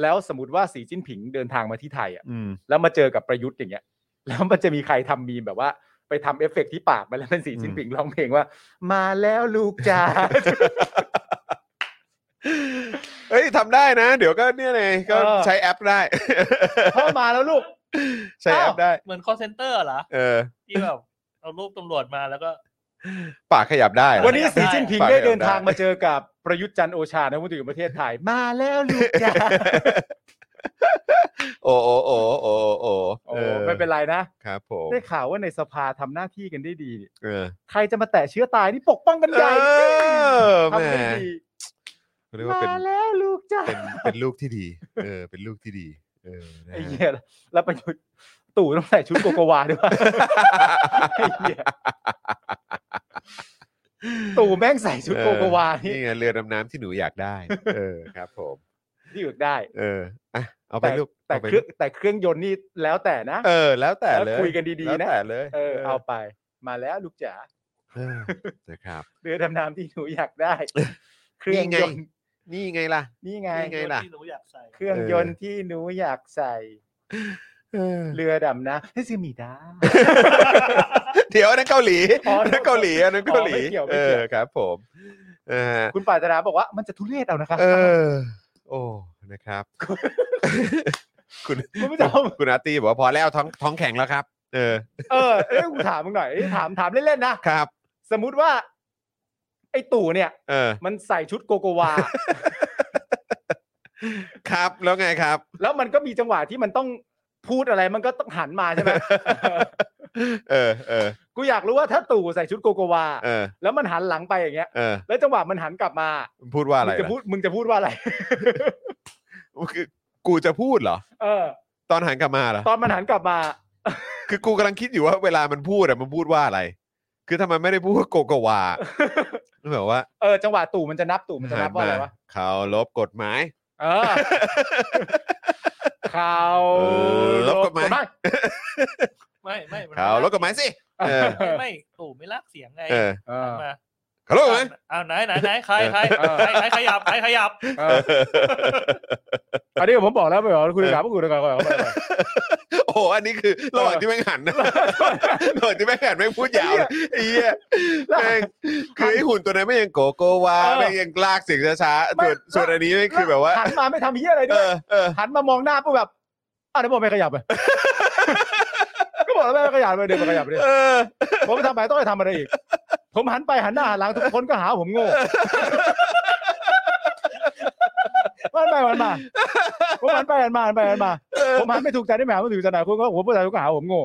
แล้วสมมติว่าสีจิ้นผิงเดินทางมาที่ไทยอ่ะ อืม แล้วมาเจอกับประยุทธ์อย่างเงี้ย แล้วมันจะมีใครทำมีมแบบว่า ไปทำเอฟเฟกต์ที่ปากมาแล้ว (laughs) เป็นสีจิ้นผิงร้องเพลงว่า มาแล้วลูกจ้า (laughs) เฮ้ยทำได้นะ เดี๋ยวก็เนี่ยไงก็ เออ ใช้แอปได้ พ่อมาแล้วลูก ใช้แอปได้ เหมือน call center เหรอ เออ ที่แบบเอารูปตำรวจมาแล้วก็ ปากขยับได้ วันนี้สีจิ้นผิง ปาก ได้ แดง เดินทาง ได้ มาเจอกับประยุทธ์จันทร์โอชาในมุติของประเทศไทย มาแล้วลูก (laughs) จ้า (laughs) โอ้โอ้โอ้โอ้โอ้ โอ้ไม่เป็นไรนะ ครับผม ได้ข่าวว่าในสภาทำหน้าที่กันได้ดีนี่ เออ ใครจะมาแตะเชื้อตายนี่ปกป้องกันใหญ่ เออแห ทำ ม่ ได้ดี เรียกว่าเป็น มาแล้วลูกจ้า เป็นเป็นลูกที่ดี เออ เป็นลูกที่ดี เออนะ ไอ้ ฮะ เหี้ย (laughs) แล้วประยุทธ์ตู่ต้องใส่ชุดโกโกวาด้วยวะไอ้เหี้ยตู่แม่งใส่ชุดโกโกวา เออ นี่ นี่ไงเรือดำน้ำที่หนูอยากได้ เออครับผม ที่อยู่ได้ เอออ่ะเอาไปลูก แต่ าไป เครื่องแต่เครื่องยนต์นี่แล้วแต่นะ เออ แล้วแต่เลย แล้วคุยกันดีๆนะ แล้วแต่เลย เออเอาไปมาแล้วลูกจ๋า เออนะครับ เรือดำน้ำที่หนูอยาก (laughs) ได้ เครื่องยนต์ นี่ไงล่ะ นี่ไง นี่ไง ล่ะ ที่หนูอยากใส่ เครื่อง เออ ยนต์ที่หนูอยากใส่ เออ เรือดำน้ำให้ซื้อหมีดา เดี๋ยวอัน (laughs) นั่นเกาหลี อ๋อ อัน (laughs) นั่นเกาหลีอันนั่นเกาหลี อ๋อไม่เกี่ยวไม่ เอ เกี่ อ ยว ครับผมเออฮะ คุณปรารถนาบอกว่ามันจะทุเรศเอานะคะ เออ โอ้นะครับ คุณ (laughs) คุณผู้ชม คุณอาร์ตี้บอกว่าพอแล้วท้องท้องแข็งแล้วครับ เออ (laughs) เออเอ้ยกูถามมึงหน่อยเอ้ยถามถามเล่นๆนะครับ สมมุติว่า ไอ้ตู่เนี่ย เออ มันใส่ชุดโกโกวา ครับแล้วไงครับ แล้วมันก็มีจังหวะที่มันต้องพูดอะไรมันก็ต้องหันมาใช่ไหม (laughs) เออเออ กูอยากรู้ว่าถ้าตู่ใส่ชุดโกโกวา เออ แล้วมันหันหลังไปอย่างเงี้ย เออ แล้วจังหวะมันหันกลับมา พูดว่าอะไร มึงจะ ล่ะ พูดมึงจะพูดว่าอะไร คือกูจะพูดเหรอ เออ ตอนหันกลับมาเหรอ ตอนมันหันกลับมา คือกูกำลังคิดอยู่ว่าเวลามันพูดอะมันพูดว่าอะไร คือทำไมไม่ได้พูดว่าโกโกวาแบบว่า เออจังหวะตู่มันจะนับตู่มันจะนับว่าอะไรวะ เขาลบกฎหมาย (laughs) เออเขา เออลบกฎหมาย ไม่ไม่มัน เขาลบกฎหมายสิ เอ (laughs) อ ไม่ไม่ตู่ไม่ลากเสียงไง เออ เออ มา เขาลบกฎหมาย อ้าวไหนไหนไหนใครใคร เออ ใครใครขยับใครขยับ เอออันนี้ผมบอกแล้วไปบอกคุยกับผู้คุยกันก่อน โอ้โหอันนี้คือระหว่างที่แม่งหันนะระหว่างที่แม่งหันแม่งพูดยาวเลยไอ้เหี้ยแม่งคือไอ้หุ่นตัวนั้นไม่งยังโกโกวาแม่งยังลากเสียงช้าๆส่วนส่วนอันนี้แม่งคือแบบว่า หันมาไม่ทำเฮียอะไร เอ ด้วย อเออ หันมามองหน้าปุ๊บแบบอ้าวเดี๋ยวผมไม่ขยับเลย (laughs) ก็บอกแล้วไม่ขยับเลยเดี๋ยวไม่ขยับเลย เออ ผมทำไปต้องไปทำอะไรอีก ผมหันไปหันหน้าหันหลังทุกคนก็หาผมโง่ (laughs) หันไปหันมาผมหันไปหันมาหันไปหันมา ผมหันไม่ถูกใจได้ไหมหาไม่ถูกใจไหนคุณก็ผมผู้ชายคุณก็หาผมโง่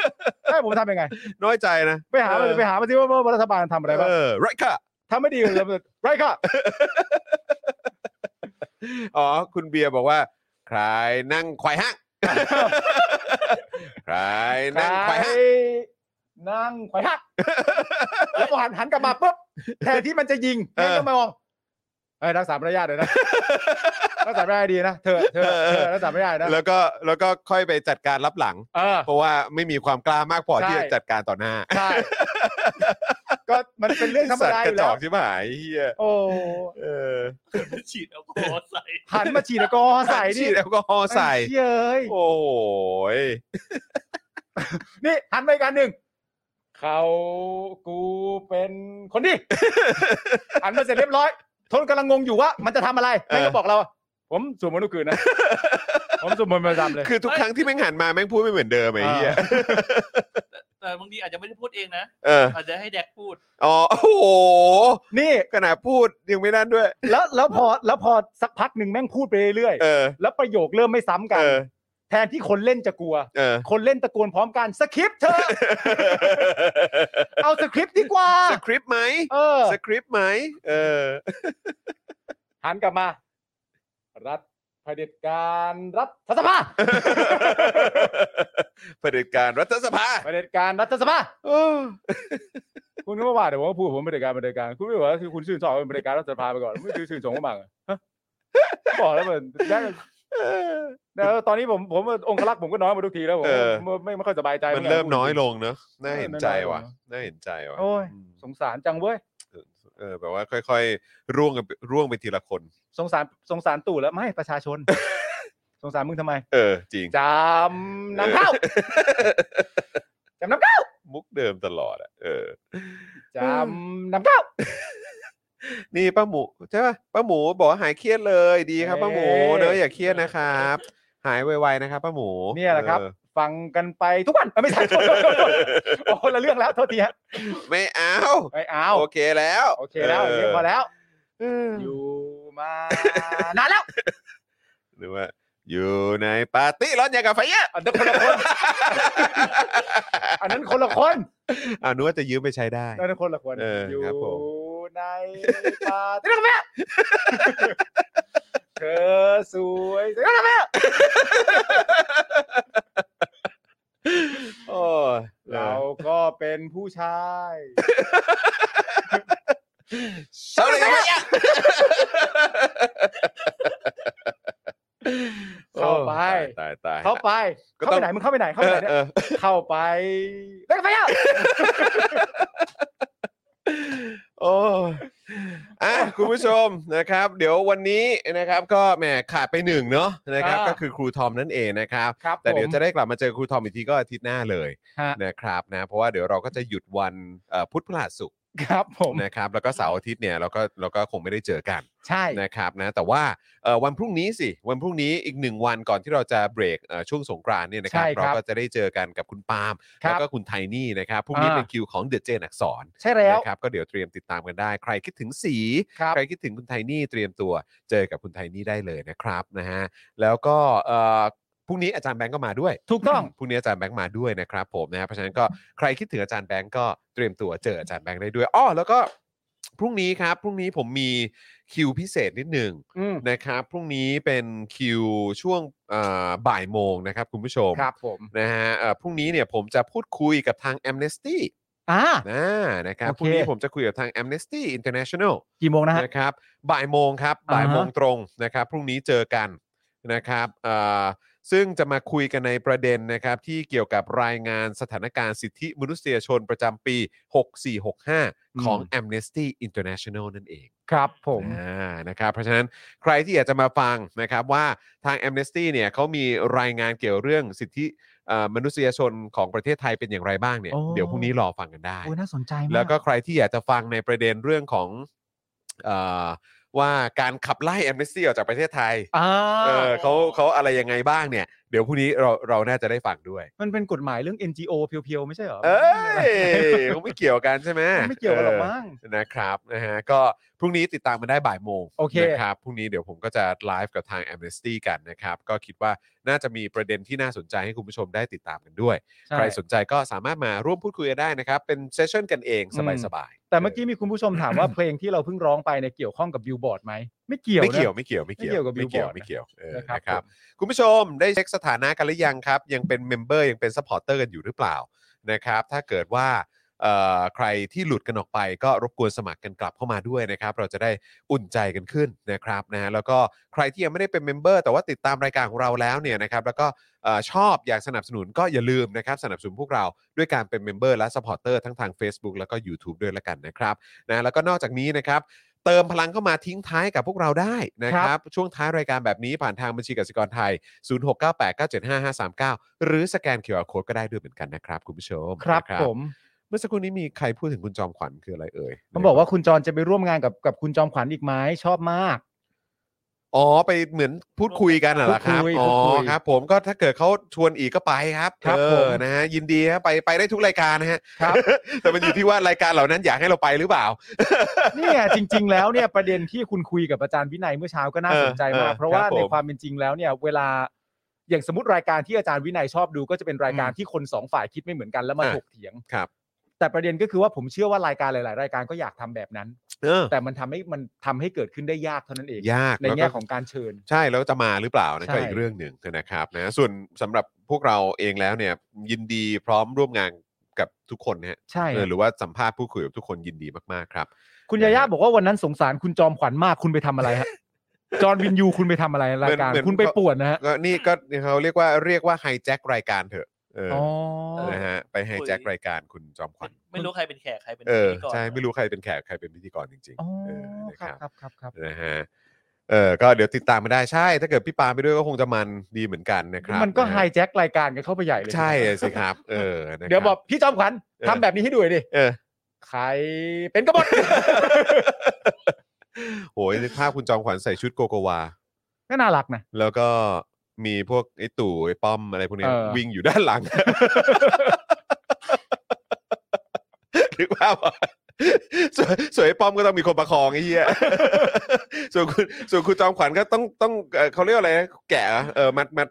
(laughs) ให้ผมทำยังไง น้อยใจนะ ไปหามา เออ ไปหามาที่ว่าว่ารัฐบาลทำอะไรบ้าง เออไรค่ะ ถ้าไม่ดีเลย (laughs) ไรค่ะ อ๋อ คุณเบียร์บอกว่า ใครนั่งควายห้าง ใครนั่งควายห้าง นั่งไขว่หักแล้วพอหันหันกลับมาปุ๊บแทนที่มันจะยิงแม่งก็มามองเอ้ยรักษามารยาทเลย (laughs) นะรักษามารยาทดีนะเธอเธอเธอรักษามารยาทนะ แล้วก็แล้วก็ค่อยไปจัดการรับหลัง เออ เพราะว่าไม่มีความกล้ามากพอ ใช่ ที่จะจัดการต่อหน้า ใช่ ก็มันเป็นเรื่องธรรม สัต ดา ว์ อก ระ ยู่ จ แล้ อ ว กใช่ไหมไอ้เฮีย โอ้ เออ ฉีดแอลกอฮอล์ใส่ หันมาฉีดแอลกอฮอล์ใส่ ฉี นี่ ดแอลกอฮอล์ใส่ เย้ย โอ้โหย นี่หันไปกันหนึ่งเขากูเป็นคนดี (laughs) หันมาเสร็จเรียบร้อย ทนกำลังงงอยู่ว่า มันจะทำอะไรแม่งก็บอกเรา ผมสวดมนต์ทุกคืนนะ (laughs) ผมสวดมนต์ประจำเลย คือทุกครั้งที่แม่งหันมาแม่งพูดไม่เหมือนเดิมไอ้เฮีย แต่บางทีอาจจะไม่ได้พูดเองนะ เออ อาจจะให้แดกพูด อ๋อโอ้โห นี่ ขนาดพูดยังไม่นั่นด้วย แล้วแล้วพอแล้วพอสักพักหนึ่งแม่งพูดไปเรื่อย เออ ๆแล้วประโยคเริ่มไม่ซ้ำกั เอน อ แทนที่คนเล่นจะกลัว เออ คนเล่นตะโกนพร้อมกันสคริปต์เธ (laughs) อะเอาสคริปต์ดีกว่า สคริปต์ไหม เออ สคริปต์ไหมเออ หันกลับมา รัฐเผด็จการรัฐสภา เผด็จการรัฐสภา เผด็จการรัฐสภา (laughs) โอ้ คุณก็มาว่าเดี๋ยวผมก็พูดผมเผด็จการเผด็จการคุณไม่บอกว่าคือคุณชื่นชอบเป็นเผด็จการรัฐสภาไปก่อนไม่ชื่นชื่นชมก็มังบอกแล้วมันได้ เออ เออตอนนี้ผมผมองคลักษ์ผมก็น้อยมาทุกทีแล้วผม เออ ผมไม่ไม่ค่อยสบายใจ มันเริ่ม หกั น้อยลงเนอะน่าเห็นใจว่ะ เออ น่าเห็นใจว่ะ โอ้ย ม สงสารจังเว้ย เออแบบว่าค่อยๆ ร่วงกันไปร่วงไปทีละคน สงสารสงสารตู่แล้วไม่ประชาชน (laughs) สงสารมึงทำไม เออ จริง จำนำ (laughs) เข้าจำนำเข้า มุกเดิมตลอดอะเออ จำนำเข้า นี่ป้าหมูใช่ป่ะป้าหมูบอกว่าหายเครียดเลยดีครับป้าหมู เอ้ย เนอะอย่าเครียดนะครับ หายไวๆนะครับป้าหมู เนี่ยแหละครับ เออ ฟังกันไปทุกวันเอ้ยไม่ใช่โท (laughs) ษโอ้คนละเรื่องแล้วโทษทีฮะ ไม่เอา ไอ้ยเอา โอเคแล้ว โอเคแล้วอย่างนี้พอแล้ว เออ อยู่มานานแล้ว หรือว่า อยู่ในปาร์ตี้ร้อนอย่างกับไฟเยอะ อันนั้นคนละคน อันนั้นคนละคน อ่านึกว่าจะยืมไปใช้ได้ อันนั้นคนละคน เออ อยู่ ครับผม ในป่าเต้นกับแม่เธอสวยเต้นกับแม่ โอ้ยเอ เรา อ ก็เป็นผู้ชาย เอาเลยครับ เข้าไป ตายตายตย เข้าไป ก็ เข้า ต้ ไป อง ไหนมึงเข้าไปไหนเข้า เออไปไหน เนี่ย เออ เข้าไปแล้วก็ไปอ่ะ โอ้ยอ่ะคุณผู้ชมนะครับ เดี๋ยววันนี้นะครับก็แหมขาดไปหนึ่งเนาะนะครับ ก็คือครูทอมนั่นเองนะครับ ครับ แต่เดี๋ยว ผม จะได้กลับมาเจอครูทอมอีกทีก็อาทิตย์หน้าเลย ฮะ นะครับนะเพราะว่าเดี๋ยวเราก็จะหยุดวันเอ่อพุธพฤหัสศุกร์ ครับผม นะครับแล้วก็เสาร์อาทิตย์เนี่ยเราก็เราก็คงไม่ได้เจอกัน ใช่ นะครับนะแต่ว่าเอ่อวันพรุ่งนี้สิวันพรุ่งนี้อีกหนึ่งวันก่อนที่เราจะเบรกเอ่อช่วงสงกรานต์เนี่ยนะครับเราก็จะได้เจอกันกับคุณปาล์ม ค แล้ว รับ ก็คุณไทนี่นะครับพรุ่งนี้ อ่า เป็นคิวของเดอะเจนอักษร ใช่แล้ว นะครับก็เดี๋ยวเตรียมติดตามกันได้ ใครคิดถึงสี ครับ ใครคิดถึงคุณไทนี่เตรียมตัวเจอกับคุณไทนี่ได้เลยนะครับนะฮะแล้วก็เอ่อพรุ่งนี้อาจารย์แบงก์ก็มาด้วย ถูกต้อง (coughs) พรุ่งนี้อาจารย์แบงก์มาด้วยนะครับผมนะฮะเพราะฉะนั้นก็ใครคิดถึงอาจารย์แบงก์ก็เตรียมตัวเจออาจารย์แบงก์ได้ด้วยอ้อแล้วก็พรุ่งนี้ครับพรุ่งนี้ผมมีคิวพิเศษนิดห (coughs) นึ่ง อืม นะครับพรุ่งนี้เป็นคิวช่วงเอ่อบ่ายโมงนะครับคุณผู้ชม ครับผม นะฮะเอ่อพรุ่งนี้เนี่ยผมจะพูดคุยกับทาง Amnesty อ่า นะนะครับ โอพเครุ่งนี้ผมจะคุยกับทาง Amnesty International กี่โมงนะฮะ นะครับบ่ายโมงครับ อ่าฮะ บ่ายโมงตรงนะครับพรุ่งนี้เจอกันนะครับเอ่อซึ่งจะมาคุยกันในประเด็นนะครับที่เกี่ยวกับรายงานสถานการณ์สิทธิมนุษยชนประจำปี 6465 ของ Amnesty International นั่นเอง ครับผม อ่านะครับเพราะฉะนั้นใครที่อยากจะมาฟังนะครับว่าทาง Amnesty เนี่ยเขามีรายงานเกี่ยวเรื่องสิทธิเอ่อมนุษยชนของประเทศไทยเป็นอย่างไรบ้างเนี่ยเดี๋ยวพรุ่งนี้รอฟังกันได้ โอ้ยน่าสนใจมาก แล้วก็ใครที่อยากจะฟังในประเด็นเรื่องของเออว่าการขับไล่แอมเนสตี้ออกจากประเทศไทย อ่า เออเขาเขาอะไรยังไงบ้างเนี่ย เดี๋ยวพรุ่งนี้เราเราน่าจะได้ฟังด้วย มันเป็นกฎหมายเรื่อง NGO เพียวๆ ไม่ใช่เหรอ เอ้ยเขาไม่เกี่ยวกันใช่ไหม มันไม่เกี่ยวกันหรอก เ มั้ง นะครับ (laughs) นะฮะก็พรุ่งนี้ติดตามมันได้บ่ายโมง โอเค นะครับพรุ่งนี้เดี๋ยวผมก็จะไลฟ์กับทาง a อมเนสตี้กันนะครับ ก็คิดว่าน่าจะมีประเด็นที่น่าสนใจให้คุณผู้ชมได้ติดตามกันด้วย ช่ ใครสนใจก็สามารถมาร่วมพูดคุยกันได้นะครับ เป็นเซสชั่นกันเอง อืม สบายๆ แต่เมื่อกี้มีคุณผู้ชมถามว่า เพลงที่เราเพิ่งร้องไปเนี่ยเกี่ยวข้องกับบิลบอร์ดไหมไม่เกี่ยวนะ ไม่เกี่ยวไม่เกี่ยวไม่เกี่ยว ไม่เกี่ยวกับ ไม่เกี่ยว Billboard ไม่เกี่ยวเออ นะครับ นะครับ ผม คุณผู้ชมได้เช็คสถานะกันหรือยังครับ ยังเป็นเมมเบอร์ยังเป็น s u p p อร์เตอร์กันอยู่หรือเปล่านะครับ ถ้าเกิดว่า เอ่อใครที่หลุดกันออกไปก็รบกวนสมัครกันกลับเข้ามาด้วยนะครับ เราจะได้อุ่นใจกันขึ้นนะครับนะฮะแล้วก็ใครที่ยังไม่ได้เป็นเมมเบอร์แต่ว่าติดตามรายการของเราแล้วเนี่ยนะครับแล้วก็เอ่อชอบอยากสนับสนุนก็อย่าลืมนะครับสนับสนุนพวกเราด้วยการเป็นเมมเบอร์และสปอร์เตอร์ทั้งทาง Facebook แล้วก็ YouTube ด้วยละกันนะครับนะแล้วก็นอกจากนี้นะครับ เติมพลังเข้ามาทิ้งท้ายกับพวกเราได้นะครับ ช่วงท้ายรายการแบบนี้ผ่านทางบัญชีกสิกรไทย 0698975539 หรือสแกน QR Code ก็ได้ด้วยเหมือนกันนะครับ คุณผู้ชม ครับ นะ ผม เมื่อสักครู่นี้มีใครพูดถึงคุณจอมขวัญคืออะไรเอ่ย มันบอกว่าคุณจรจะไปร่วมงานกับกับคุณจอมขวัญอีกไหมชอบมาก อ๋อ ไปเหมือนพูดคุยกันน่ะเหรอครับ พูดคุย อ๋อ พูดคุย ครับ ผมก็ถ้าเกิดเขาชวนอีกก็ไปครับ ครับ เอ ผ อ ม นะฮะยินดีครับไปไปได้ทุกรายการนะฮะ ครับ แต่มันอยู่ที่ว่ารายการเหล่านั้นอยากให้เราไปหรือเปล่า เนี่ยจริง ๆ แล้วเนี่ยประเด็นที่คุณคุยกับอาจารย์วินัยเมื่อเช้าก็น่าสนใจมาเออเอกอ เพราะคว่ารับผม ในความเป็นจริงแล้วเนี่ยเวลาอย่างสมมติรายการที่อาจารย์วินัยชอบดู ก็จะเป็นรายการที่คนสองฝ่ายคิดไม่เหมือนกันแล้วมา อ่ะ ถกเถียง ครับ แต่ประเด็นก็คือว่าผมเชื่อว่ารายการหลาย ๆ รายการก็อยากทำแบบนั้น เออ แต่มันทำให้มันทำให้เกิดขึ้นได้ยากเท่านั้นเอง ยาก ใน ล้วก็ แง่ของการเชิญ ใช่แล้วจะมาหรือเปล่านะ ใช่ ก็อีกเรื่องหนึ่งนะครับนะส่วนสำหรับพวกเราเองแล้วเนี่ยยินดีพร้อมร่วมงานกับทุกคนนะฮะ ใช่ เออหรือว่าสัมภาษณ์พูดคุยกับทุกคนยินดีมากๆครับ คุณยาย่าบอกว่าวันนั้นสงสารคุณจอมขวัญมากคุณไปทำอะไร (laughs) ฮะ จอร์นวินยูคุณไปทำอะไรรายการ เหมือนเหมือน คุณไปป่วนนะฮะ ก็นี่ก็เขาเรียกว่าเรียกว่าไฮแจ็ครายการเถอะเออ อ๋อ อนะฮะไปไฮแจ็ครายการคุณจอมขวัญ ไม่รู้ใครเป็นแขกใครเป็น เออ พิธีกร ใช่ไม่รู้ใครเป็นแขกใครเป็นพิธีกรจริง อ๋อ ๆเออนะคครั รั บบ ครับครับครับ นะฮะเออก็เดี๋ยวติดตามมาได้ใช่ ถ้าเกิดพี่ปาไปด้วยก็คงจะมันดีเหมือนกันนะครับ มันก็ ะ ไฮ ฮะ แจ็ครายการกันเข้าไปใหญ่เลย ใช่สิครับ เออนะครั เดี๋ยวบอกพี่จอมขวัญ เออ ทำแบบนี้ให้ดูหน่อยดิ เออ ใครเป็น (laughs) กบฏ โหยนึกภาพคุณจอมขวัญใส่ชุดโกโกวา ก็น่ารักนะ แล้วก็มีพวกไอ้ตู่ไอ้ป้อมอะไรพวกเนี้ย เออ วิ่งอยู่ด้านหลัง (laughs) นึกภาพว่าส่วนส่วนไอ้ป้อมก็ต้องมีคนประคองไอ้เหี้ย (laughs) ส่วนคุณส่วนคุณจอมขวัญก็ต้องต้องเอ่อเขาเรียกว่าอะไรนะแกะเหรอเออมัดมัด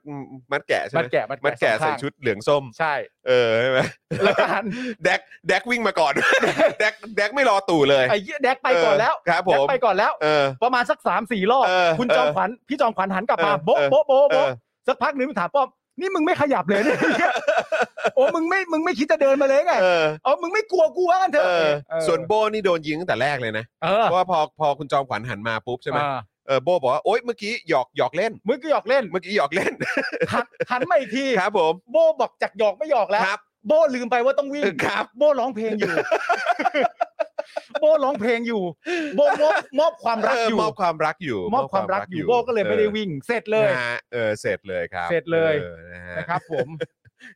มัดแกะใช่ไห มั ม ดแกะมัด มัดแกะ สอง ใส่ ข้าง ชุดเหลืองส้ม ใช่ เออใช่ไหม แล้วก็หัน แดกแดกวิ่งมาก่อน (laughs) แดกแดกไม่รอตู่เลย ไอ้เหี้ยแดกไปก่อนแล้ว ครับผ แดก ม ไปก่อนแล้ว เออ ประมาณสักสามสี่รอบ เออ คุณจอมขวัญพี่จอมขวัญหันกลับมา เออ โบ๊ะ เออ โบ๊ะโบ๊ะโบ๊ะ เออ สักพักหนึ่งถามป้อมนี่มึงไม่ขยับ (laughs) เลยเนี่ย โอ้มึงไม่มึงไม่คิดจะเดินมาเลยไง เออ เอามึงไม่กลัวกูว่ากันเถ เอ อะ อ เออ ส่วนโบ้นี่โดนยิงตั้งแต่แรกเลยนะ เอ เพ อ ราะว่าพอพอคุณจอมขวัญหันมาปุ๊บใช่ไหม อ่า เออโบ้บอกว่าโอ๊ยเมื่อกี้หยอกหยอกเล่น มึงก็หยอกเล่น เมื่อกี้หยอก (laughs) เล่น หันหันมาอีกที ครับผม โบบอกจากหยอกไม่หยอกแล้ว ครับ (laughs) โบลืมไปว่าต้องวิ่ง ครับ โบร้องเพลงอยู่ โบร้องเพลงอยู่ โบมอบมอบความรัก เออ อยู่ มอบความรักอยู่ มอบความรักอยู่โบก็เลยไม่ได้วิ่ง เสร็จเลย นะฮะเออเสร็จเลยครับ เสร็จเลย ออนะฮะ นะครับผม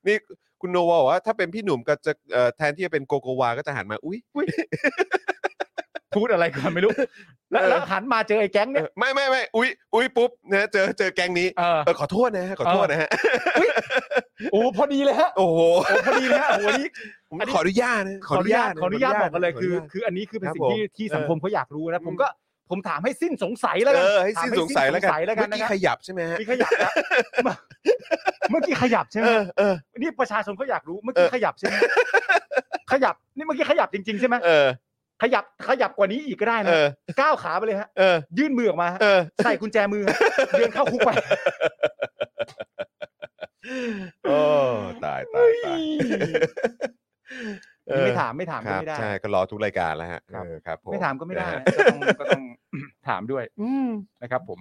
นี่คุณโนวาบอกว่าถ้าเป็นพี่หนุ่มก็จะเอ่อแทนที่จะเป็นโกโกวาก็จะหันมาอุ้ย พูดอะไรกันไม่รู้ แล้วแล้วหันมาเจอไอ้แก๊งเนี่ย ไม่ไม่ไม่อุ้ยอุ้ยปุ๊บนะเจอเจอแกงนี้ เออ เออขอโทษนะฮะขอโทษนะฮะ อุ๊ย โอ้พอดีเลยฮะ โอ้โห โอ้พอดีเลยฮะโอ้โหนี่ ผม อันนี้ ขออนุญาตนะ ขออนุญาตขออนุญาตบอกกันเลย ข คือ นุญาต คืออันนี้คือเป็น ครับ สิ่งที่ ผม ที่ เออ สังคมเขาอยากรู้นะผม อืม ก็ผมถามให้สิ้นสงสัยแล้วกัน เออให้สิ้น ถาม สงสัยแล้วกัน แล้วกัน เมื่อ นะ กี้ ครับ ขยับใช่ไหมฮะ มีขยับนะ (laughs) เมื่อกี้ขยับใช่ไหม เออเออ นี่ประชาชนเขาอยากรู้เมื่อ เอ กี้ อ ขยับใช่ไหม ขยับนี่เมื่อกี้ขยับจริงๆใช่ไหม เออ ขยับขยับกว่านี้อีกก็ได้ เอ นะ อ ก้าวขาไปเลยฮะ เออ ยื่นมือออกมาฮะ เออ ใส่กุญแจมือฮะเดินเข้าคุกไป (laughs) โอ้ตายตายตาย นี่ไม่ถามไม่ถาม ค ก็ รับ ไม่ได้ ใช่ก็รอทุกรายการแล้วฮะ ครับ เออครับผ ไม่ถามก็ไม่ได้ นะฮะ นะก็ต้องก็ต้อง ถามด้วยนะครับผม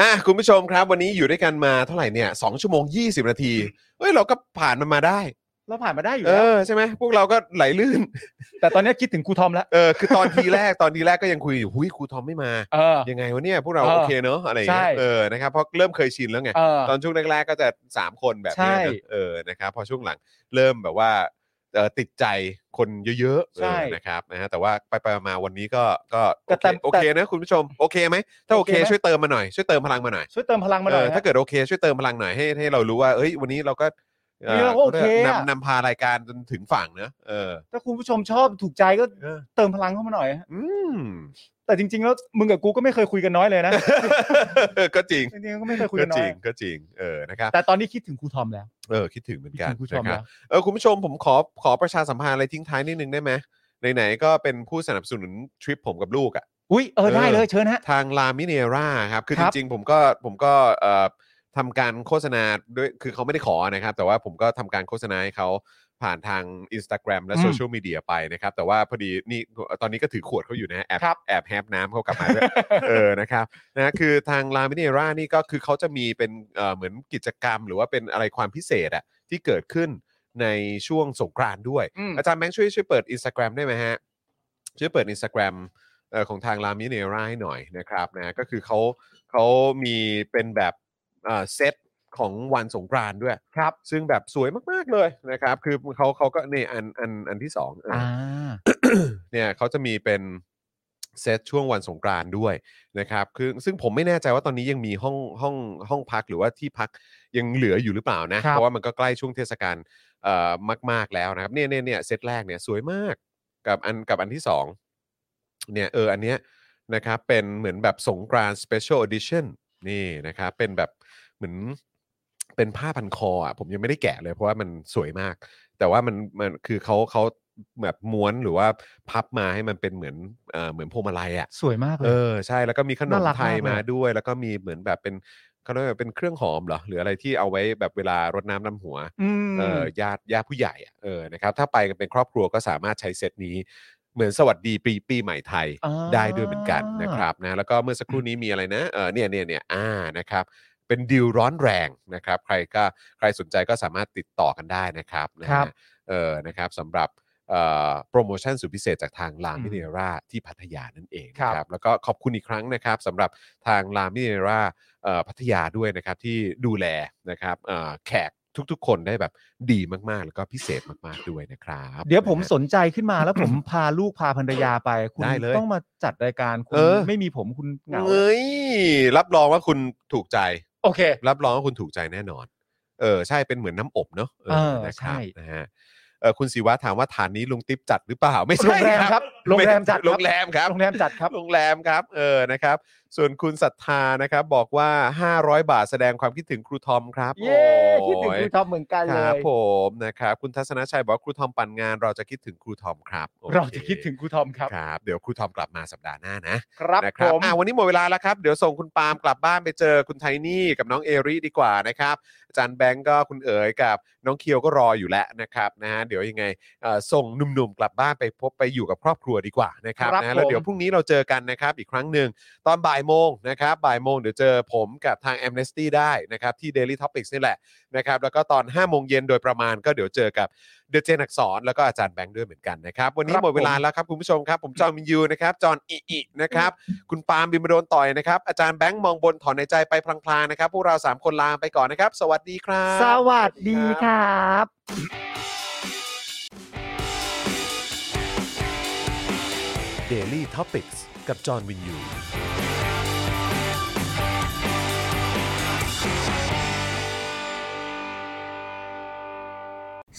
อ่ะคุณผู้ชมครับวันนี้อยู่ด้วยกันมาเท่าไหร่เนี่ยสองชั่วโมง 20 นาทีเฮ้ยเราก็ผ่านมันมาได้ เราผ่านมาได้อยู่ เอ แล้ว อใช่ไหมพวกเราก็ไหลลื่น (laughs) แต่ตอนนี้คิดถึงครูทอมแล้ว เออคือตอนทีแรกตอนทีแรกก็ยังคุยอยู่หุยครูทอมไม่มา เออ ยังไงวะเนี่ยพวกเรา เออ โอเคเนอะอะไรอย่างเงี้ย ใช่ เออนะครับเพราะเริ่มเคยชินแล้วไง เออ ตอนช่วงแรกๆก็จะ 3 คนแบบเนี้ย ใช่ นะเออนะครับพอช่วงหลังเริ่มแบบว่าเอ่อติดใจคนเยอะๆ ใช่ เออนะครับนะฮะแต่ว่าไปไปๆมาๆวันนี้ก็ก็โอ แต่ เคโอเค แต่ นะคุณผู้ชมโอเคไหมถ้าโอ โอ เค เคไหม ช่วยเติมมาหน่อยช่วยเติมพลังมาหน่อย ช่วยเติมพลังมาหน่อย เออ ฮะ ถ้าเกิดโอเคช่วยเติมพลังหน่อยให้ให้เรารู้ว่าเอ้ยวันนี้เราก็ วันนี้เราก็โอเคอะ นำนำพารายการจนถึงฝั่งนะเออ ถ้าคุณผู้ชมชอบถูกใจก็ เออ เติมพลังเข้ามาหน่อยฮะ อืม (laughs) แต่จริง ๆ แล้วมึงกับกูก็ไม่เคยคุยกันน้อยเลยนะ ก็จริง จริงๆก็ไม่เคยคุย ก็ กันน้ จ อ ริ ย งก็จริงเออนะครับ แต่ตอนนี้คิดถึงครูทอมแล้ว เออคิดถึงเหมือนกัน คิดถึงผู้ชม นะครับ แล้ว เออคุณผู้ชมผมขอขอประชาสัมพันธ์อะไรทิ้งท้ายนิดนึงได้ไหมไหนๆก็เป็นผู้สนับสนุนทริปผมกับลูกอะ่ะ อุ้ยเออได้ เออ เลยเชิญฮะ ทางลามิเนราครับ คือ ค จ รับ ริงๆผมก็ผมก็เอ่อ ทำการโฆษณาด้วยคือเขาไม่ได้ขอนะครับ แต่ว่าผมก็ทำการโฆษณาให้เขาผ่านทาง Instagram และ อืม โซเชียลมีเดียไปนะครับ แต่ว่าพอดีนี่ตอนนี้ก็ถือขวดเขาอยู่นะแอบ ครับ แอบแฮปน้ำเขากลับมาด้วย เออ นะครับ นะคือทางลามิเนรานี่ก็คือเขาจะมีเป็นเอ่อเหมือนกิจกรรม หรือว่าเป็นอะไรความพิเศษอะที่เกิดขึ้นในช่วงสงกรานต์ด้วย อืม อาจารย์แบงค์ช่วยช่วยเปิด Instagram ได้ไหมฮะ ช่วยเปิด Instagram เอ่อของทางลามิเนราให้หน่อยนะครับนะก็คือเขาเขามีเป็นแบบเอ่อเซตของวันสงกรานต์ด้วย ครับ ซึ่งแบบสวยมากๆเลยนะครับ คือเขาเขาก็นี่อันอันอันที่สองเอออ อ่า เนี่ยเขาจะมีเป็นเซตช่วงวันสงกรานต์ด้วยนะครับคือซึ่งผมไม่แน่ใจว่าตอนนี้ยังมีห้องห้องห้องพักหรือว่าที่พักยังเหลืออยู่หรือเปล่านะ ครับ เพราะว่ามันก็ใกล้ช่วงเทศกาลเอ่อมาก ๆแล้วนะครับเนี่ยเนี่ยเนี่ยเซตแรกเนี่ยสวยมากกับอันกับอันที่สองเนี่ยเอออันเนี้ยนะครับเป็นเหมือนแบบสงกรานต์ Special Edition นี่นะครับเป็นแบบเหมือนเป็นผ้าพันคออ่ะผมยังไม่ได้แกะเลยเพราะว่ามันสวยมาก แต่ว่ามันมันคือเขาเขาแบบม้วนหรือว่าพับมาให้มันเป็นเหมือนเอ่อเหมือนพวงมาลัยอ่ะ สวยมากเล เอย อใช่แล้วก็มีขนม น่ารัก ไทย มากเลย มาด้วย แล้วก็มีเหมือนแบบเป็นเขาเรียกว่าเป็นเครื่องหอมเหรอหรืออะไรที่เอาไว้แบบเวลารดน้ำดำหัว อืม เออญาติญาติผู้ใหญ่อะเออนะครับถ้าไปกันเป็นครอบครัวก็สามารถใช้เซตนี้ เหมือนสวัสดีปีปีใหม่ไทย อ่า ได้ด้วยเหมือนกันนะครับนะแล้วก็เมื่อสักครู่นี้มีอะไรนะเออเนี่ยเนี่ยเนี่ยอ่านะครับเป็นดิวร้อนแรงนะครับ ใครก็ใครสนใจก็สามารถติดต่อกันได้นะครับนะฮะ ครับ เออนะครับสำหรับเอ่อโปรโมชั่นสุดพิเศษจากทางลามิเนราที่พัทยานั่นเอง ครับ นะครับแล้วก็ขอบคุณอีกครั้งนะครับสำหรับทางลามิเนรา เอ่อพัทยาด้วยนะครับที่ดูแลนะครับเอ่อแขกทุกๆ คนได้แบบดีมากๆ แล้วก็พิเศษมากๆด้วยนะครับ เดี๋ยวผม นะฮะ สนใจขึ้นมาแล้วผม พาลูกพาภรรยาไป คุณ ได้เลย ต้องมาจัดรายการคุ เอ ณ อ ไม่มีผมคุณเหงา เอ้ยรับรองว่าคุณถูกใจ โอเค รับรองว่าคุณถูกใจแน่นอน เออใช่เป็นเหมือนน้ำอบเนาะเอ เอ อ อ นะครับ ใช่ นะฮะเออคุณศิวะถามว่าฐานนี้ลุงติ๊บจัดหรือเปล่า ไม่ โร ใช่ งแรมครับโรงแรมจัดคบ โรงแรมครับ โรงแรมจัดครับ โรงแรมครับ เออ นะครับ ส่วนคุณศรัทธานะครับ บอกว่า 500 บาทแสดงความคิดถึงครูทอมครับ เย้ โอ้ย คิดถึงคุณทอมเหมือนกัน ค เล รับ ย ผมนะครับคุณทัศนชัยบอกว่าครูทอมปั่นงานเราจะคิดถึงครูทอมครับโอ เราจะคิดถึงคุณทอมครับ ครับ เดี๋ยวครูทอมกลับมาสัปดาห์หน้านะครับ นะค ผ รั ม อ่ะวันนี้หมดเวลาแล้วครับ เดี๋ยวส่งคุณปาล์มกลับบ้านไปเจอคุณไทนี่กับน้องเอริดีกว่านะครับอาจารย์แบงก์ก็คุณเอ๋ยกับน้องเคียวก็รออยู่แล้วนะครับนะฮะเดี๋ยวยังไงเอ่อส่งหนุ่มๆกลับบ้านไปพบไปอยู่กับครอบครัวดีกว่านะครับ ครับ นะฮะแล้ว ผม เดี๋ยวพรุ่งนี้เราเจอกันนะครับอีกครั้งหนึ่ง ตอนบ่ายโมงนะครับบ่ายโมงเดี๋ยวเจอผมกับทาง a m n e s t y ได้นะครับที่ Daily Topics นี่แหละนะครับแล้วก็ตอน 5 โมงเย็นโดยประมาณก็เดี๋ยวเจอกับเดอะเจนอักสอนแล้วก็อาจารย์แบงค์ด้วยเหมือนกันนะครับ วันนี้ ครับ หมดเวลา ผม แล้วครับคุณผู้ชมครับ ผมจอห์นวินยูนะครับจอห์นอิอินะครับ คุณปาล์มบิมโดนต่อยนะครับ อาจารย์แบงค์มองบนถอนในใจไปพลางๆนะครับ พวกเรา 3 คนลาไปก่อนนะครับ สวัสดีครับ สวัสดีครับ Daily Topics กับจอห์นวินยู